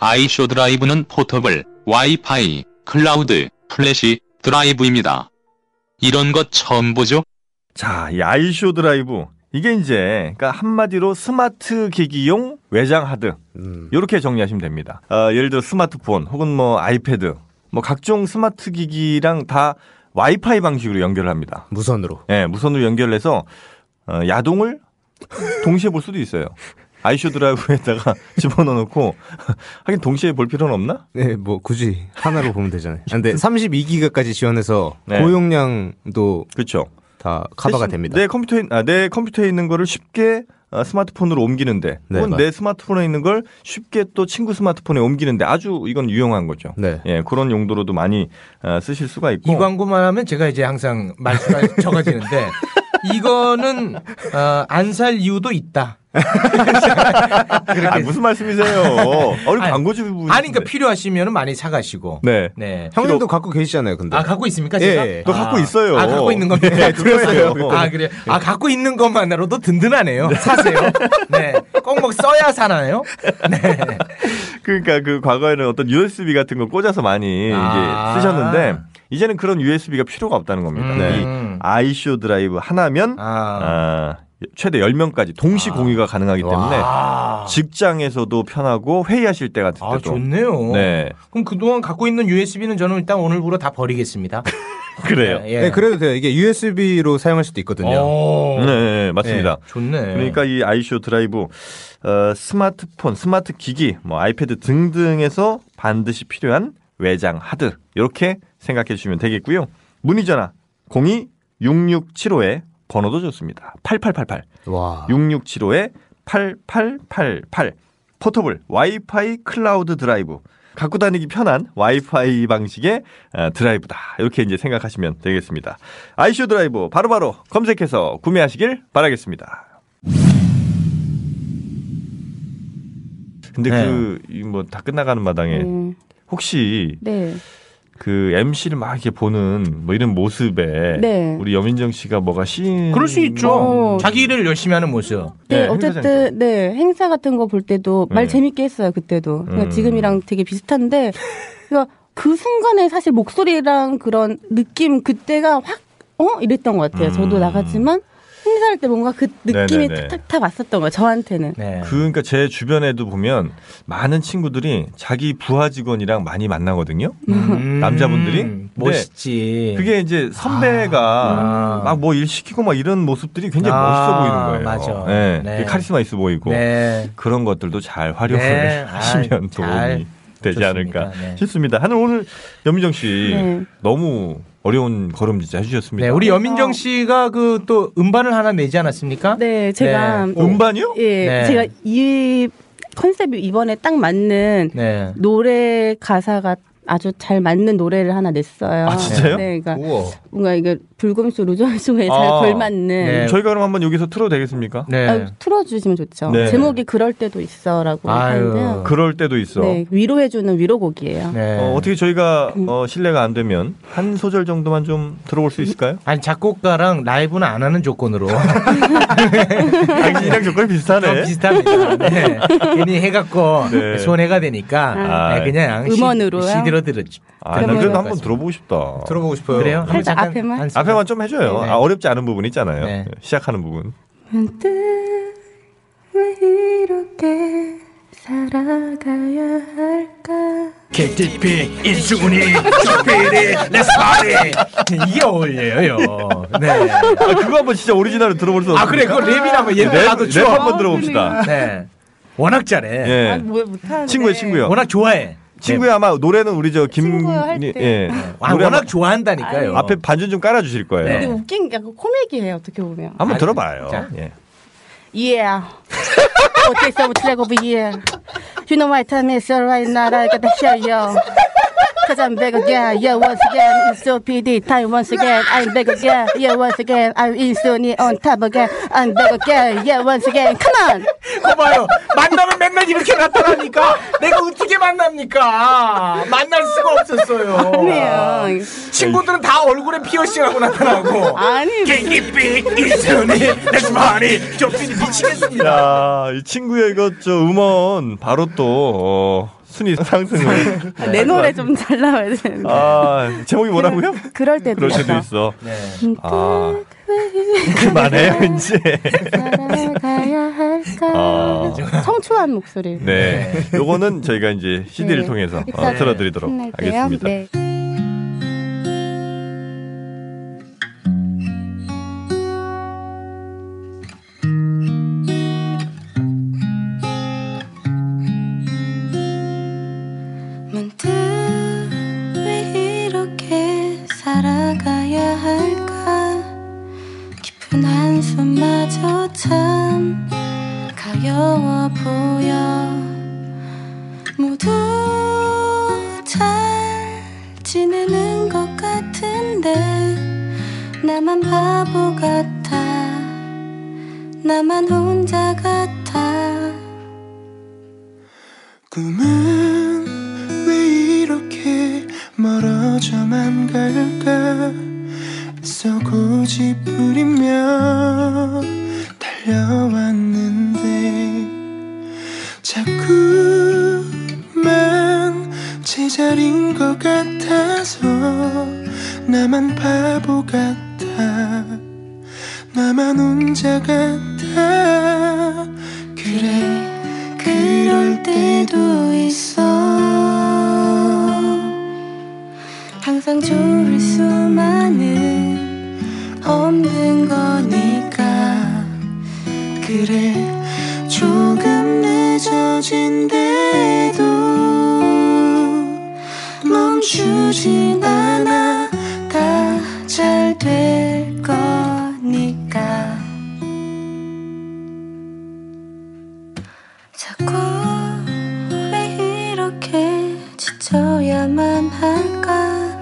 [SPEAKER 12] 아이쇼 드라이브는 포터블, 와이파이, 클라우드, 플래시, 드라이브입니다. 이런 것 처음 보죠?
[SPEAKER 4] 자, 이 아이쇼 드라이브 이게 이제 그러니까 한마디로 스마트
[SPEAKER 7] 음.
[SPEAKER 4] 기기용 외장 하드 이렇게 정리하시면 됩니다. 어, 예를 들어 스마트폰 혹은 뭐 아이패드 뭐 각종 스마트 기기랑 다 와이파이 방식으로 연결을 합니다.
[SPEAKER 7] 무선으로.
[SPEAKER 4] 예, 무선으로 연결해서 어, 야동을 동시에 볼 수도 있어요. 아이쇼 드라이브에다가 (laughs) 집어넣어 놓고 (laughs) 하긴 동시에 볼 필요는 없나?
[SPEAKER 7] 네, 뭐 굳이 하나로 보면 되잖아요. 아, 근데 32기가까지 지원해서
[SPEAKER 16] 네.
[SPEAKER 7] 고용량도
[SPEAKER 4] 그렇죠.
[SPEAKER 7] 다 커버가
[SPEAKER 4] 대신
[SPEAKER 7] 됩니다.
[SPEAKER 4] 내
[SPEAKER 16] 네,
[SPEAKER 4] 컴퓨터에 아, 내 컴퓨터에 있는 거를 쉽게 아, 스마트폰으로 옮기는데
[SPEAKER 7] 네,
[SPEAKER 4] 혹은
[SPEAKER 7] 맞-
[SPEAKER 4] 내 스마트폰에 있는 걸 쉽게 또 친구 스마트폰에 옮기는데 아주 이건 유용한 거죠.
[SPEAKER 7] 네.
[SPEAKER 4] 예, 그런 용도로도 많이 아, 쓰실 수가 있고
[SPEAKER 5] 이 광고만 하면 제가 이제 항상 말수가
[SPEAKER 15] (laughs)
[SPEAKER 5] 적어지는데 이거는 어, 안 살 이유도 있다.
[SPEAKER 4] (laughs) 아, 무슨 말씀이세요? 얼른 광고주 부분.
[SPEAKER 5] 아니 그러니까 필요하시면 많이 사가시고.
[SPEAKER 4] 네.
[SPEAKER 5] 네.
[SPEAKER 7] 형님도 갖고 계시잖아요, 근데.
[SPEAKER 5] 아 갖고 있습니까 제가?
[SPEAKER 7] 예, 예.
[SPEAKER 5] 아, 아 갖고 있는 겁니까?
[SPEAKER 7] 예, 들었어요.
[SPEAKER 5] 아 (laughs) 그래. 요아
[SPEAKER 4] 예.
[SPEAKER 5] 갖고 있는 것만으로도 든든하네요. 사세요. 네. 꼭 뭐 써야 사나요? 네.
[SPEAKER 4] 그러니까 그 과거에는 어떤 USB 같은 걸 꽂아서 많이
[SPEAKER 5] 아.
[SPEAKER 4] 이제 쓰셨는데 이제는 그런 USB가 필요가 없다는 겁니다.
[SPEAKER 5] 음.
[SPEAKER 4] 이 아이쇼 드라이브 하나면 아, 최대 10명까지
[SPEAKER 5] 아.
[SPEAKER 4] 동시 공유가 가능하기 때문에 직장에서도 편하고 회의하실 때 같은 때도
[SPEAKER 5] 아 좋네요.
[SPEAKER 4] 그렇죠. 네.
[SPEAKER 5] 그럼 그동안 갖고 있는 USB는 저는 일단 오늘부로 다 버리겠습니다.
[SPEAKER 4] 그래요.
[SPEAKER 5] 예.
[SPEAKER 7] 네, 그래도 돼요. 이게 USB로 사용할 수도 있거든요.
[SPEAKER 16] 어.
[SPEAKER 5] 오.
[SPEAKER 4] 네, 네, 맞습니다.
[SPEAKER 5] 예, 어, 좋네.
[SPEAKER 4] 그러니까 이 아이쇼 드라이브 어, 스마트폰, 스마트 기기, 뭐 아이패드 등등에서 반드시 필요한 외장 하드 이렇게 생각해 주시면 되겠고요. 문의 전화 02 6675에 번호도 좋습니다. 8888
[SPEAKER 7] 와.
[SPEAKER 4] 6675에 8888 포터블 와이파이 클라우드 드라이브 갖고 다니기 편한 와이파이 방식의 어, 드라이브다 이렇게 이제 생각하시면 되겠습니다. 아이쇼 드라이브 바로바로 검색해서 구매하시길 바라겠습니다. 근데
[SPEAKER 5] 네.
[SPEAKER 4] 그 뭐 다 끝나가는 마당에
[SPEAKER 10] 음,
[SPEAKER 4] 혹시
[SPEAKER 10] 네.
[SPEAKER 4] 그 MC를 막 이렇게 보는 뭐 이런 모습에
[SPEAKER 10] 네.
[SPEAKER 4] 우리 여민정 씨가 뭐가 시
[SPEAKER 5] 그럴 수 있죠.
[SPEAKER 10] 어.
[SPEAKER 5] 자기 일을 열심히 하는 모습.
[SPEAKER 10] 네, 어쨌든 네 행사 같은 거 볼 때도 말
[SPEAKER 5] 네.
[SPEAKER 10] 재밌게 했어요 그때도 그러니까
[SPEAKER 5] 음.
[SPEAKER 10] 지금이랑 되게 비슷한데 그러니까 그 순간에 사실 목소리랑 그런 느낌 그때가 확 어 이랬던 것 같아요 저도 나갔지만 행사할 때 뭔가 그 느낌이
[SPEAKER 4] 네네네.
[SPEAKER 10] 탁탁탁 왔었던 거예요 저한테는
[SPEAKER 5] 네.
[SPEAKER 4] 그, 그러니까 제 주변에도 보면 많은 친구들이 자기 부하 직원이랑 많이 만나거든요.
[SPEAKER 5] 음.
[SPEAKER 4] 남자분들이 근데
[SPEAKER 5] 멋있지.
[SPEAKER 4] 그게 이제 선배가 막 뭐 일 시키고 막 이런 모습들이 굉장히
[SPEAKER 5] 아,
[SPEAKER 4] 멋있어 보이는 거예요.
[SPEAKER 5] 맞아.
[SPEAKER 4] 예,
[SPEAKER 5] 네.
[SPEAKER 4] 되게 카리스마 있어 보이고
[SPEAKER 5] 네.
[SPEAKER 4] 그런 것들도 잘 활용을
[SPEAKER 5] 네.
[SPEAKER 4] (laughs) 하시면
[SPEAKER 5] 아, 잘
[SPEAKER 4] 도움이 되지 않을까
[SPEAKER 5] 네.
[SPEAKER 4] 싶습니다. 하늘 오늘 여민정 씨
[SPEAKER 5] 네.
[SPEAKER 4] 너무 어려운 걸음 진짜 해주셨습니다.
[SPEAKER 5] 네, 우리 여민정 씨가 그 또 음반을 하나 내지 않았습니까?
[SPEAKER 10] 네, 제가
[SPEAKER 5] 네. 음반이요?
[SPEAKER 10] 예,
[SPEAKER 5] 네.
[SPEAKER 10] 제가 이 컨셉이 이번에 딱 맞는
[SPEAKER 5] 네.
[SPEAKER 10] 노래 가사가 아주 잘 맞는 노래를 하나 냈어요.
[SPEAKER 4] 아, 진짜요?
[SPEAKER 10] 네, 그러니까
[SPEAKER 4] 우와.
[SPEAKER 10] 뭔가 이게 불금쇼 루저쇼에 잘
[SPEAKER 4] 아,
[SPEAKER 10] 걸맞는
[SPEAKER 5] 네.
[SPEAKER 4] 저희가 그럼 한번 여기서 틀어도 되겠습니까?
[SPEAKER 10] 아, 틀어주시면 좋죠.
[SPEAKER 4] 네.
[SPEAKER 10] 제목이 그럴 때도 있어라고 하는데요.
[SPEAKER 4] 그럴 때도 있어.
[SPEAKER 10] 네, 위로해주는 위로곡이에요.
[SPEAKER 5] 네.
[SPEAKER 4] 어, 어떻게 저희가 어, 실례가 안 되면 한 소절 정도만 좀 들어볼 수
[SPEAKER 5] (laughs)
[SPEAKER 4] 있을까요?
[SPEAKER 5] 아니 작곡가랑 라이브는 안 하는 조건으로
[SPEAKER 4] 당신이랑 조건이 (laughs) 비슷하네.
[SPEAKER 5] 비슷합니다. 네. 괜히 해갖고
[SPEAKER 4] 네.
[SPEAKER 5] 손해가 되니까
[SPEAKER 4] 아.
[SPEAKER 5] 네, 그냥
[SPEAKER 10] 음원으로요?
[SPEAKER 5] CD로 들었죠.
[SPEAKER 4] 아, 나 그래도 한번 들어보고 싶다.
[SPEAKER 5] 들어보고 싶어요. 그래요? 한번
[SPEAKER 10] 살짝 앞에만?
[SPEAKER 4] 앞에만 좀 해줘요.
[SPEAKER 10] 네.
[SPEAKER 4] 아, 어렵지 않은 부분 있잖아요.
[SPEAKER 5] 네.
[SPEAKER 4] 시작하는 부분.
[SPEAKER 10] 문득 왜 이렇게 살아가야 할까?
[SPEAKER 11] KTP 인수분이 조필이 레스파리
[SPEAKER 5] 이게 어울려요. 네.
[SPEAKER 4] 아, 그거 한번 진짜 오리지널로 들어볼 수 없어요.
[SPEAKER 5] 아 그래 그 랩이나 한번
[SPEAKER 4] 랩,
[SPEAKER 5] 옛날 나도
[SPEAKER 4] 랩
[SPEAKER 5] 추억.
[SPEAKER 4] 한번 들어봅시다.
[SPEAKER 5] 네. 워낙 잘해.
[SPEAKER 4] 예. 아,
[SPEAKER 10] 뭐 못하는데.
[SPEAKER 4] 친구예요, 친구요.
[SPEAKER 5] 워낙 좋아해.
[SPEAKER 4] 친구야 아마 노래는 우리 저 김.
[SPEAKER 10] 친구요 할 때.
[SPEAKER 4] 예.
[SPEAKER 5] 아,
[SPEAKER 4] 노래
[SPEAKER 5] 워낙 네.
[SPEAKER 4] 아마-
[SPEAKER 5] 좋아한다니까요.
[SPEAKER 4] 앞에 반주 좀 깔아주실 거예요.
[SPEAKER 10] 근데 웃긴 게 약간 코미디예요 어떻게 보면.
[SPEAKER 4] 한번
[SPEAKER 5] 아,
[SPEAKER 4] 들어봐요. 예.
[SPEAKER 10] Yeah. oh, take some track over here. You know my time is all right now. I gotta hear you. Cause I'm back again. Yeah, once again. It's so PD time once again. I'm back again. Yeah, once again. I'm in Sony on top again. I'm back again. Yeah, once again. Come on.
[SPEAKER 5] 봐요. 만나면 맨날 이렇게 나타나니까 내가 어떻게 만납니까? 만날 수가 없었어요.
[SPEAKER 10] 아니에요.
[SPEAKER 5] 친구들은 다 얼굴에 피어싱하고 나타나고.
[SPEAKER 10] 아니.
[SPEAKER 5] 개기삐 이순이 레스파리 조필이 미치겠습니다.
[SPEAKER 4] 야, 이 친구야 이거 저 음원 바로 또 어, 순위
[SPEAKER 5] (laughs)
[SPEAKER 4] 상승을.
[SPEAKER 10] 네, 좀잘 나와야 되는데.
[SPEAKER 4] 아 제목이 뭐라고요?
[SPEAKER 10] 그럴 때도
[SPEAKER 4] 그럴 때도 있어. 아 그만해요 이제.
[SPEAKER 10] 가야 할까
[SPEAKER 4] 아.
[SPEAKER 10] 청초한 목소리
[SPEAKER 4] 네. 요거는 저희가 이제 CD를
[SPEAKER 10] 네.
[SPEAKER 4] 통해서 어,
[SPEAKER 10] 익사
[SPEAKER 4] 틀어드리도록
[SPEAKER 10] 끝날 때요.
[SPEAKER 4] 하겠습니다.
[SPEAKER 10] 네.
[SPEAKER 17] 문득 왜 이렇게 살아가야 할까 깊은 한숨마저 참 가여워 보여 모두 잘 지내는 것 같은데 나만 바보 같아 나만 혼자 같아
[SPEAKER 18] 꿈은 왜 이렇게 멀어져만 갈까 애써 고집부리며 달려왔는데 자꾸만 제자린 것 같아서 나만 바보 같아 나만 혼자 같아 그래
[SPEAKER 17] 그럴 때도 있어 항상 좋을 수만은 없는 거니까
[SPEAKER 18] 그래 조금 늦어진 데도 멈추진 않아 다
[SPEAKER 17] 잘 될 거니까 자꾸 왜 이렇게 지쳐야만 할까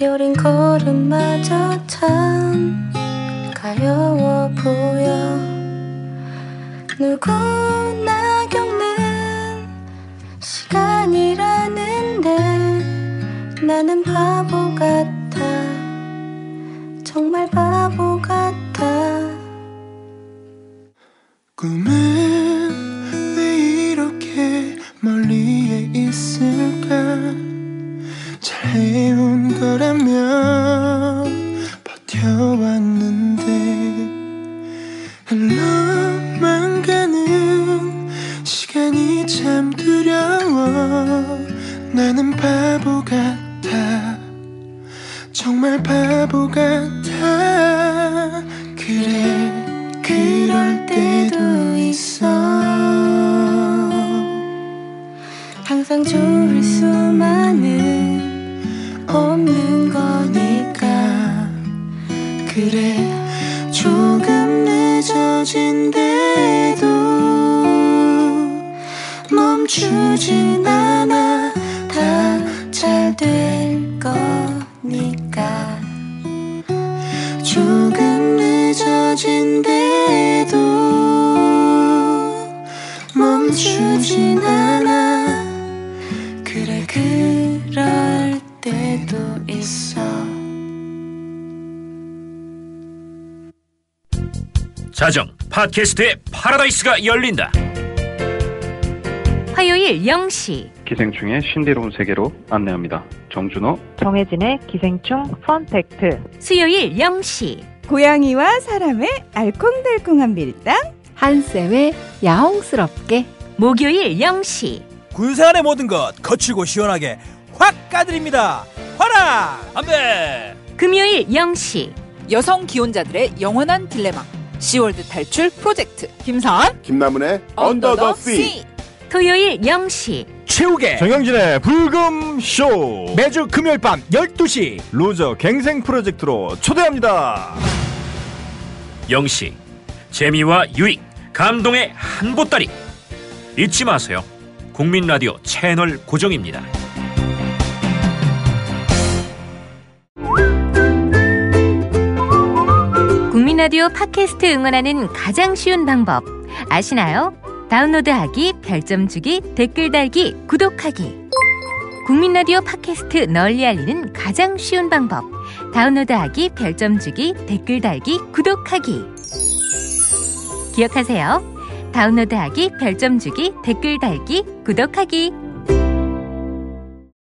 [SPEAKER 17] 여린 걸음마저 참 가여워 보여 누구나 겪는 시간이라는데 나는 바보 같아 정말 바보 같아
[SPEAKER 18] 꿈은 왜 이렇게 멀리에 있을까 잘 해온 거라면 버텨왔는데 흘러만 가는 시간이 참 두려워 나는 바보 같아 정말 바보 같아 그래 그럴 때도 있어
[SPEAKER 17] 항상 좋을 수만은 없는 거니까
[SPEAKER 18] 그래 조금 늦어진 데도 멈추진 않아 다 잘 될 거니까 조금 늦어진 데도 멈추진 않아 그래 그럴 때도 있어
[SPEAKER 15] 자정 팟캐스트의 파라다이스가 열린다.
[SPEAKER 19] 화요일 0시
[SPEAKER 20] 기생충의 신비로운 세계로 안내합니다. 정준호
[SPEAKER 19] 정혜진의 기생충 펀팩트 수요일 0시
[SPEAKER 21] 고양이와 사람의 알콩달콩한 밀당 한쌤의 야옹스럽게
[SPEAKER 19] 목요일 0시
[SPEAKER 22] 군산의 모든 것 거칠고 시원하게 확 까드립니다. 화라 안돼.
[SPEAKER 19] 금요일 0시
[SPEAKER 23] 여성 기혼자들의 영원한 딜레마 시월드 탈출 프로젝트 김사한
[SPEAKER 24] 김나문의
[SPEAKER 23] 언더 더
[SPEAKER 24] 언더더
[SPEAKER 23] 씨.
[SPEAKER 24] 씨.
[SPEAKER 19] 토요일 0시
[SPEAKER 5] 최욱의
[SPEAKER 4] 정영진의 불금쇼
[SPEAKER 5] 매주 금요일 밤 12시
[SPEAKER 4] 로저 갱생 프로젝트로 초대합니다.
[SPEAKER 15] 0시 재미와 유익 감동의 한 보따리 잊지 마세요. 국민 라디오 채널 고정입니다.
[SPEAKER 25] 국민 라디오 팟캐스트 응원하는 가장 쉬운 방법 아시나요? 다운로드하기, 별점 주기, 댓글 달기, 구독하기. 국민 라디오 팟캐스트 널리 알리는 가장 쉬운 방법 다운로드하기, 별점 주기, 댓글 달기, 구독하기. 기억하세요. 다운로드하기, 별점 주기, 댓글 달기, 구독하기.